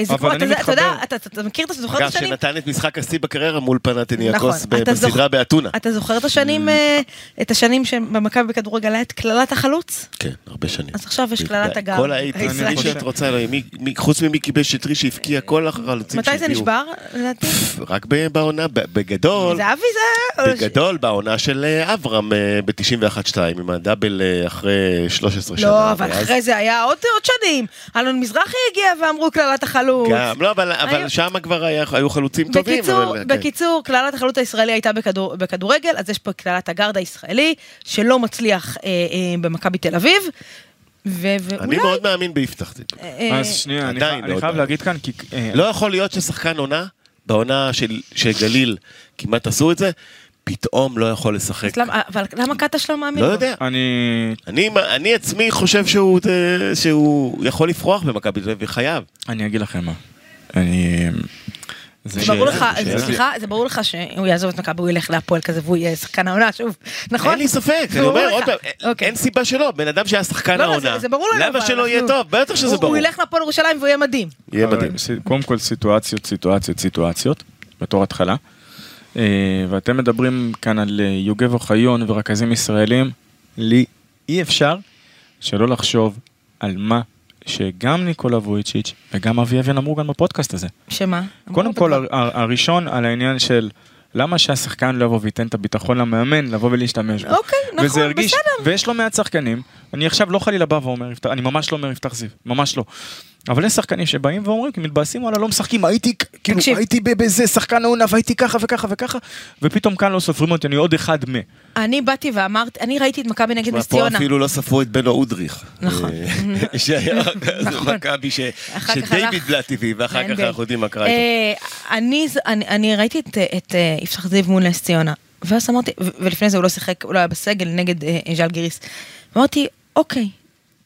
S2: זה
S4: אבל
S2: כמו,
S4: אני
S2: אתה, יודע- אתה יודע,
S4: מתחבר.
S2: אתה, אתה, אתה מכיר את זה, אתה זוכר את
S3: אגב,
S2: השנים?
S3: שנתן את משחק השיא בקריירה מול פנתניאקוס
S2: נכון, אתה זוכ-
S3: בסדרה באתונה. Mm.
S2: אתה זוכר את השנים, אה, את השנים שבמכבי בכדורגל היה את קללת החלוץ?
S3: כן, הרבה שנים.
S2: אז עכשיו יש קללת הגב.
S3: כל האייטיז,
S2: הישראלי.
S3: מי שאת רוצה, אלוהים, מי- מי- חוץ ממיקי בן שטרי שהבקיע כל החלוצים
S2: מתי זה
S3: שהביאו.
S2: נשבר? לדעתי?
S3: רק ב- בעונה, ב- בגדול,
S2: זהבי זה...
S3: בגדול בעונה של אה, אברהם אה, ב-91-2 עם הדאבל אה, אחרי 13 שנה.
S2: לא, אבל
S3: ואז-
S2: אחרי זה היה עוד עוד שנים. אלון מזרחי הגיע ואמרו קללת החלוץ.
S3: גם, לא, אבל, אבל
S2: היו-
S3: שם כבר היה, היו חלוצים טובים.
S2: בקיצור,
S3: אבל, כן.
S2: בקיצור, קללת החלוץ הישראלי הייתה בכדור- בכדורגל, אז יש פה קללת הגארד הישראלי, שלא מצליח אה, אה, במכבי תל אביב, ו-
S3: אני
S2: ואולי...
S3: מאוד מאמין ביפתח טיפ.
S2: אה, כן.
S4: אז שנייה, אני
S3: עדיין
S4: חי-
S3: לא
S4: אני
S3: יודע.
S4: חייב להגיד כאן, כי אה,
S3: לא יכול להיות ששחקן עונה, בעונה של, של גליל כמעט עשו את זה, פתאום לא יכול לשחק.
S2: אז למה- אבל למה קטש לא מאמין?
S3: לא
S2: לו?
S3: יודע.
S4: אני
S3: אני, אני עצמי חושב שהוא, אה, שהוא יכול לפרוח במכבי תל אביב, חייב.
S4: אני אגיד לכם מה. אני... זה-
S2: זה ברור לך,
S3: ש-
S2: זה-
S3: ש-
S2: סליחה, זה ברור לך שהוא יעזוב את מכבי, הוא ילך להפועל כזה והוא יהיה שחקן העונה שוב, נכון?
S3: אין לי ספק, אני
S2: ברור
S3: אומר
S2: לך.
S3: עוד פעם,
S2: אוקיי.
S3: אין סיבה שלא, בן אדם שהיה שחקן
S2: לא, לא,
S3: העונה,
S2: זה- זה ברור לנו.
S3: למה
S2: אבל
S3: שלא יהיה
S2: אנחנו-
S3: טוב? בטח שזה
S2: הוא-
S3: ברור.
S2: הוא ילך להפועל ירושלים והוא יהיה מדהים.
S3: יהיה מדהים.
S4: אבל, סי- קודם כל סיטואציות, סיטואציות, סיטואציות, בתור התחלה. אה, ואתם מדברים כאן על אה, יוגב אוחיון ורכזים ישראלים, לי אי אפשר שלא לחשוב על מה שגם ניקולה וויצ'יץ' וגם אבי אביאן אמרו גם בפודקאסט הזה.
S2: שמה?
S4: קודם
S2: אמרת
S4: כל,
S2: כבר.
S4: הר- הר- הראשון על העניין של למה שהשחקן לא יבוא וייתן את הביטחון למאמן לבוא ולהשתמש בו.
S2: אוקיי, נכון,
S4: וזה הרגיש,
S2: בסדר.
S4: ויש לא מעט שחקנים, אני עכשיו לא חלילה בא ואומר, יפתח- אני ממש לא אומר יפתח זיו, ממש לא. אבל יש שחקנים שבאים ואומרים, כי מתבאסים, וואלה, לא משחקים, הייתי, כאילו,
S2: תקשיב.
S4: הייתי ב- בזה, שחקן העונה, והייתי ככה וככה וככה, ופתאום כאן לא סופרים אותי, אני עוד אחד מ...
S2: אני באתי ואמרתי, אני ראיתי את מכבי נגד
S3: תשמע,
S2: נס
S3: פה
S2: ציונה.
S3: אפילו לא ספרו את בנו אודריך.
S2: נכון.
S3: אה, שהיה רכז מכבי, ש-
S2: אחר כך
S3: שדייוויד
S2: הלך-
S3: בלאט הביא, ואחר כך
S2: NBA.
S3: אנחנו יודעים מה קרה איתו.
S2: אה, אני, אני, אני ראיתי את, את אה, יפתח זיו מול נס ציונה, ואז אמרתי, ו- ולפני זה הוא לא שיחק, הוא לא היה בסגל נגד אה, אה, ז'אל גיריס. אמרתי, אוקיי,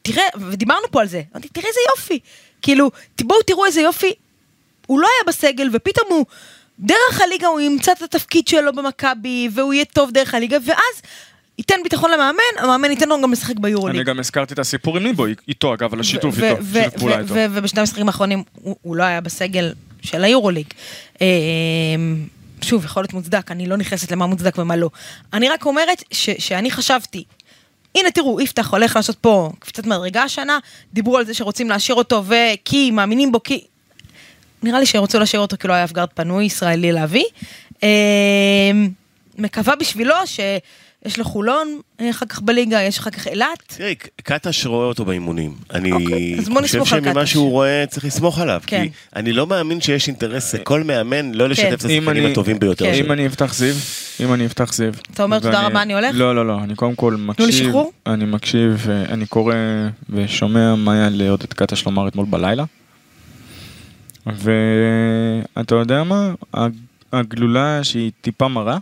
S2: תראה, ודיברנו פה על זה, אמרתי, תראה איזה יופי. כאילו, ת- בואו תראו איזה יופי, הוא לא היה בסגל, ופתאום הוא, דרך הליגה הוא ימצא את התפקיד שלו במכבי, והוא יהיה טוב דרך הליגה, ואז ייתן ביטחון למאמן, המאמן ייתן לו גם לשחק ביורוליג.
S4: אני גם הזכרתי את הסיפור עם ליבו, איתו אגב, על השיתוף
S2: ו-
S4: איתו,
S2: ו-
S4: שיתוף פעולה
S2: ו-
S4: איתו.
S2: ו- ובשני המשחקים האחרונים הוא הוא לא היה בסגל של היורוליג. אה, שוב, יכול להיות מוצדק, אני לא נכנסת למה מוצדק ומה לא. אני רק אומרת ש- שאני חשבתי, הנה תראו, יפתח הולך לעשות פה קפיצת מדרגה השנה, דיברו על זה שרוצים להשאיר אותו וכי מאמינים בו כי... נראה לי שרצו להשאיר אותו כי לא היה אף גארד פנוי ישראלי להביא. אה, אמ, מקווה בשבילו שיש לו חולון, אה, אחר כך בליגה, יש אחר כך אילת.
S3: תראי, קטש רואה אותו באימונים. אני
S2: אוקיי, אז בוא
S3: חושב
S2: נסמוך על
S3: שממה
S2: קטש.
S3: שהוא רואה צריך לסמוך עליו.
S2: כן.
S3: כי אני לא מאמין שיש אינטרס לכל מאמן לא לשתף
S2: כן.
S3: את
S4: אה, אם
S3: השחקנים
S4: אני-
S3: הטובים ביותר
S2: כן.
S4: אם
S3: שלו.
S4: אני אפתח זיו, אם אני אפתח זיו.
S2: אתה אומר, "תודה
S4: ואני-
S2: רבה, אני הולך"?
S4: לא, לא, לא, אני קודם כל מקשיב.
S2: לשחרור?
S4: אני מקשיב, אה, אני קורא ושומע מה היה לעודד קטש לומר אתמול בלילה. ואתה יודע מה? הג- הגלולה שהיא טיפה מרה,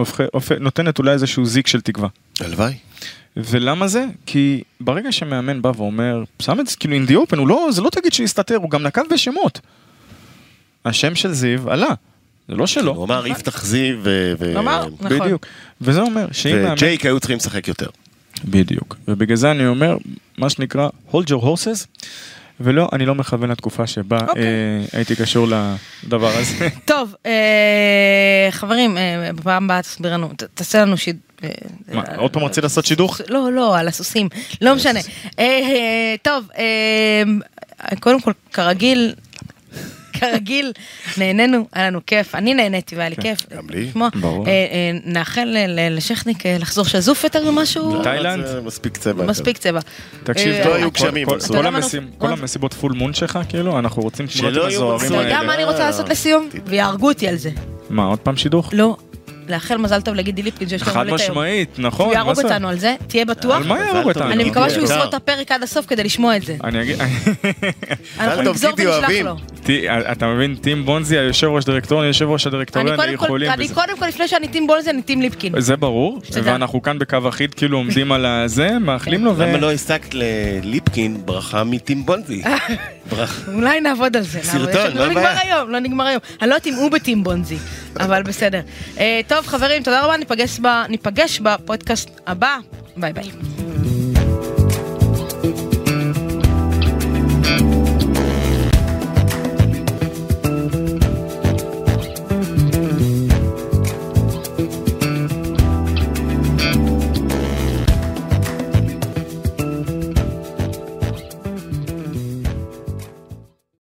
S4: הופכ- הופ- נותנת אולי איזשהו זיק של תקווה.
S3: הלוואי.
S4: ולמה זה? כי ברגע שמאמן בא ואומר, שם את זה, כאילו אינדי אופן, הוא לא, זה לא תגיד שהסתתר, הוא גם נקב בשמות. השם של זיו עלה, זה לא שלו.
S3: הוא אמר יפתח זיו ו- ו-
S2: אמר, נכון.
S4: בדיוק. וזה אומר שאם מאמן...
S3: וג'ייק היו צריכים לשחק יותר.
S4: בדיוק. ובגלל זה אני אומר, מה שנקרא, hold your horses, ולא, אני לא מכוון לתקופה שבה
S2: אוקיי.
S4: אה, הייתי קשור לדבר הזה.
S2: טוב, אה, חברים, אה, בפעם הבאה תסביר לנו, ת- תעשה לנו שיד... אה,
S4: מה,
S2: אה,
S4: עוד פעם רצית לעשות שידוך?
S2: לא, לא, על הסוסים, לא משנה. אה, אה, טוב, אה, קודם כל, כרגיל, כרגיל, נהנינו, היה לנו כיף, אני נהניתי והיה לי
S4: כן,
S2: כיף.
S3: גם לי.
S2: לשמוע.
S4: ברור.
S2: אה, אה, נאחל ל- ל- לשכניק אה, לחזור שזוף יותר ממשהו,
S4: תאילנד?
S3: זה מספיק צבע.
S2: מספיק צבע.
S4: תקשיב,
S2: אה,
S4: טוב,
S2: לא היו
S4: כל-
S3: גשמים,
S4: כל-
S3: מנסור.
S4: כל
S2: אתה יודע מה
S4: המסיב-
S2: אנחנו-
S4: כל
S2: מה?
S4: המסיבות פול מון שלך, כאילו, אנחנו רוצים תמונות
S3: שלא
S4: עם
S3: יהיו
S4: הזוהרים
S2: אתה
S3: מסיבות.
S4: האלה.
S2: יודע מה אני רוצה לעשות לסיום?
S4: אה,
S2: ויהרגו אותי על זה.
S4: מה, עוד פעם שידוך?
S2: לא, לאחל מזל טוב לגידי ליפקין שיש לו
S4: חד
S2: הולדת היום.
S4: משמעית, נכון.
S2: הוא יהרוג
S4: מה זה?
S2: אותנו על זה, תהיה בטוח.
S4: על מה יהרוג אותנו?
S2: אני מקווה שהוא
S3: יקר.
S2: ישרוד את הפרק עד הסוף כדי לשמוע את זה.
S4: אני אגיד,
S2: אנחנו
S3: טוב,
S2: נגזור
S3: גידי,
S2: ונשלח
S3: אוהבים.
S2: לו.
S4: ת- אה, אתה מבין, טים בונזי, היושב ראש דירקטוריון, יושב ראש
S2: אני
S4: הדירקטוריון,
S2: קודם כל,
S4: יכולים
S2: אני
S4: בזה.
S2: קודם כל, לפני שאני טים בולז, אני טים ליפקין.
S4: זה ברור,
S2: שתדע.
S4: ואנחנו כאן בקו אחיד, כאילו עומדים על הזה, מאחלים לו, ו...
S3: למה לא הסקת לליפקין ברכה מטימבונזי? ברכה.
S2: אולי נעבוד על זה. נעבוד.
S3: סרטון,
S2: יש-
S3: לא
S2: נגמר
S3: בעיה.
S2: היום, לא נגמר היום. אני לא יודעת אם הוא בטים בונזי, אבל בסדר. אה, טוב, חברים, תודה רבה, ניפגש ב- ניפגש בפודקאסט הבא. ביי ביי.